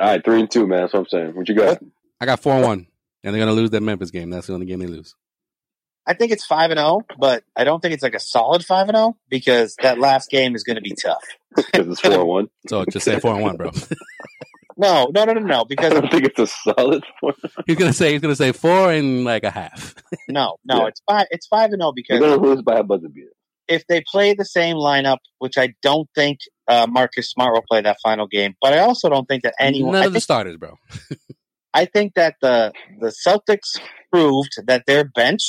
A: All right, three and two, man. That's what I'm saying. What you
B: [laughs]
A: got?
C: I got four and one, and they're going to lose that Memphis game. That's the only game they lose.
B: I think it's five and zero, but I don't think it's like a solid five and zero because that last game is going to be tough.
A: Because it's four and one.
C: So just say four and one, bro.
B: No, no, no, no,
A: [laughs]
B: no.
A: I
B: Because
A: don't think it's a solid four.
C: he's going to say he's going to say four and like a half.
B: no, no,
A: Yeah.
B: it's five. It's five and zero
A: You're
B: because
A: gonna lose by a buzzer beater. [laughs]
B: if they play the same lineup, which I don't think uh, Marcus Smart will play that final game, but I also don't think that anyone.
C: None
B: I
C: of the
B: think,
C: starters, bro.
B: I think that the the Celtics proved that their bench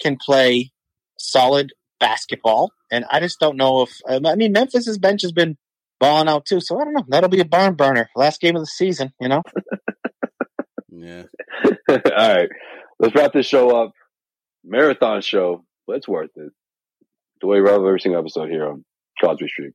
B: can play solid basketball, and I just don't know if um, I mean Memphis's bench has been balling out too, so I don't know. That'll be a barn burner, last game of the season, you know.
C: Yeah.
A: All right, let's wrap this show up. Marathon show, but it's worth it. The way we wrap up every
B: Uh,
A: single episode here on Crosby Street.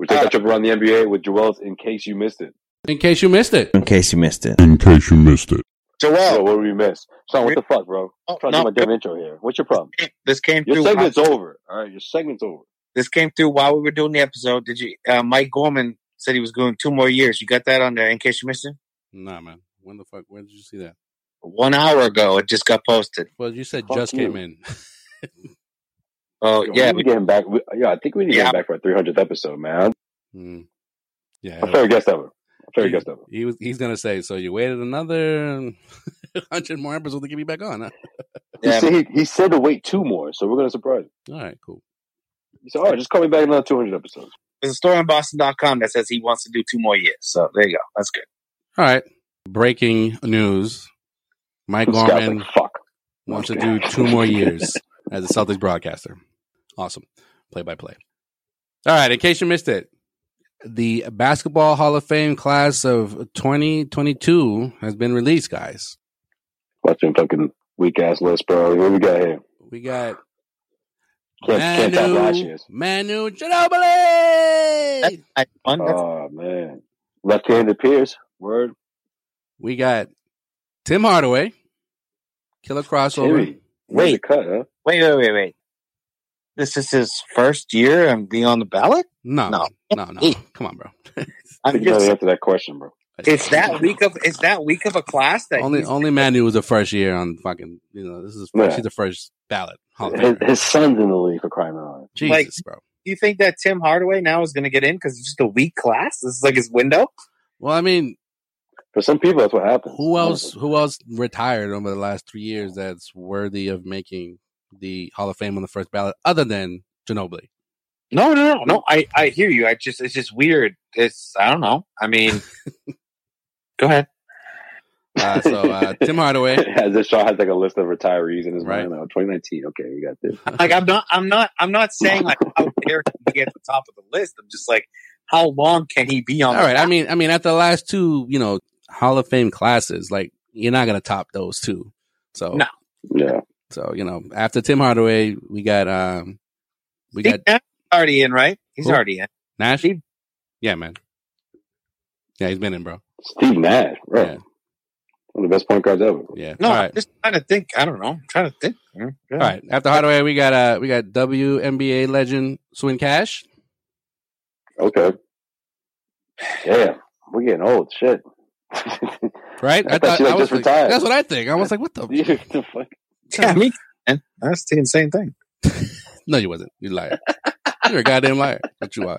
A: We take a trip around the NBA with Joel's in case you missed it.
C: In case you missed it.
F: in case you missed it.
D: In case you missed it.
A: Yo,
B: Joel,
A: what did we miss? Sean, what the fuck, bro?
B: oh,
A: trying to do
B: no,
A: my damn intro here. What's your problem?
B: this came
A: Your
B: through.
A: segment's over. All right, your segment's over.
B: this came through while we were doing the episode. Did you? Uh, Mike Gorman said he was going two more years. You got that on there in case you missed it.
C: Nah, man. When the fuck? When did you see that?
B: One hour ago, it just got posted.
C: Well, you said
A: Fuck
C: just
A: you.
C: came in.
B: Oh
A: Yo,
B: yeah,
A: we need to get him back. We, yeah, I think we need to get
B: Yeah.
A: him back for our 300th episode, man.
C: Mm. Yeah.
A: I'm favorite guest ever. I'm favorite guest ever.
C: He was. He's gonna say. So you waited another [laughs] hundred more episodes to get me back on. Huh?
B: Yeah.
A: He said he, he said to wait two more, so we're gonna surprise him.
C: All right. Cool.
A: He said, "All right, just call me back in another 200 episodes."
B: there's a story on Boston.com that says he wants to do two more years. So there you go. That's good.
C: All right. Breaking news: Mike
A: Scott's
C: Gorman
A: like, "Fuck."
C: wants to do two more years as a Celtics broadcaster. Awesome. Play by play. All right. In case you missed it, the Basketball Hall of Fame class of 2022 has been released, guys.
A: Watch your fucking weak ass list, bro. What we got
C: [laughs]
A: here?
C: We got
A: Can't, can't top last
C: Manu,
A: year's.
C: Manu Ginobili.
B: I, one, that's-
A: Oh man, left-handed Pierce. Word.
C: We got Tim Hardaway, killer crossover.
A: Timmy. Where's the cut, huh?
B: wait, wait, wait, wait. This is his first year and being on the ballot.
C: No, no,
B: No.
C: no, no. Come on, bro. [laughs]
A: I
B: I'm
A: think you better
B: just.
A: answer that question, bro.
B: It's that week of. It's that week of a class that
C: only
B: he's-
C: only Manu was a first year on fucking. You know, this is
A: Yeah.
C: she's the first ballot. Hall of
A: His,
C: Famer.
A: his son's in the league for crying out loud.
C: Jesus,
B: like-
C: bro.
B: you think that Tim Hardaway now is going to get in because it's just a weak class? This is like his window.
C: Well, I mean,
A: For some people, that's what happens.
C: who else?
A: [laughs]
C: Who else retired over the last three years that's worthy of making the Hall of Fame on the first ballot, other than Ginobili?
B: No, no, no, no. I I hear you. I just it's just weird. It's I don't know. I
C: [laughs]
B: mean, go ahead.
C: Uh, so uh,
A: [laughs]
C: Tim Hardaway,
A: As if Shaw has like a list of retirees in his
C: Right.
A: mind. Oh, 2019. Okay, we got this.
B: Like I'm not. I'm not. I'm not saying like how dare he be at the top of the list. I'm just like, how long can he be on?
C: [laughs] All
B: the-
C: right. I mean, I mean, at the last two, you know, Hall of Fame classes, like you're not gonna top those two. So,
B: No.
A: Yeah.
C: so you know, after Tim Hardaway, we got um, we
B: Steve
C: got
B: Nash is already in, right? He's
C: Who?
B: already in.
C: Nash.
B: Steve-
C: Yeah, man. Yeah, he's been in, bro.
A: Steve Nash, bro.
C: Yeah.
A: One of the best point guards ever.
C: Yeah.
B: No,
C: All
B: I'm
C: right.
B: just trying to think. I don't know. I'm trying to think. Mm, yeah.
C: All right. After Hardaway, we got uh, we got WNBA legend Swin Cash.
A: Okay. Damn. We're getting old. Shit. [laughs]
C: Right.
A: I thought she, like, just
C: like-
A: retired.
C: that's what I think. I was like, what the?
A: Dude, the fuck? [laughs]
B: Yeah, me. And that's the insane thing.
C: No, you wasn't. You liar. You're a goddamn liar. What you are.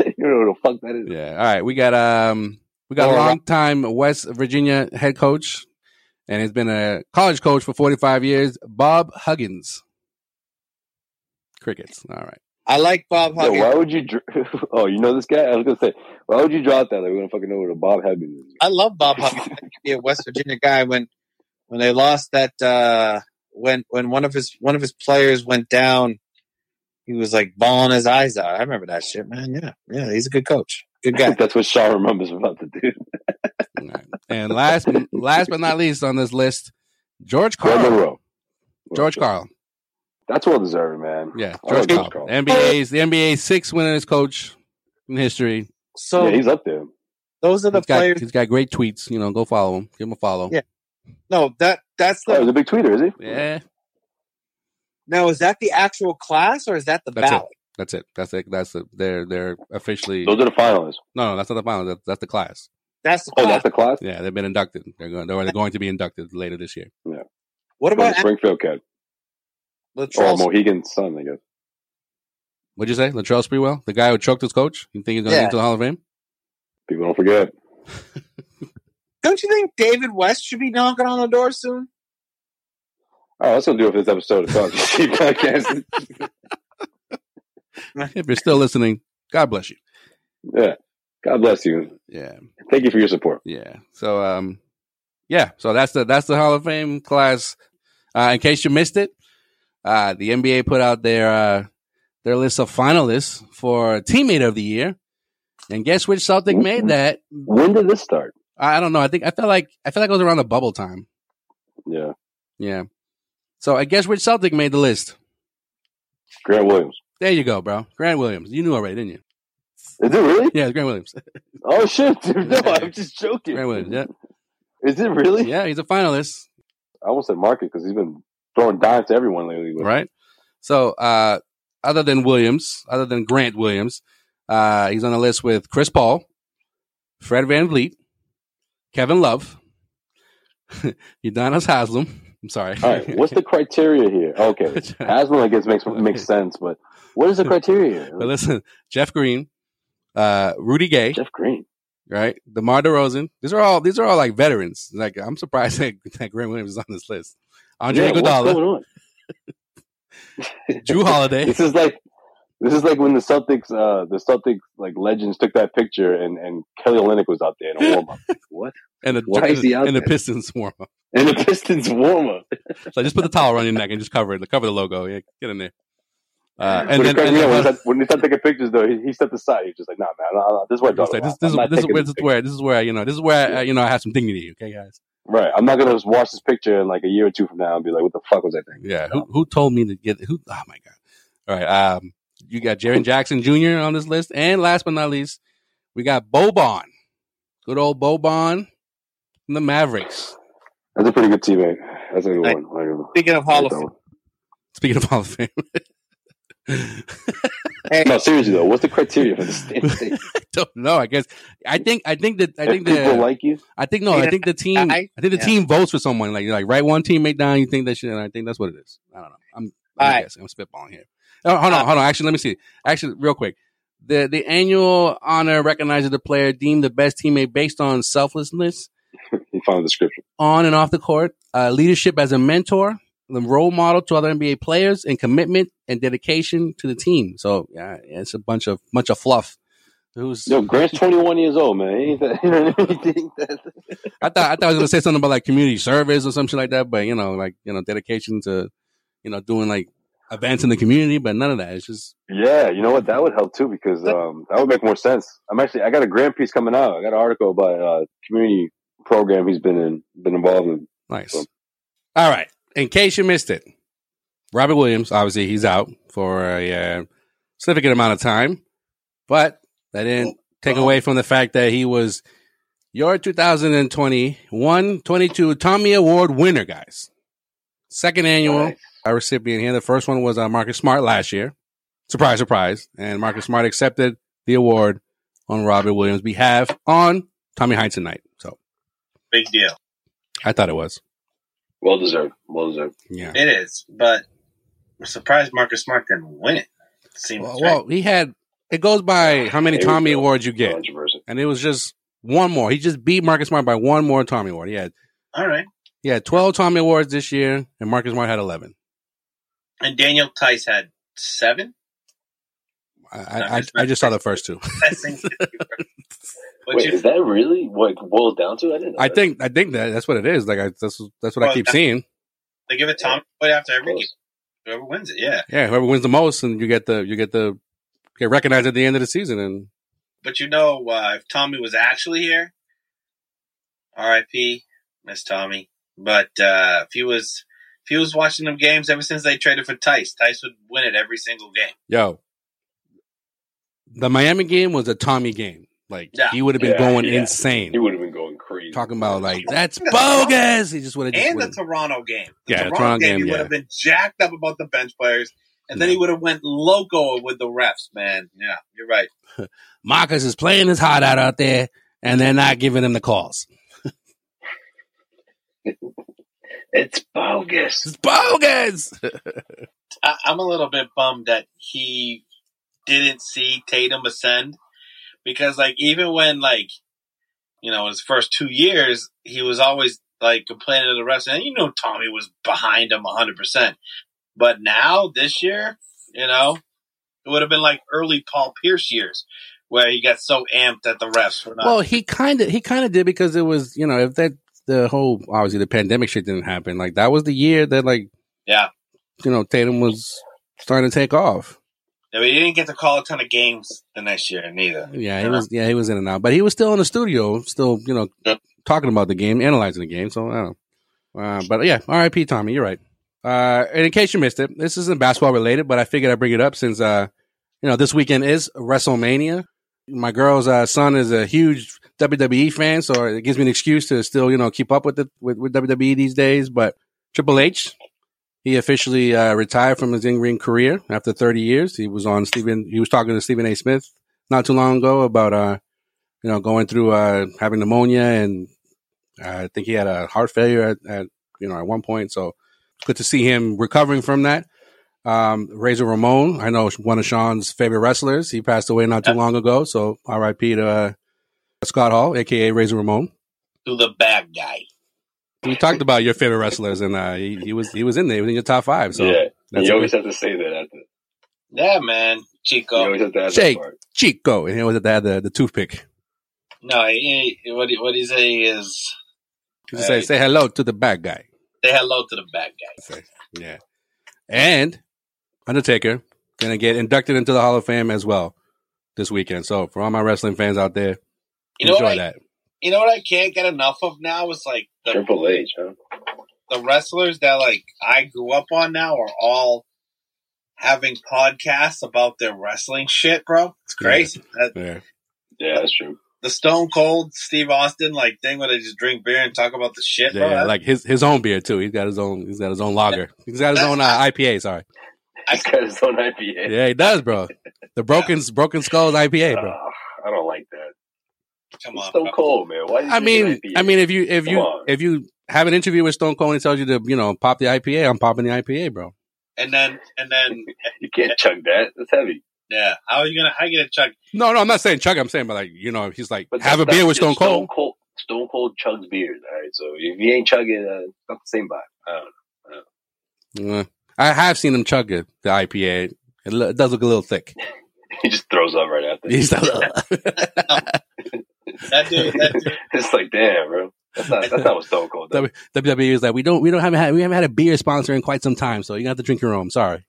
A: You don't know what the fuck that is.
C: Yeah. All right. We got um we got a
B: All right.
C: long time West Virginia head coach, and he's been a college coach for forty five years. Bob Huggins. Crickets. All right.
B: I like Bob
A: Yo,
B: Huggins.
A: why would you? Dr- [laughs] oh, you know this guy? I was gonna say, why would you drop that? Like, we don't fucking know what a Bob Huggins
C: [laughs]
A: is.
B: I love Bob Huggins.
A: [laughs]
B: I could be a West Virginia guy when when they lost that uh, when when one of his one of his players went down, he was like bawling his eyes out. I remember that shit, man. Yeah, yeah, he's a good coach,
A: [laughs]
B: good guy.
A: That's what Shaw remembers about the
C: [laughs]
A: dude.
C: All right. And last last but not least on this list, George
A: Greg
C: Carl.
A: Monroe.
C: George Carl.
A: That's well deserved, man.
C: Yeah.
A: I
C: George
A: like
C: Carl.
A: George Karl.
C: NBA's the NBA's sixth winningest coach in history.
B: So
A: yeah, he's up there.
B: those are the
C: He's got,
B: players.
C: he's got great tweets. You know, go follow him. Give him a follow.
B: Yeah. No, that that's
A: Oh, he's
B: the
A: a big tweeter, is he?
C: Yeah.
B: now is that the actual class or is that the
C: That's it.
B: ballot?
C: That's it. That's it. That's it. They're they're officially
A: Those are the finalists.
C: no no that's not the final. That's, that's the class.
B: That's the
A: Oh,
B: class.
A: that's the class.
C: Yeah, they've been inducted. They're going. They're going to be inducted later this year.
B: what
A: Go to
B: about
A: Springfield kid or
B: Latrell?
A: Mohegan's son, I guess.
C: What'd you say, Latrell Sprewell, the guy who choked his coach? You think he's going to
B: Yeah.
C: get into the Hall of Fame?
A: People don't forget.
B: Don't you think David West should be knocking on the door soon?
A: All right, that's gonna do it for this episode of Talk [laughs] to Steve podcast.
C: If you're still listening, God bless you.
A: Yeah. God bless you.
C: Yeah,
A: Thank you for your support.
C: yeah. So, um, yeah. So that's the that's the Hall of Fame class. Uh, in case you missed it, uh, the NBA put out their uh, their list of finalists for Teammate of the Year, and guess which Celtic made that?
A: When did this start?
C: I I don't know. I think I felt like I felt like it was around the bubble time.
A: Yeah,
C: Yeah. So I guess which Celtic made the list.
A: Grant Williams.
C: There you go, bro. Grant Williams. You knew already, didn't you?
A: Is it really?
C: Yeah, it's
A: [laughs]
C: Grant Williams.
A: Oh shit, dude! No, I'm just joking.
C: Grant Williams. Yeah,
A: [laughs] Is it really?
C: yeah, he's a finalist.
A: I almost said market because he's been throwing dimes to everyone lately. But
C: right? So, uh, other than Williams, other than Grant Williams, uh, he's on the list with Chris Paul, Fred Van Vliet, Kevin Love, [laughs] Udonis Haslam. I'm sorry.
A: All right,
C: [laughs]
A: what's the criteria here? Okay, Aslan, I guess makes makes sense, but what is the criteria? here?
C: but listen, Jeff Green, uh, Rudy Gay,
A: Jeff Green.
C: right? DeMar DeRozan. These are all these are all like veterans. Like I'm surprised [laughs] that, that Grant Williams is on this list. Andre
A: Yeah, What's
C: Iguodala,
A: going on?
C: Drew Holiday.
A: [laughs] This is like this is like when the Celtics, uh, the Celtics like legends took that picture, and and Kelly Olynyk was out there in a
C: [laughs]
A: warm up. what?
C: and the
A: Why is he out
C: and the
A: there?
C: Pistons warm up.
A: And the Pistons warm
C: Uh,
A: up.
C: So just put the towel around your neck and just cover it. Cover the logo. Yeah, get in there. Uh,
A: when
C: and then,
A: he cracked
C: and
A: me up,
C: then
A: when, he started, when he started taking pictures, though, he, he stepped aside. He was just like, "Nah, man, I- I- this is what I thought.
C: Just like,
A: about.
C: this, this,
A: I'm
C: is-
A: not
C: this, is
A: taking
C: where,
A: this
C: this is
A: picture."
C: where this is where you know this is where uh, you know I have some dignity. Okay, guys.
A: Right, I'm not gonna just watch this picture in like a year or two from now and be like, "What the fuck was I thinking?"
C: Yeah. Who, who told me to get who? Oh my god. All right. Um, you got Jaron Jackson Jr. on this list, and last but not least, we got Bobon, good old Bobon, from the Mavericks.
A: That's a pretty good teammate. That's a good
B: Hey,
A: one. I don't know.
B: Speaking of
A: I
B: Hall
A: like uh,
B: of
A: that
B: Fame,
A: one.
C: Speaking of Hall of Fame, [laughs]
A: No, seriously though, what's the criteria for
C: [laughs]
A: this thing? if
C: I don't know. I guess I think I think that I think
A: people
C: that
A: like you,
C: I think no. I think the team. I
B: I-
C: think the
B: yeah.
C: team votes for someone. Like you're like write one teammate down. You think that shit. And I think that's what it is. I don't know. I'm. I'm
B: All right.
C: guessing. I'm spitballing here. Oh, hold on. Hold on. Actually, let me see. Actually, real quick. The the annual honor recognizes the player deemed the best teammate based on selflessness
A: you found the description.
C: on and off the court, uh, leadership as a mentor, the role model to other NBA players, and commitment and dedication to the team. So yeah, it's a bunch of bunch of fluff. Who's
A: Yo, Grant's 21 years old, man. Ain't that, [laughs] you know what I mean? Ain't that-
C: I thought I thought I was gonna say something about like community service or something like that, but you know, like you know, dedication to you know doing like events in the community, but none of that. It's just
A: Yeah, you know what? That would help too because um, that would make more sense. I'm actually I got a grand piece coming out. I got an article about uh, community program he's been in, been involved in.
C: nice. All right. In case you missed it, Robert Williams obviously he's out for a uh, significant amount of time, but that didn't take away from the fact that he was your 2021 22 Tommy Award winner, guys. Second annual.
A: Nice.
C: a recipient here. The first one was uh, Marcus Smart last year. Surprise, surprise. And Marcus Smart accepted the award on Robert Williams' behalf on Tommy Heinsohn night. So
G: Big deal.
C: I thought it was.
A: Well deserved. Well deserved.
C: Yeah.
G: It is, but I'm surprised Marcus Smart didn't win it. Seems
C: Well,
G: right.
C: well, he had, it goes by how many
A: Here we
C: Tommy
A: go.
C: awards you get.
A: Controversy.
C: And it was just one more. He just beat Marcus Smart by one more Tommy award. He had,
G: All right.
C: he had 12 Tommy awards this year, and Marcus Smart had 11.
G: And Daniel Tice had seven.
C: I, I, I, I just saw the first two. [laughs]
G: I think. Which
A: Wait, is
G: is
A: that really what it boils down to? I didn't. Know
C: I
A: that.
C: think, I think that that's what it is. Like, I, that's, that's what I
G: Well,
C: keep
G: that-
C: seeing.
G: they give it Tom, but after every game,
A: Close.
G: whoever wins it, yeah.
C: Yeah, whoever wins the most, and you get the you get the get recognized at the end of the season. And
G: But you know, uh, if Tommy was actually here, R.I.P. Miss Tommy. But uh, if he was, if he was watching them games ever since they traded for Tice, Tice would win it every single game.
C: yo, the Miami game was a Tommy game. Like
G: Yeah.
C: he would have been
A: Yeah,
C: going
A: yeah.
C: insane,
A: he would have been going crazy.
C: talking about like that's bogus. He just would have just
G: and the
C: would've-
G: Toronto game. The
C: Yeah, the
G: Toronto,
C: Toronto
G: game,
C: game,
G: he
C: yeah.
G: would have been jacked up about the bench players, and then
C: Yeah.
G: he would have went loco with the refs. Man, yeah, you're right.
C: Marcus is playing his heart out out there, and they're not giving him the calls.
A: it's bogus.
C: It's bogus.
G: I, I'm a little bit bummed that he didn't see Tatum ascend because, like, even when like you know his first two years, he was always like complaining to the refs, and you know Tommy was behind him 100. percent But now this year, you know, it would have been like early Paul Pierce years. Where he got so amped at the refs for not
C: Well, he kind of he kind of did because it was you know if that the whole obviously the pandemic shit didn't happen like that was the year that like
G: Yeah.
C: you know Tatum was starting to take off.
G: Yeah, but he didn't get to call a ton of games the next year, neither.
C: Yeah, he
G: Yeah.
C: was. Yeah, he was in and out, but he was still in the studio, still you know
G: Yeah.
C: talking about the game, analyzing the game. So I don't. know. Uh, but yeah, R.I.P. Tommy. You're right. Uh, and in case you missed it, this isn't basketball related, but I figured I'd bring it up since uh, you know this weekend is WrestleMania. my girl's uh, son is a huge WWE fan, so it gives me an excuse to still, you know, keep up with it with, with WWE these days. But Triple H, he officially uh, retired from his in-ring career after 30 years. He was on Stephen. He was talking to Stephen A. Smith not too long ago about, uh, you know, going through uh, having pneumonia, and uh, I think he had a heart failure at, at you know at one point. So good to see him recovering from that. Um, Razor Ramon, I know one of Sean's favorite wrestlers. He passed away not too long ago. So R.I.P. to uh, Scott Hall, aka Razor Ramon.
G: To the bad guy.
C: We talked about your favorite wrestlers, and uh, he, he was he was in there. He was in your top five. So
A: yeah,
C: that's
A: you
C: a
A: always have to say that. After. You
G: Yeah, man. Chico.
A: always have to add
C: Shake.
A: that part.
C: Chico, and he was they had the, the toothpick.
G: No, he, he- what he, what he say is
C: He just say say hello to the bad guy.
G: say hello to the bad guy.
C: Yeah, and Undertaker gonna get inducted into the Hall of Fame as well this weekend. So for all my wrestling fans out there,
G: You know
C: enjoy
G: what? I,
C: that.
G: You know what I can't get enough of now is like the
A: Triple H, huh?
G: the wrestlers that like I grew up on now are all having podcasts about their wrestling shit, bro. It's crazy. That-
C: Yeah.
A: Yeah, that's true.
G: the Stone Cold Steve Austin like thing where they just drink beer and talk about the shit,
C: Yeah,
G: bro.
C: yeah,
G: That-
C: like his his own beer too. He's got his own. He's got his own lager. He's got his own
G: [laughs]
C: uh, IPA. Sorry.
A: He's got his own IPA.
C: Yeah, he does, bro. The broken broken skulls IPA, bro.
A: Ah, I don't like that.
G: come
A: It's
G: on,
A: so
G: bro.
A: cold, man. Why? Is
C: I mean, I mean, if you if
A: Come
C: you
A: on.
C: if you have an interview with Stone Cold and he tells you to you know pop the IPA, I'm popping the IPA, bro.
G: And then and then
A: you can't chug that. That's heavy.
G: yeah, how are you gonna how you gonna chuck?
C: No, no, I'm not saying Chuck. I'm saying, but like you know, he's like have a
A: that's
C: beer
A: not-
C: with Stone Cold.
A: Stone Cold. Stone Cold chugs beers. All right, so if you ain't chugging, uh, it's not the same vibe. I don't know. [laughs]
C: Yeah. I have seen him chug it, the IPA. It, lo- it does look a little thick.
A: He just throws up right after.
C: He's [laughs] like,
G: That dude, that dude
A: [laughs] it's like, damn, bro. That's not that's not what Stone Cold does.
C: WWE E is like we don't we don't haven't had we haven't had a beer sponsor in quite some time, so you have to drink your own. Sorry.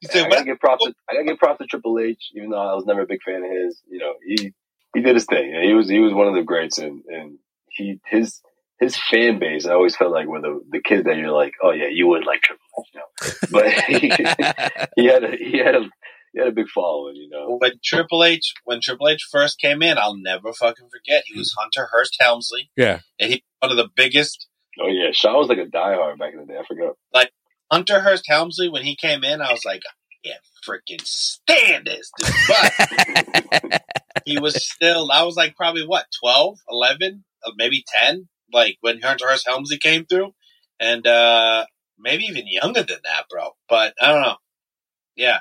G: you
A: I
G: say
A: gotta
G: what?
A: give props. To, I gotta give props to Triple H, even though I was never a big fan of his. You know, he he did his thing. He was he was one of the greats, and and he his his fan base. I always felt like were the the kids that you're like, oh yeah, you would like Triple H, you know.
C: [laughs]
A: But he, he had a he had a he had a big following, you know.
G: When Triple H when Triple H first came in, I'll never fucking forget. He was Hunter Hurst Helmsley,
C: Yeah.
G: and he was one of the biggest.
A: Oh yeah, Shaw was like a diehard back in the day. I forgot.
G: Hunter Hurst Helmsley, when he came in, I was like, I can't freaking stand this. dude." But
C: [laughs]
G: he was still, I was like probably what, 12, 11, uh, maybe 10, like when Hunter Hurst Helmsley came through. And uh maybe even younger than that, bro. But I don't know. Yeah.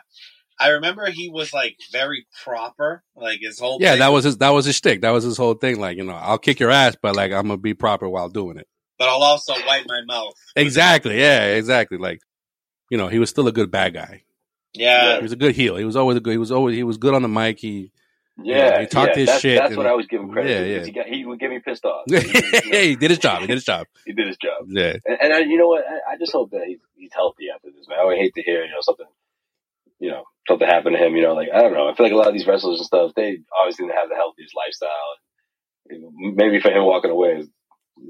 G: I remember he was like very proper, like his whole
C: yeah,
G: thing
C: that was his that was his shtick. That was his whole thing. Like you know, I'll kick your ass, but like I'm gonna be proper while doing it.
G: but I'll also wipe my mouth.
C: Exactly. Yeah. Exactly. Like you know, he was still a good bad guy.
G: Yeah.
C: He was a good heel. He was always a good. He was always he was good on the mic. He [laughs]
A: Yeah,
C: he talked
A: yeah,
C: his
A: that's,
C: shit
A: That's
C: and-
A: what I always give him credit.
C: Yeah,
A: Yeah,
C: yeah.
A: He, got, he would get me pissed
C: [laughs]
A: off.
C: yeah,
A: You know,
C: he did his job. He did his job.
A: he did his job.
C: Yeah.
A: And, and I, you know what? I, I just hope that he's, he's healthy after this, man. I would hate to hear, you know, something, you know, something happened to him. You know, like I don't know. I feel like a lot of these wrestlers and stuff, they obviously didn't have the healthiest lifestyle. Maybe for him walking away, is-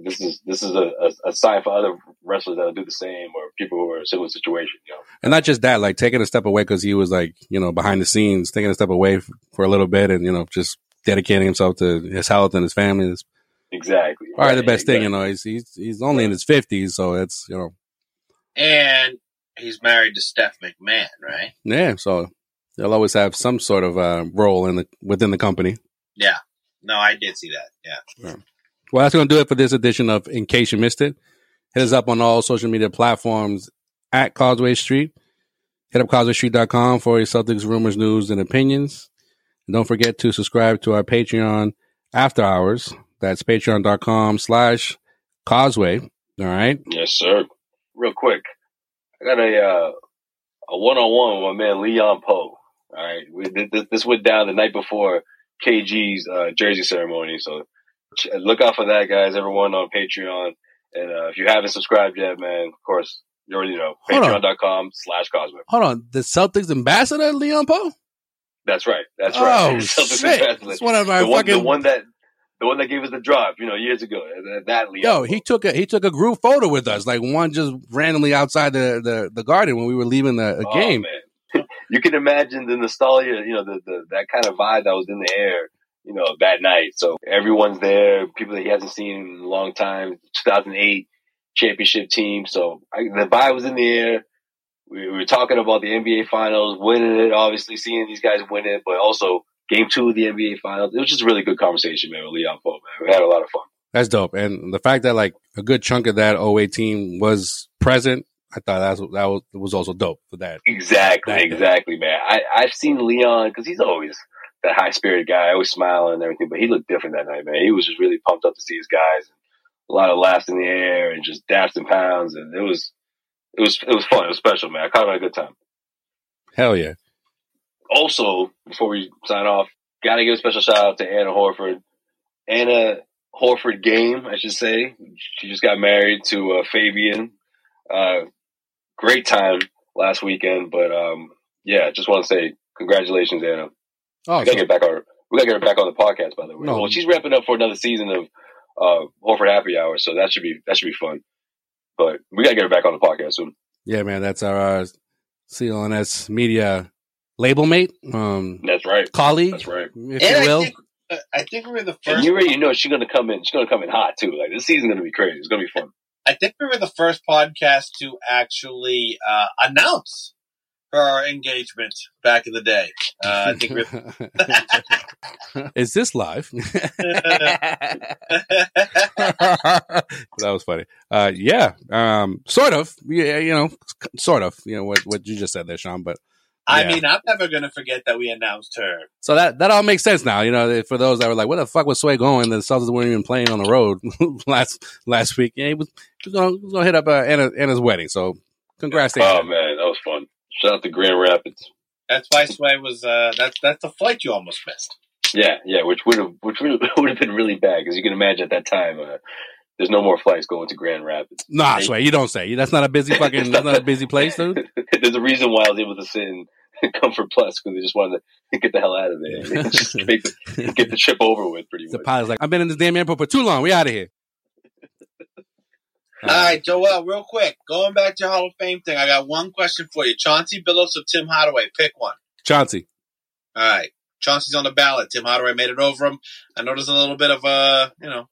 A: this is this is a, a, a sign for other wrestlers that'll do the same or people who are in a similar situation. You know,
C: and not just that, like taking a step away because he was like, you know, behind the scenes, taking a step away f- for a little bit, and you know, just dedicating himself to his health and his family is
A: exactly.
C: probably the
A: Right,
C: best thing. You
A: exactly.
C: know, he's he's he's only in his fifties, so it's you know,
G: And he's married to Steph McMahon, right?
C: yeah. So they'll always have some sort of uh, role in the within the company.
G: Yeah. No, I did see that. Yeah.
C: Well, that's going to do it for this edition of In Case You Missed It. Hit us up on all social media platforms at Causeway Street. Hit up causewaystreet.com for your Celtics rumors, news, and opinions. And don't forget to subscribe to our Patreon after hours. That's patreon.com slash causeway. All right.
A: Yes, sir. Real quick, I got a uh, a one on one with my man Leon Poe. All right, we, th- th- this went down the night before KG's uh, jersey ceremony, so ch- look out for that, guys. Everyone on Patreon, and uh, if you haven't subscribed yet, man, of course you already know.
C: Hold on.
A: Patreon.com slash Cosmo.
C: Hold on. The Celtics ambassador, Leon Poe?
A: That's right. That's [laughs]
C: oh,
A: right. Celtics
C: shit.
A: Ambassador.
C: That's one of my
A: the one,
C: fucking.
A: the one that. The one that gave us the drop, you know, years ago. That, that Leon.
C: Yo,
A: Poe.
C: he took a he took a group photo with us, like one just randomly outside the the, the garden when we were leaving the, the
A: Oh,
C: game.
A: man. [laughs] you can imagine the nostalgia, you know, the, the that kind of vibe that was in the air, you know, that night. So everyone's there, people that he hasn't seen in a long time, 2008 championship team. So I, the vibe was in the air. We were talking about the NBA finals, winning it, obviously seeing these guys win it, but also game two of the NBA finals. It was just a really good conversation, man, with Leon Poe, man. We had a lot of fun.
C: That's dope. And the fact that like a good chunk of that 08 team was present, I thought that's that was, was also dope for that.
A: Exactly,
C: That-
A: exactly, man. I, I've seen Leon because he's always that high spirited guy, always smiling and everything, but he looked different that night, man. He was just really pumped up to see his guys. A lot of laughs in the air and just daps and pounds, and it was, it was, it was fun. It was special, man. I caught it at a good time.
C: Hell yeah.
A: Also, before we sign off, gotta give a special shout out to Anna Horford. Anna Horford game, I should say. She just got married to uh, Fabian. Uh, great time last weekend, but um, yeah, just want to say congratulations, Anna.
C: Oh,
A: We gotta
C: so-
A: get back on. We gotta get her back on the podcast, by the way.
C: No.
A: Well, she's wrapping up for another season of uh, Horford Happy Hour, so that should be that should be fun. But we gotta get her back on the podcast soon.
C: yeah, man. That's our uh, CLNS media label mate, um,
A: That's right.
C: colleague,
A: That's right.
C: if
G: And
C: you
G: I
C: will.
G: think, uh, I think we were the
A: And
G: first.
A: you already know she's gonna come in. She's gonna come in hot too. Like this season's gonna be crazy. It's gonna be fun.
G: I think we were the first podcast to actually uh, announce her engagement back in the day. Uh, I think we
C: [laughs] Is this
G: [laughs]
C: live? [laughs] that was funny. Uh, yeah, um, sort of. Yeah, you know, sort of. You know what what you just said there, Sean. But
G: I
C: Yeah.
G: mean, I'm never going to forget that we announced her.
C: so that that all makes sense now. You know, eh, for those that were like, "Where the fuck was Sway going?" The Celtics weren't even playing on the road [laughs] last last week. Yeah, he was, he was, gonna, he was gonna hit up uh, Anna, Anna's wedding. So congrats,
A: Oh
C: Anna.
A: man, that was fun. Shout out to Grand Rapids.
G: That's why Sway was. Uh, that's that's the flight you almost missed.
A: Yeah, yeah, which would have [laughs] which would have been really bad because you can imagine at that time uh, there's no more flights going to Grand Rapids.
C: Nah,
A: They-
C: Sway, you don't say. That's not a busy fucking. that's not a busy place, dude.
A: there's a reason why I was able to sit in [laughs] Comfort Plus because they just wanted to [laughs] get the hell out of there, just make the, [laughs] get the trip over with. Pretty
C: [laughs] The
A: much.
C: pilot's like, I've been in this damn airport for too long. We
A: [laughs]
C: out of here. Uh,
G: All
C: Um,
G: right, Joel, real quick, going back to Hall of Fame thing, I got one question for you: Chauncey Billups or Tim Hardaway? Pick one.
C: Chauncey.
G: All right, Chauncey's on the ballot. Tim Hardaway made it over him. I know there's a little bit of uh, you know,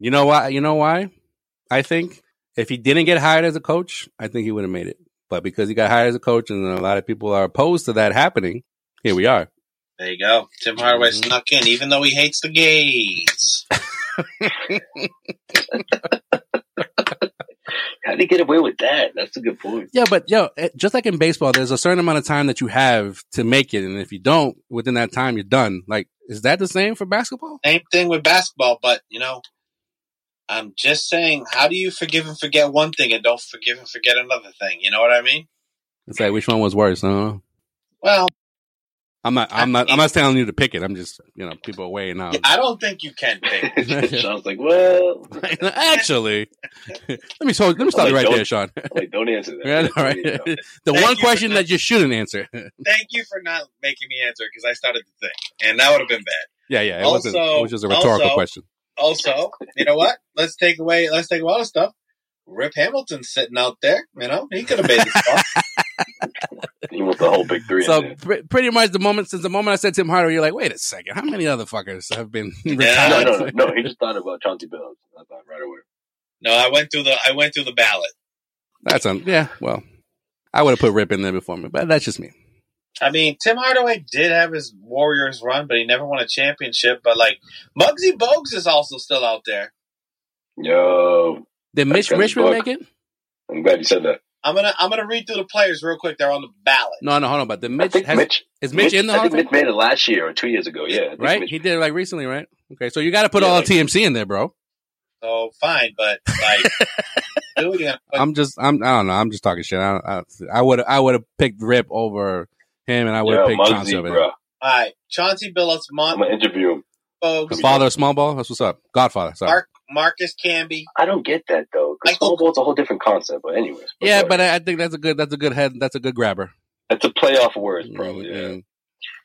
C: You know why? You know why? I think if he didn't get hired as a coach, I think he would have made it. But because he got hired as a coach, and a lot of people are opposed to that happening, here we are.
G: there you go. Tim Hardaway
C: Mhm.
G: snuck in, even though he hates the gays.
A: How would he get away with that? That's a good
C: [laughs]
A: point. [laughs]
C: Yeah, but yo, eh, just like in baseball, there's a certain amount of time that you have to make it, and if you don't within that time, you're done. Like, is that the same for basketball?
G: Same thing with basketball, but you know, I'm just saying, how do you forgive and forget one thing and don't forgive and forget another thing? You know what I mean?
C: It's like which one was worse? I don't know.
G: Well,
C: I'm not. I'm not. I'm not telling you to pick it. I'm just. You know, people are weighing out.
G: I don't think you can pick.
A: Sean's like, well, I'm
C: [laughs] Actually, let me. so- Let me stop you right there, Sean.
A: like, don't answer that.
C: [laughs] Yeah, all right.
A: You know.
C: the
G: Thank
C: one
G: you for
C: question
G: that.
C: that you shouldn't answer. [laughs]
G: Thank you for not making me answer because I started the thing, and that would have been bad.
C: yeah, yeah. It wasn't. It
G: Also-
C: was just a rhetorical
G: also-
C: question.
G: Also, you know what? Let's take away. Let's take away all the stuff. Rip Hamilton's sitting out there. You know, he could have made [laughs] the spot.
A: He wants the whole big three. in
C: So
A: there.
C: pr- pretty much the moment since the moment I said Tim Hardaway, you're like, wait a second, how many other fuckers have been [laughs]
A: [laughs] no,
C: retired?
A: no, no,
C: [laughs]
A: no. He just thought about Chauncey Billups. I thought right away.
G: No, I went through the. I went through the ballot.
C: That's un- yeah. Well, I would have put Rip in there before me, but that's just me.
G: I mean, Tim Hardaway did have his Warriors run, but he never won a championship. But like Muggsy Bogues is also still out there.
A: Yo,
C: Did
A: That's
C: Mitch
A: gonna
C: Richmond
A: suck.
C: make it?
A: I'm glad you said that.
G: I'm gonna I'm gonna read through the players real quick. They're on the ballot.
C: No, no, hold on. But the
A: I
C: Mitch,
A: think
C: has,
A: Mitch.
C: is Mitch, in the
A: I
C: Hall of
A: think
C: Fame?
A: Mitch made it last year or two years ago. Yeah, I think
C: Right,
A: Mitch-
C: he did it like recently, right? Okay, so you got to put
A: Yeah,
C: all
A: like-
C: TMC in there, bro.
G: So fine, but like, [laughs] dude, you know, but
C: I'm just, I'm, I don't know. I'm just talking shit. I, don't- I, I would, I would have picked Rip over him, and I would
A: Yo,
C: have picked Chauncey
A: Muggsy,
C: over
A: bro.
C: there.
G: all right, Chauncey Billups,
A: I'm
G: Mont
A: gonna interview him.
C: The
G: Bogues,
C: father of small ball. That's what's up. Godfather. Sorry.
G: Mark Marcus Camby.
A: I don't get that though, because
G: I hope-
A: snowball's a whole different concept. But anyways,
C: Yeah,
A: whatever.
C: but I, I think that's a good that's a good head that's a good grabber.
A: that's a playoff word, probably. Yeah,
C: Mm, mm.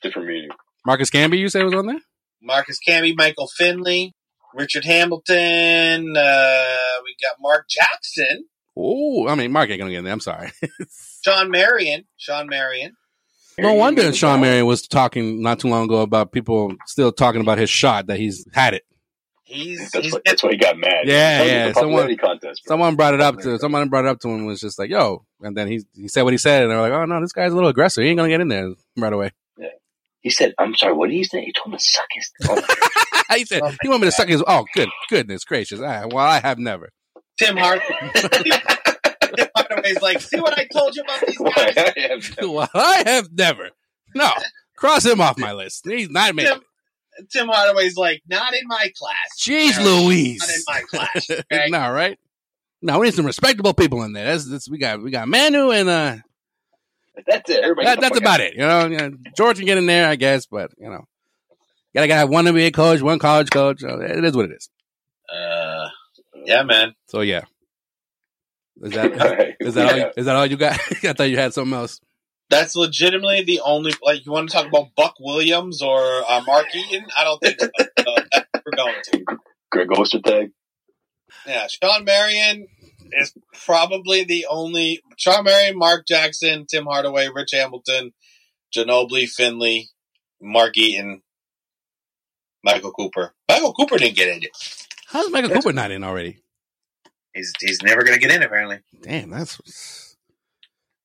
A: different meaning.
C: Marcus Camby, you say was on there?
G: Marcus Camby, Michael Finley, Richard Hamilton. Uh, we got Mark Jackson,
C: Oh, I mean Mark ain't gonna get in there. I'm sorry.
G: Sean Marion, Sean Marion,
C: No wonder Sean Marion was talking not too long ago about people still talking about his shot that he's had it.
G: He's,
A: That's,
G: he's
A: why, that's why he got mad. That
C: Yeah,
A: was
C: yeah,
A: the popularity contest. bro.
C: Someone brought it up to someone brought it up to him and was just like, "Yo," and then he he said what he said, and they're like, "Oh no, this guy's a little aggressive. He ain't gonna get in there right away." [laughs]
A: He said, "I'm sorry. What did he say?" He told him to suck his. [laughs] Oh,
C: he said, "You want me to suck his?" Oh, good goodness gracious! I, well, I have never. [laughs]
G: Tim Hart. Tim Hardaway's like, see what I told you about
A: [laughs]
G: these guys.
A: I have no-
C: Well, I have never. No, cross him off my list. He's not making.
G: Tim,
C: it.
G: Tim Hardaway's like, not in my class.
C: Jeez,
G: Not in
C: Louise.
G: my
C: [laughs]
G: class. okay?
C: no, right? No, we need some respectable people in there. That's, that's we got we got Manu and uh
A: that's it. Everybody.
C: that, that's about it. You know, you know, George can get in there, I guess, but you know, gotta got one NBA coach, one college coach. Uh, It is what it is.
G: Uh,
A: [laughs]
G: yeah, man.
C: So yeah, is that [laughs] is that all? You, is that all you got? [laughs] I thought you had something else.
G: That's legitimately the only like you want to talk about Buck Williams or uh, Mark Eaton. I don't think so. [laughs] So that's what we're going to.
A: [laughs] Greg Ostertag.
G: Yeah, Sean Marion is probably the only Sean Marion, Mark Jackson, Tim Hardaway, Rich Hamilton, Ginobili, Finley, Mark Eaton, Michael Cooper. Michael Cooper didn't get in it.
C: How's Michael Cooper not in already?
G: He's he's never going to get in apparently.
C: Damn, that's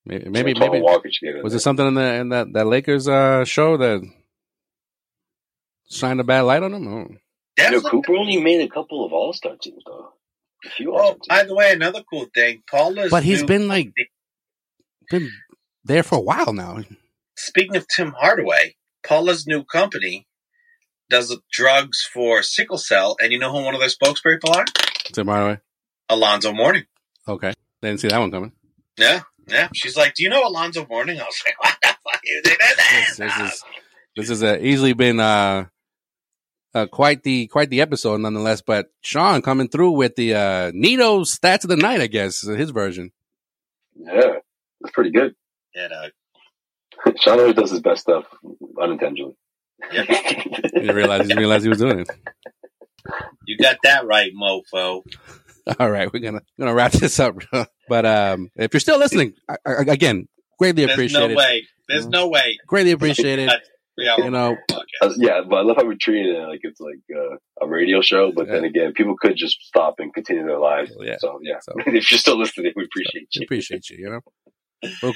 C: maybe maybe,
A: Tom
C: maybe
A: Walker should get in
C: was
A: there.
C: there something in the in that that Lakers uh, show that shined a bad light on him?
A: Yo,
C: Oh.
G: Definitely.
A: Cooper only made a couple of All Star teams though. A few All
G: Oh,
A: Star
G: by
A: teams.
G: the way, another cool thing, Paula's.
C: But he's
G: new-
C: been like been there for a while now.
G: Speaking of Tim Hardaway, Paula's new company does drugs for sickle cell, and you know who one of their spokespeople are?
C: Tim Hardaway.
G: Alonzo Mourning.
C: Okay, didn't see that one coming.
G: Yeah, yeah. She's like, "Do you know Alonzo Mourning?" I was like, [laughs] "What the fuck you did
C: this, this
G: that?"
C: is this has uh, easily been uh, uh, quite the quite the episode, nonetheless. But Sean coming through with the uh, Nito stats of the night, I guess is his version.
A: Yeah, that's pretty good. [laughs]
G: Yeah, dog.
A: Sean always does his best stuff unintentionally.
C: He didn't realize he didn't realize he was doing it. [laughs]
G: you got that right, mofo.
C: All right, we're gonna gonna wrap this up. but um, if you're still listening, I, I, again, greatly
G: There's no
C: appreciated.
G: way. There's no way.
C: Greatly
G: [laughs]
C: appreciated.
G: We are
C: You know,
A: [laughs] Uh, yeah, but I love how we treat it like it's like uh, a radio show. But then again, people could just stop and continue their lives.
C: Yeah.
A: So yeah, [laughs]
C: So-
A: if you're still listening, we appreciate
C: we
A: you.
C: appreciate you. You know. We're-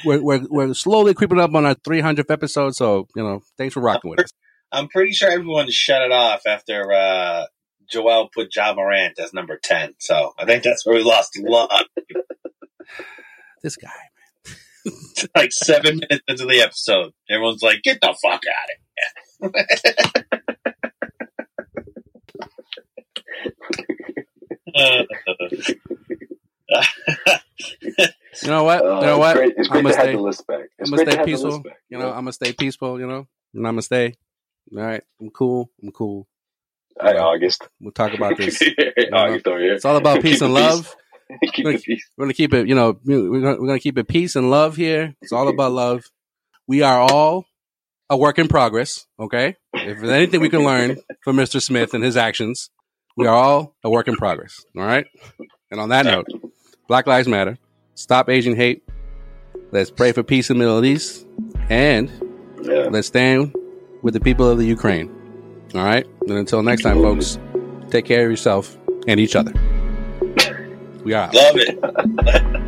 C: We're, we're, we're slowly creeping up on our 300th episode, so you know, thanks for rocking with us.
G: I'm pretty sure everyone shut it off after uh, Joel put Ja Morant as number ten. So I think that's where we lost a lot. [laughs]
C: This guy,
G: like seven minutes into the episode, everyone's like, "Get the fuck out of here!" [laughs] Uh,
C: you know what?
A: Uh,
C: you know
A: it's
C: what?
A: Great, it's
C: I'm
A: great
C: gonna
A: to have
C: stay-
A: the list back. It's
C: I'ma
A: great to
C: stay
A: have
C: peaceful,
A: the list back.
C: You know, I'm gonna stay peaceful. You know, and I'm gonna stay. All right, I'm cool. I'm cool.
A: All right, August.
C: We'll talk
A: [laughs]
C: about this.
A: August over here.
C: It's all about
A: Keep
C: peace
A: the
C: and love.
A: Keep the peace.
C: We're gonna keep it. You know, we're gonna, we're gonna keep it peace and love here. It's all about love. We are all a work in progress. Okay, if there's anything we can learn from Mr. Smith and his actions, we are all a work in progress. All right. And on that note, Black Lives Matter. Stop Asian hate. Let's pray for peace in the Middle East and
A: Yeah.
C: Let's stand with the people of the Ukraine. All right. And until next time, folks, take care of yourself and each other. We are out.
G: Love it.